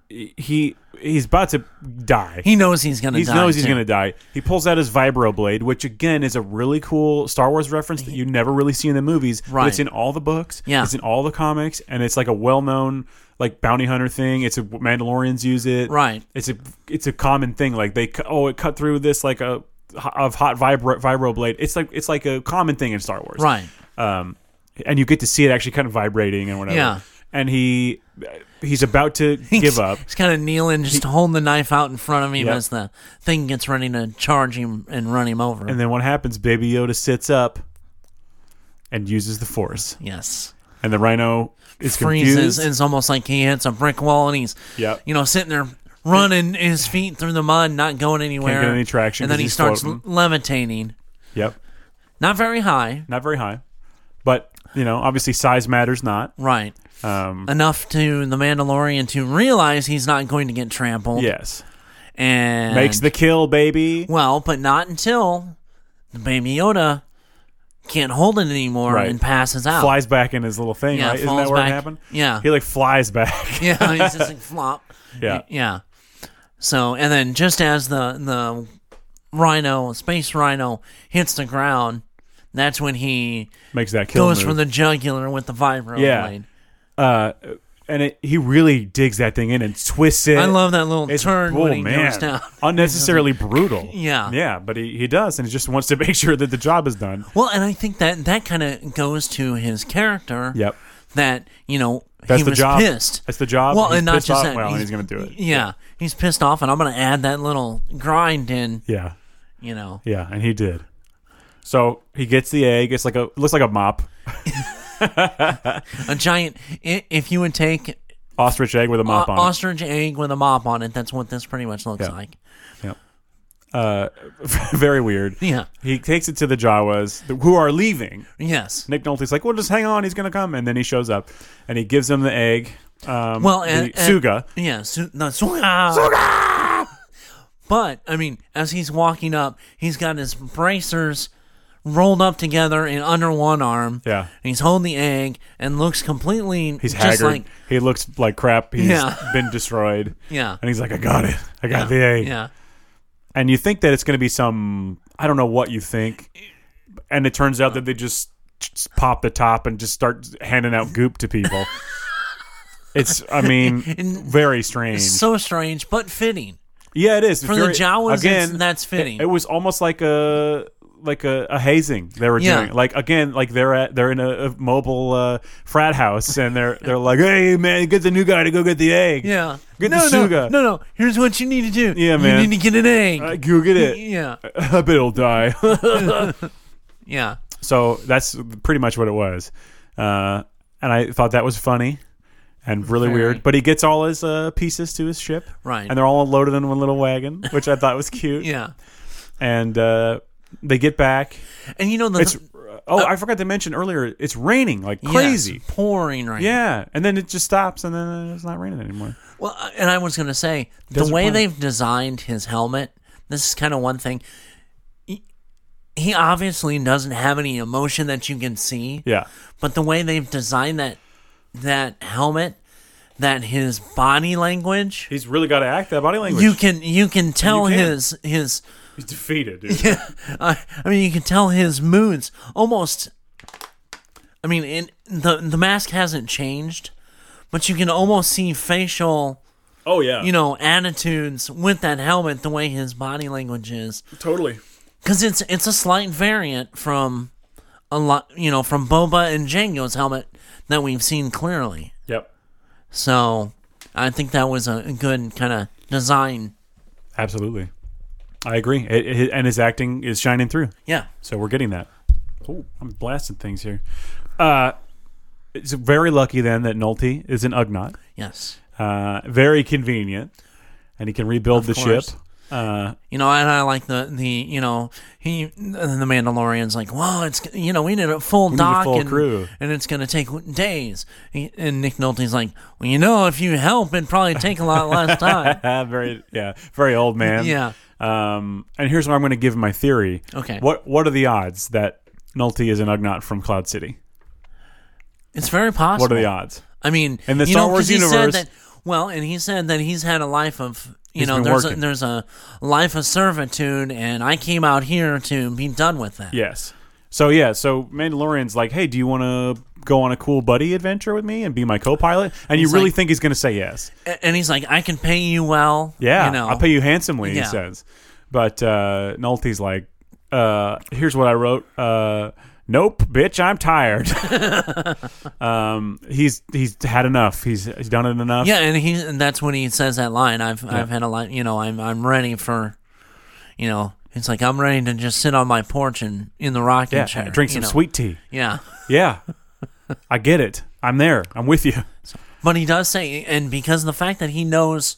A: he he's about to die.
B: He knows he's gonna
A: he
B: die.
A: knows he's
B: too.
A: going to die. He pulls out his vibro blade, which again is a really cool Star Wars reference that you never really see in the movies. but
B: Right.
A: it's in all the books.
B: Yeah.
A: It's in all the comics, and it's like a well-known like bounty hunter thing. It's a Mandalorians use it.
B: Right.
A: It's a it's a common thing. Like they cu- oh it cut through this like a of hot vibro vibro blade. It's like it's like a common thing in Star Wars.
B: Right.
A: Um, and you get to see it actually kind of vibrating and whatever.
B: Yeah.
A: And he he's about to give up.
B: He's kind of kneeling, just holding the knife out in front of him
A: Yep.
B: as the thing gets ready to charge him and run him over.
A: And then what happens? Baby Yoda sits up and uses the force.
B: yes.
A: And the rhino is
B: Freezes.
A: confused.
B: It's almost like he hits a brick wall and he's,
A: Yep.
B: you know, sitting there running his feet through the mud, not going anywhere.
A: get any traction
B: And then
A: 'cause
B: he
A: he's
B: starts
A: floating.
B: levitating.
A: yep.
B: Not very high.
A: Not very high. But, you know, obviously size matters not.
B: Right.
A: Um,
B: Enough to the Mandalorian to realize he's not going to get trampled.
A: yes.
B: And
A: Makes the kill, baby.
B: Well, but not until the baby Yoda can't hold it anymore
A: Right.
B: and passes out.
A: Flies back in his little thing,
B: Yeah,
A: right? Isn't
B: falls
A: that where
B: back.
A: it happened?
B: Yeah.
A: He, like, flies back.
B: yeah, he's just like flop.
A: yeah.
B: Yeah. So and then just as the the rhino, space rhino hits the ground, that's when he
A: Makes that kill.
B: goes
A: move.
B: for the jugular with the vibro
A: Yeah.
B: blade.
A: uh, and it, he really digs that thing in and twists it.
B: I love that little
A: It's-
B: turn
A: oh,
B: when he
A: man.
B: goes down.
A: Unnecessarily brutal.
B: Yeah.
A: Yeah, but he, he does, and he just wants to make sure that the job is done.
B: Well, and I think that that kind of goes to his character.
A: Yep.
B: That you know
A: That's
B: he
A: the
B: was
A: job.
B: pissed.
A: That's the job.
B: Well,
A: He's
B: and not
A: pissed
B: just
A: off.
B: that.
A: Well, and he's gonna do it.
B: Yeah, he's pissed off, and I'm gonna add that little grind in.
A: Yeah,
B: You know,
A: yeah, and he did. So he gets the egg. It's like a looks like a mop
B: a giant. i- If you would take
A: ostrich egg with a mop
B: o-
A: on. it.
B: ostrich egg with a mop on it, that's what this pretty much looks
A: Yeah.
B: like.
A: Uh, very weird.
B: Yeah.
A: He takes it to the Jawas th- who are leaving.
B: Yes.
A: Nick Nolte's like, "Well, just hang on. He's gonna come." And then he shows up, and he gives them the egg. Um,
B: Well,
A: the
B: and- and-
A: Suga.
B: Yeah. Su- no, Suga. Suga. But I mean, as he's walking up, he's got his bracers rolled up together and under one arm.
A: Yeah.
B: And he's holding the egg and looks completely
A: He's
B: just
A: haggard.
B: like
A: he looks like crap. He's
B: Yeah.
A: been destroyed.
B: yeah.
A: And he's like, "I got it. I got the egg."
B: Yeah.
A: and you think that it's going to be some I don't know what you think, and it turns out that they just, just pop the top and just start handing out goop to people. it's I mean very strange.
B: So strange, but fitting.
A: yeah, it is
B: For the Jawas, it's- that's fitting.
A: It, it was almost like a like a, a hazing they were
B: Yeah.
A: doing. Like again, like they're at they're in a, a mobile uh, frat house and they're they're like, hey man, get the new guy to go get the egg.
B: Yeah.
A: Get
B: no,
A: the
B: no,
A: Suga.
B: No, no. Here's what you need to do.
A: Yeah, man.
B: You need to get an egg.
A: Uh, go get it.
B: yeah.
A: I bet it'll die.
B: Yeah.
A: So that's pretty much what it was. Uh, and I thought that was funny and really
B: Very.
A: weird. But he gets all his uh, pieces to his ship.
B: Right.
A: And they're all loaded in one little wagon, which I thought was cute.
B: Yeah.
A: And uh, they get back.
B: And you know the
A: It's oh, I forgot to mention earlier. It's raining like
B: Yes,
A: crazy.
B: pouring rain.
A: Yeah, and then it just stops, and then it's not raining anymore.
B: Well, uh, and I was going to say the
A: Desert
B: way
A: Planet.
B: they've designed his helmet. This is kind of one thing. He- He obviously doesn't have any emotion that you can see.
A: Yeah,
B: But the way they've designed that that helmet, that his body language,
A: he's really got to act that body language.
B: you can you can tell
A: can.
B: his his
A: he's defeated, dude.
B: I, I mean, you can tell his moods almost. I mean, in, the the mask hasn't changed, but you can almost see facial,
A: Oh yeah,
B: you know, attitudes with that helmet. The way his body language is,
A: totally.
B: because it's it's a slight variant from a lot, you know, from Boba and Jango's helmet that we've seen clearly.
A: Yep,
B: So, I think that was a good kind of design.
A: absolutely. I agree, it, it, and his acting is shining through.
B: Yeah,
A: So we're getting that. Oh, I'm blasting things here. Uh, it's very lucky then that Nolte is an Ugnaught.
B: yes,
A: Uh, very convenient, and he can rebuild the
B: course.
A: ship. Uh,
B: You know, and I like the the you know he the Mandalorian's like, well, it's you know we need a full
A: need a
B: dock
A: full
B: and,
A: crew."
B: and it's gonna take days. He- And Nick Nolte's like, well, you know, if you help, it'd probably take a lot less time.
A: Uh, very yeah, very old man.
B: Yeah.
A: Um, and here's where I'm going to give my theory.
B: Okay.
A: What What are the odds that Nulty is an Ugnaught from Cloud City?
B: It's very possible.
A: What are the odds?
B: I mean,
A: In the
B: you
A: Star
B: know, 'cause
A: Wars
B: he said
A: universe-
B: that- well, and he said that he's had a life of you
A: He's
B: know
A: been
B: there's a,
A: working.
B: there's a life of servitude, and I came out here to be done with that.
A: Yes. So yeah, so Mandalorian's like, hey, do you want to go on a cool buddy adventure with me and be my co-pilot? And you
B: He's
A: really
B: like-
A: think he's going to say yes?
B: A- And he's like, I can pay you well.
A: Yeah,
B: you know,
A: I'll pay you handsomely,
B: Yeah.
A: he says. But uh, Nulty's like, uh, here's what I wrote. Uh, nope, bitch, I'm tired. um, he's he's had enough. He's he's done it enough.
B: Yeah, and he and that's when he says that line. I've I've had a line. You know, I'm I'm ready for, you know, it's like I'm ready to just sit on my porch and in the rocking
A: yeah.
B: chair.
A: Drink
B: you
A: some
B: know.
A: sweet tea.
B: Yeah,
A: Yeah, I get it. I'm there. I'm with you.
B: but he does say, and because of the fact that he knows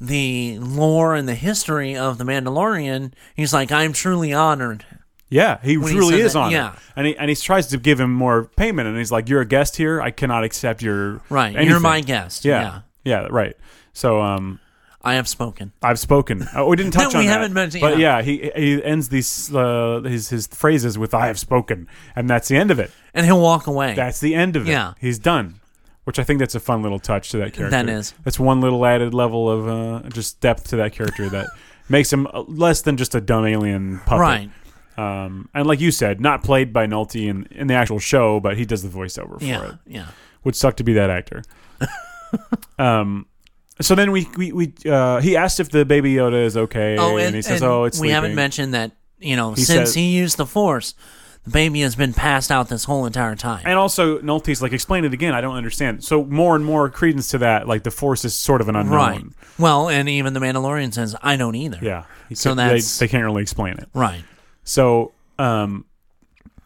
B: the lore and the history of the Mandalorian, he's like, I'm truly honored.
A: Yeah, he
B: he
A: really
B: said
A: is
B: that-
A: on
B: yeah.
A: it. And he and he tries to give him more payment, and he's like, "You're a guest here. I cannot accept your
B: Right, you're
A: anything."
B: my guest. Yeah,
A: yeah. yeah, right. So um,
B: I have spoken.
A: I've spoken. Oh, we didn't touch
B: No,
A: on
B: we
A: that.
B: haven't mentioned-
A: But
B: yeah.
A: yeah, he he ends these uh, his his phrases with "I have spoken," and that's the end of it.
B: And he'll walk away.
A: That's the end of it.
B: Yeah.
A: he's done. Which I think that's a fun little touch to that character.
B: That is.
A: That's one little added level of uh, just depth to that character that makes him uh, less than just a dumb alien puppet.
B: right.
A: Um, and like you said, not played by Nolte in, in the actual show, but he does the voiceover for
B: Yeah.
A: it.
B: Yeah.
A: Would suck to be that actor. um, so then we we, we uh, he asked if the baby Yoda is okay,
B: Oh, and,
A: and, he says,
B: and
A: "Oh, it's
B: we haven't
A: sleeping."
B: mentioned that you know since
A: says-
B: he used the Force, the baby has been passed out this whole entire time.
A: And also, Nolte's like, "Explain it again. I don't understand." So more and more credence to that, like the Force is sort of an unknown.
B: right. Well, and even the Mandalorian says, "I don't either."
A: Yeah. He
B: So
A: could-
B: that's-
A: they, they can't really explain it.
B: Right.
A: So um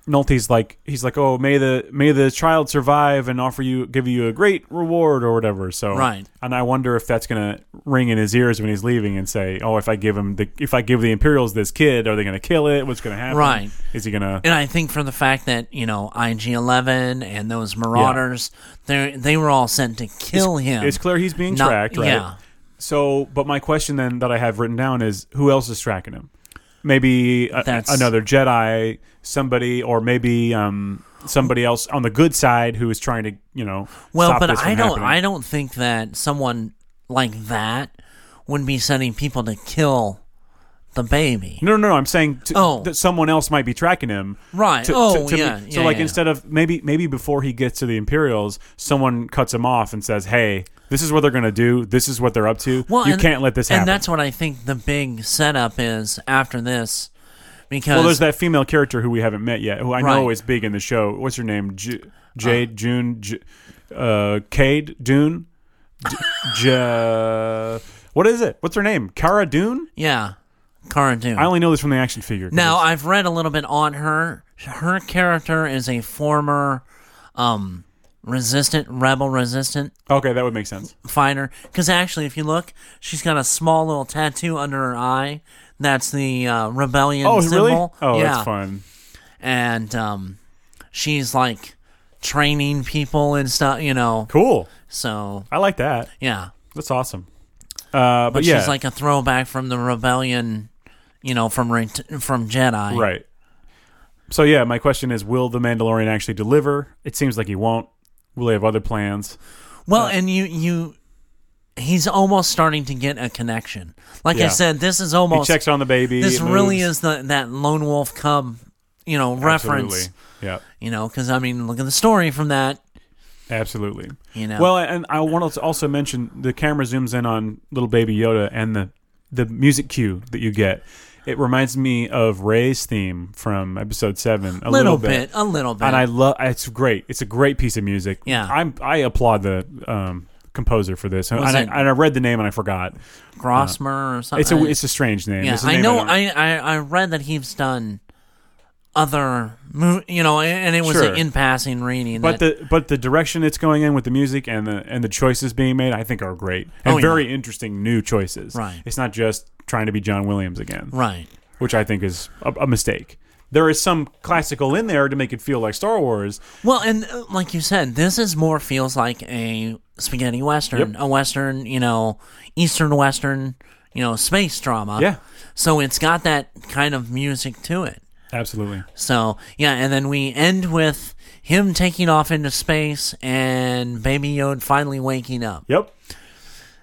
A: Nolte's like he's like, Oh, may the may the child survive and offer you give you a great reward or whatever. So
B: Right.
A: and I wonder if that's gonna ring in his ears when he's leaving and say, Oh, if I give him the if I give the Imperials this kid, are they gonna kill it? What's gonna happen?
B: Right.
A: Is he gonna
B: And I think from the fact that you know IG Eleven and those Marauders, they they were all sent to kill him.
A: It's clear he's being
B: Not-
A: tracked, right?
B: yeah.
A: So but my question then that I have written down is who else is tracking him? Maybe a,
B: That's-
A: another Jedi, somebody, or maybe um, somebody else on the good side who is trying to, you know,
B: well,
A: stop
B: but
A: this from
B: I don't
A: happening.
B: I don't think that someone like that would be sending people to kill the baby.
A: No, no, no. I'm saying to,
B: Oh.
A: that someone else might be tracking him.
B: Right.
A: To,
B: Oh,
A: to- to-
B: yeah,
A: So,
B: yeah,
A: like,
B: yeah.
A: instead of maybe maybe before he gets to the Imperials, someone cuts him off and says, "Hey, this is what they're gonna do. This is what they're up to. you
B: and-
A: can't let this happen."
B: And that's what I think the big setup is after this, because
A: well, there's that female character who we haven't met yet, who I know
B: Right. Uh,
A: is big in the show. What's her name? J- Jade June, J- uh, Cade Dune. D- J- what is it? What's her name? Cara Dune.
B: yeah, Cara Dune.
A: I only know this from the action figure. 'cause
B: Now
A: it's-
B: I've read a little bit on her. Her character is a former um, resistant rebel resistant
A: okay, that would make sense.
B: fighter. Because actually, if you look, she's got a small little tattoo under her eye. That's the uh, rebellion
A: Oh,
B: symbol.
A: really? Oh,
B: yeah.
A: that's fun.
B: And um, she's like training people and stuff. You know,
A: Cool.
B: so
A: I like that.
B: yeah.
A: That's awesome. Uh, but,
B: But
A: yeah,
B: she's like a throwback from the rebellion. You know, from re- from Jedi.
A: right. So yeah, my question is: Will the Mandalorian actually deliver? It seems like he won't. Will they have other plans?
B: Well, and you you he's almost starting to get a connection. Like
A: Yeah.
B: I said, this is
A: He
B: almost
A: checks on the baby.
B: this
A: it
B: really
A: moves.
B: is the that lone wolf cub, you know, reference,
A: Absolutely. Yeah.
B: you know, cuz I mean, look at the story from that,
A: Absolutely.
B: you know.
A: Well, and I want to also mention the camera zooms in on little baby Yoda and the the music cue that you get. It reminds me of Ray's theme from episode seven a
B: a
A: little,
B: little, bit, a little bit.
A: and I love. It's great. It's a great piece of music.
B: Yeah.
A: I'm. I applaud the um, composer for this. And
B: Was
A: I,
B: it-
A: and I read the name and I forgot.
B: Grossmer or something.
A: It's a it's a strange name.
B: yeah,
A: It's a
B: I
A: name
B: know
A: don't-
B: I, I I read that he's done other mo- you know, and it was
A: Sure.
B: an in passing reading.
A: But
B: But
A: the but the direction it's going in with the music and the and the choices being made, I think are great and
B: Oh, yeah.
A: very interesting new choices.
B: Right.
A: It's not just trying to be John Williams again,
B: right,
A: which I think is a, a mistake. There is some classical in there to make it feel like Star Wars.
B: well, and uh, like you said, this is more feels like a spaghetti western, a western, you know, eastern western, you know, space drama.
A: Yeah.
B: So it's got that kind of music to it.
A: Absolutely.
B: So yeah, and then we end with him taking off into space and Baby Yoda finally waking up.
A: Yep.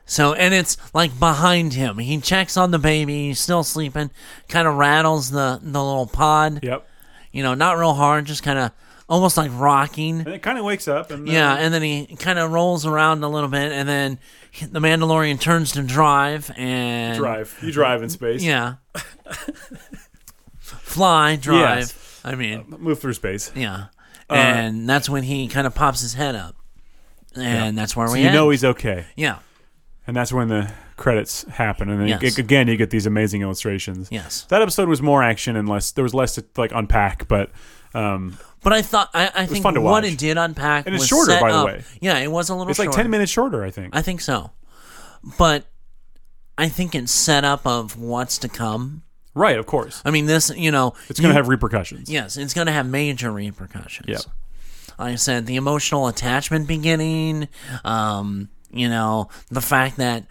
B: So and it's like behind him. He checks on the baby, he's still sleeping, kind of rattles the the little pod.
A: Yep.
B: You know, not real hard, just kind of almost like rocking.
A: And it kind of wakes up and uh, then-
B: Yeah, and then he kind of rolls around a little bit, and then he- the Mandalorian turns to drive and
A: drive. You drive in space.
B: Yeah, fly, drive.
A: Yes. Um, uh,
B: I mean,
A: Move through space.
B: Yeah. And that's when he kind of pops his head up. And that's where we
A: You
B: end.
A: know he's okay.
B: yeah.
A: And that's when the credits happen, and then
B: Yes.
A: you- again you get these amazing illustrations.
B: Yes.
A: that episode was more action and less. There was less to like unpack, but um,
B: But I thought I, I think
A: fun to
B: what
A: watch.
B: it did unpack
A: And it's
B: was
A: shorter,
B: set
A: by the
B: up-
A: way.
B: Yeah, it was a little.
A: it's like
B: shorter.
A: ten minutes shorter, I think.
B: I think so. But I think it's set up of what's to come.
A: right, of course.
B: I mean, this you know
A: It's going to have repercussions.
B: yes, it's going to have major repercussions.
A: Yeah.
B: I said the emotional attachment beginning, um, you know, the fact that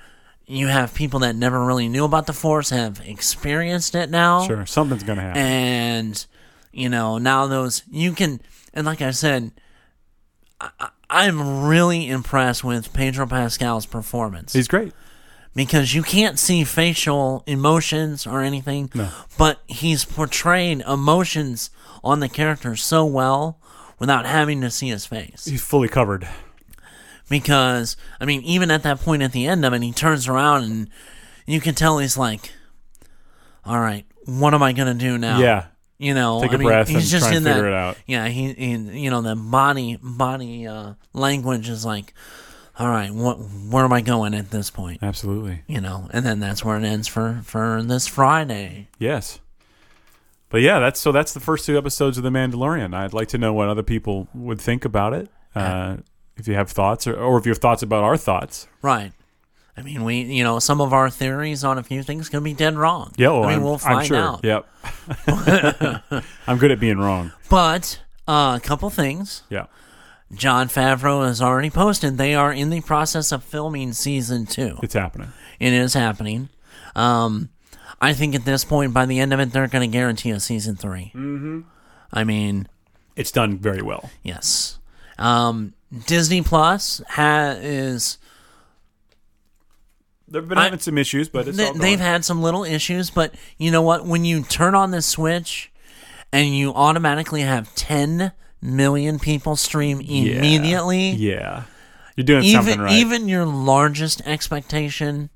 B: you have people that never really knew about the Force have experienced it now.
A: Sure, something's going to happen.
B: And, you know, now those, you can, and like I said, I, I- I'm really impressed with Pedro Pascal's performance
A: He's great.
B: because you can't see facial emotions or anything, but he's portrayed emotions on the character so well without having to see his face.
A: He's fully covered.
B: Because, I mean, even at that point at the end of it, he turns around and you can tell he's like, all right, what am I going to do now?
A: Yeah,
B: you know,
A: Take
B: I
A: a
B: mean,
A: breath
B: he's
A: and
B: just
A: try and
B: in
A: figure
B: that,
A: it out.
B: Yeah, he, he, you know, the body, body uh, language is like, all right, what, where am I going at this point?
A: absolutely.
B: You know, and then that's where it ends for for this Friday.
A: Yes. But yeah, that's so. That's the first two episodes of The Mandalorian. I'd like to know what other people would think about it. Uh, if you have thoughts, or, or if you have thoughts about our thoughts,
B: Right. I mean, we, you know, some of our theories on a few things could be dead wrong.
A: yeah, well,
B: I mean,
A: am
B: we'll find
A: I'm sure.
B: out.
A: Yep, I'm good at being wrong.
B: But uh, a couple things.
A: Yeah,
B: John Favreau has already posted they are in the process of filming season two.
A: it's happening.
B: It is happening. Um, I think at this point, by the end of it, they're going to guarantee a season 3 Mm-hmm. I mean,
A: It's done very well.
B: yes. Um, Disney Plus ha- is
A: They've been
B: I-
A: having some issues, but it's
B: They-
A: all gone.
B: they've had some little issues, but you know what? When you turn on the switch and you automatically have 10 million people stream immediately,
A: Yeah, you're doing something
B: even
A: right.
B: even your largest expectation,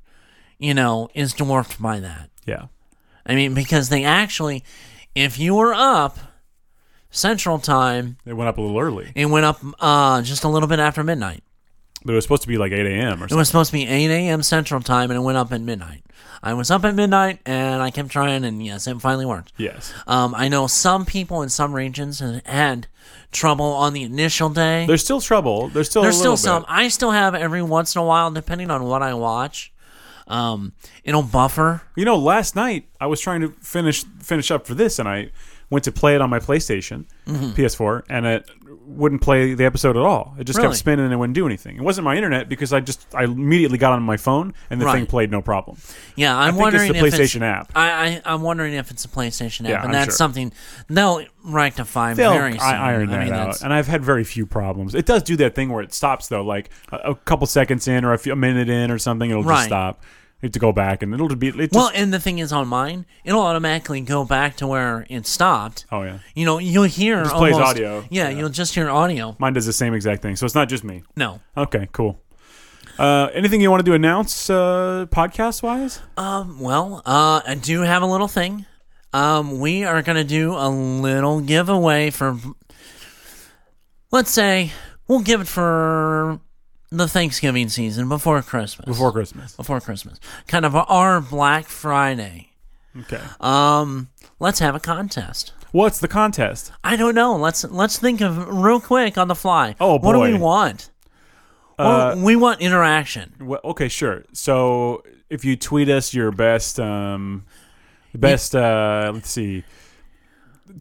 B: you know, is dwarfed by that.
A: yeah,
B: I mean, because they actually, if you were up Central Time,
A: it went up a little early,
B: it went up uh, just a little bit after midnight.
A: but it was supposed to be like 8 a.m. or
B: It
A: something.
B: was supposed to be 8 a.m. Central Time, and it went up at midnight. I was up at midnight, and I kept trying, and yes, it finally worked.
A: Yes,
B: Um, I know some people in some regions had- had trouble on the initial day.
A: there's still trouble. There's still
B: There's
A: a
B: still
A: little
B: some.
A: bit.
B: I still have every once in a while, depending on what I watch. Um, it'll buffer.
A: You know, last night I was trying to finish finish up for this, and I went to play it on my PlayStation,
B: Mm-hmm.
A: PS4, and it wouldn't play the episode at all. It just
B: Really?
A: kept spinning and it wouldn't do anything. It wasn't my internet because I just I immediately got on my phone and the thing
B: Right.
A: played no problem.
B: Yeah,
A: think
B: I'm
A: it's
B: wondering
A: the
B: if it's-
A: PlayStation app.
B: I, I I'm wondering if it's a PlayStation app,
A: Yeah,
B: and
A: I'm
B: that's
A: sure.
B: something they'll rectify
A: They'll
B: very soon.
A: I iron that
B: that's-
A: out, and I've had very few problems. It does do that thing where it stops though, like a, a couple seconds in or a, few, a minute in or something, it'll
B: Right.
A: just stop. You have to go back, and it'll be it just,
B: Well, and the thing is, on mine, it'll automatically go back to where it stopped.
A: oh yeah,
B: You know, you'll hear
A: just plays
B: almost,
A: audio.
B: Yeah, you'll just hear audio.
A: mine does the same exact thing. So it's not just me.
B: No,
A: Okay, cool. Uh, anything you want to announce uh, podcast wise?
B: um, well, uh, I do have a little thing. Um, we are gonna do a little giveaway for, let's say, we'll give it for the Thanksgiving season before Christmas.
A: Before Christmas.
B: before Christmas. Kind of our Black Friday
A: Okay.
B: Um, let's have a contest.
A: What's the contest?
B: I don't know. Let's let's think of real quick on the fly.
A: Oh,
B: What do we
A: boy.
B: want?
A: Uh,
B: well, we want interaction.
A: Well, okay, sure. So if you tweet us your best, um, best, uh, let's see,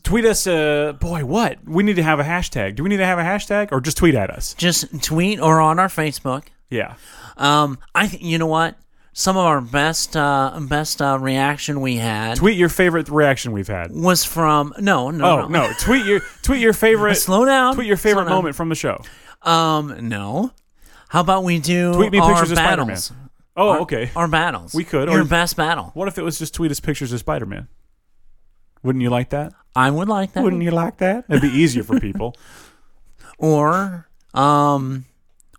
A: tweet us, uh, boy, what? We need to have a hashtag. Do we need to have a hashtag or just tweet at us?
B: Just tweet or on our Facebook.
A: Yeah.
B: Um, I th- you know what? Some of our best uh, best uh, reaction we had
A: Tweet your favorite reaction we've had.
B: was from no no
A: Oh no! Tweet your tweet your favorite.
B: Slow down.
A: Tweet your favorite
B: Slow down.
A: moment from the show.
B: Um, no. How about we do
A: Tweet me
B: our
A: pictures of Spider Man.
B: battles?
A: Oh,
B: Our-
A: okay.
B: Our battles.
A: We could, or-
B: Your best battle.
A: What if it was just tweet us pictures of Spider Man? Wouldn't you like that?
B: I would like that.
A: Wouldn't you like that? It'd be easier for people.
B: Or um,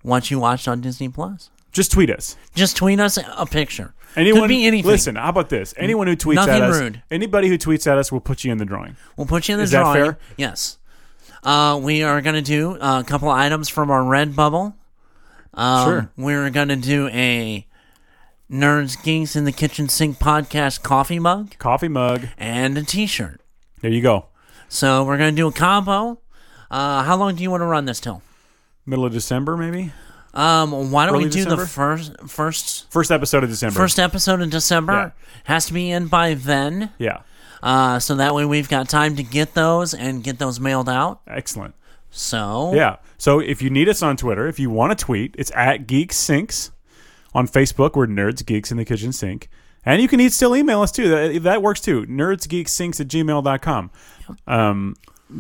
B: what you watched on Disney Plus.
A: Just tweet us.
B: Just tweet us a picture.
A: Anyone,
B: could be anything.
A: Listen, how about this? Anyone who tweets
B: Nothing
A: at us,
B: rude.
A: anybody who tweets at us, will put you in the drawing.
B: We'll put you in the
A: Is that
B: drawing.
A: fair?
B: Yes. Uh, we are going to do uh, a couple of items from our red bubble. Um,
A: Sure.
B: We're going to do a Nerds Geeks in the Kitchen Sink podcast coffee mug
A: Coffee mug.
B: and a t shirt.
A: There you go.
B: So we're going to do a combo. Uh, how long do you want to run this till?
A: Middle of December, maybe.
B: Um, why don't we
A: Early
B: do
A: December?
B: the first first
A: First episode of December.
B: first episode in December?
A: Yeah.
B: Has to be in by then,
A: Yeah.
B: uh, so that way we've got time to get those and get those mailed out.
A: Excellent.
B: So
A: Yeah. So if you need us on Twitter, if you want to tweet, it's at Geek Sinks. On Facebook, we're Nerds Geeks in the Kitchen Sink. And you can e- still email us too. That, that works too. NerdsGeekSinks at gmail.com. Um,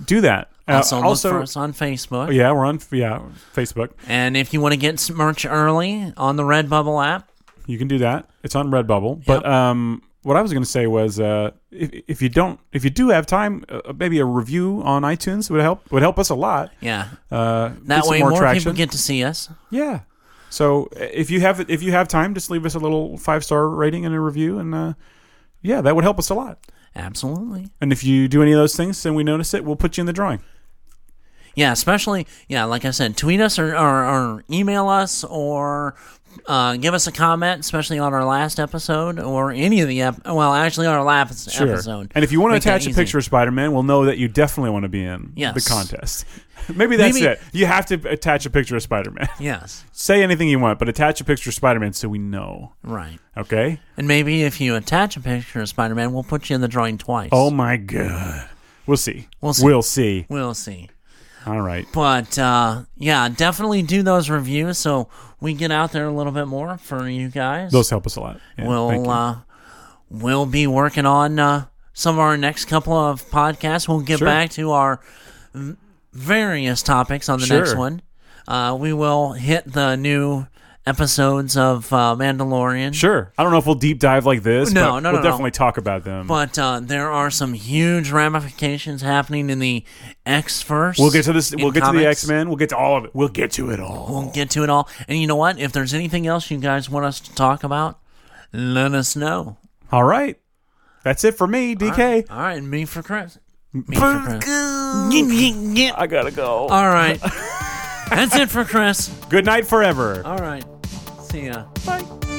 A: do that. Uh,
B: also, look for us on Facebook.
A: Oh, yeah, we're on yeah Facebook.
B: And if you want to get some merch early on the Redbubble app,
A: You can do that. It's on Redbubble. But um, what I was going to say was, uh, if, if you don't, if you do have time, uh, maybe a review on iTunes would help. Would help us a lot.
B: yeah,
A: Uh, get
B: that
A: some
B: way more,
A: traction.
B: people get to see us.
A: yeah. So uh, if you have if you have time, just leave us a little five star rating and a review, and uh, yeah, that would help us a lot.
B: Absolutely.
A: And if you do any of those things and we notice it, we'll put you in the drawing.
B: Yeah, especially yeah, like I said, tweet us or, or, or email us or uh, give us a comment, especially on our last episode or any of the ep- well, actually our last episode.
A: And if you want to
B: Make that
A: attach a
B: easy.
A: picture of Spider Man, we'll know that you definitely want to be in
B: Yes.
A: the contest. Maybe that's
B: Maybe-
A: it. You have to attach a picture of Spider Man.
B: yes,
A: say anything you want, but attach a picture of Spider Man so we know.
B: right.
A: Okay?
B: And maybe if you attach a picture of Spider-Man, we'll put you in the drawing twice.
A: Oh my god. We'll see.
B: We'll see.
A: We'll see.
B: we'll see.
A: All right.
B: But uh, yeah, definitely do those reviews so we get out there a little bit more for you guys.
A: Those help us a lot. Yeah, thank
B: we'll
A: you.
B: uh, we'll be working on uh, some of our next couple of podcasts. We'll get
A: Sure.
B: back to our v- various topics on the next
A: Sure.
B: one. Uh, we will hit the new episodes of uh, Mandalorian,
A: Sure. I don't know if we'll deep dive like this,
B: No,
A: but
B: no,
A: we'll
B: no, no.
A: definitely talk about them.
B: but uh, there are some huge ramifications happening in the X verse.
A: we'll get to this we'll get to the X Men. We'll get to all of it. We'll get to it all.
B: We'll get to it all. And you know what? If there's anything else you guys want us to talk about, let us know.
A: All right. That's it for me, DK.
B: All right, me for Chris. Me for Chris. Yeah, yeah, yeah.
A: I gotta go.
B: All right. That's it for Chris.
A: Good night forever.
B: All right. See ya.
A: Bye.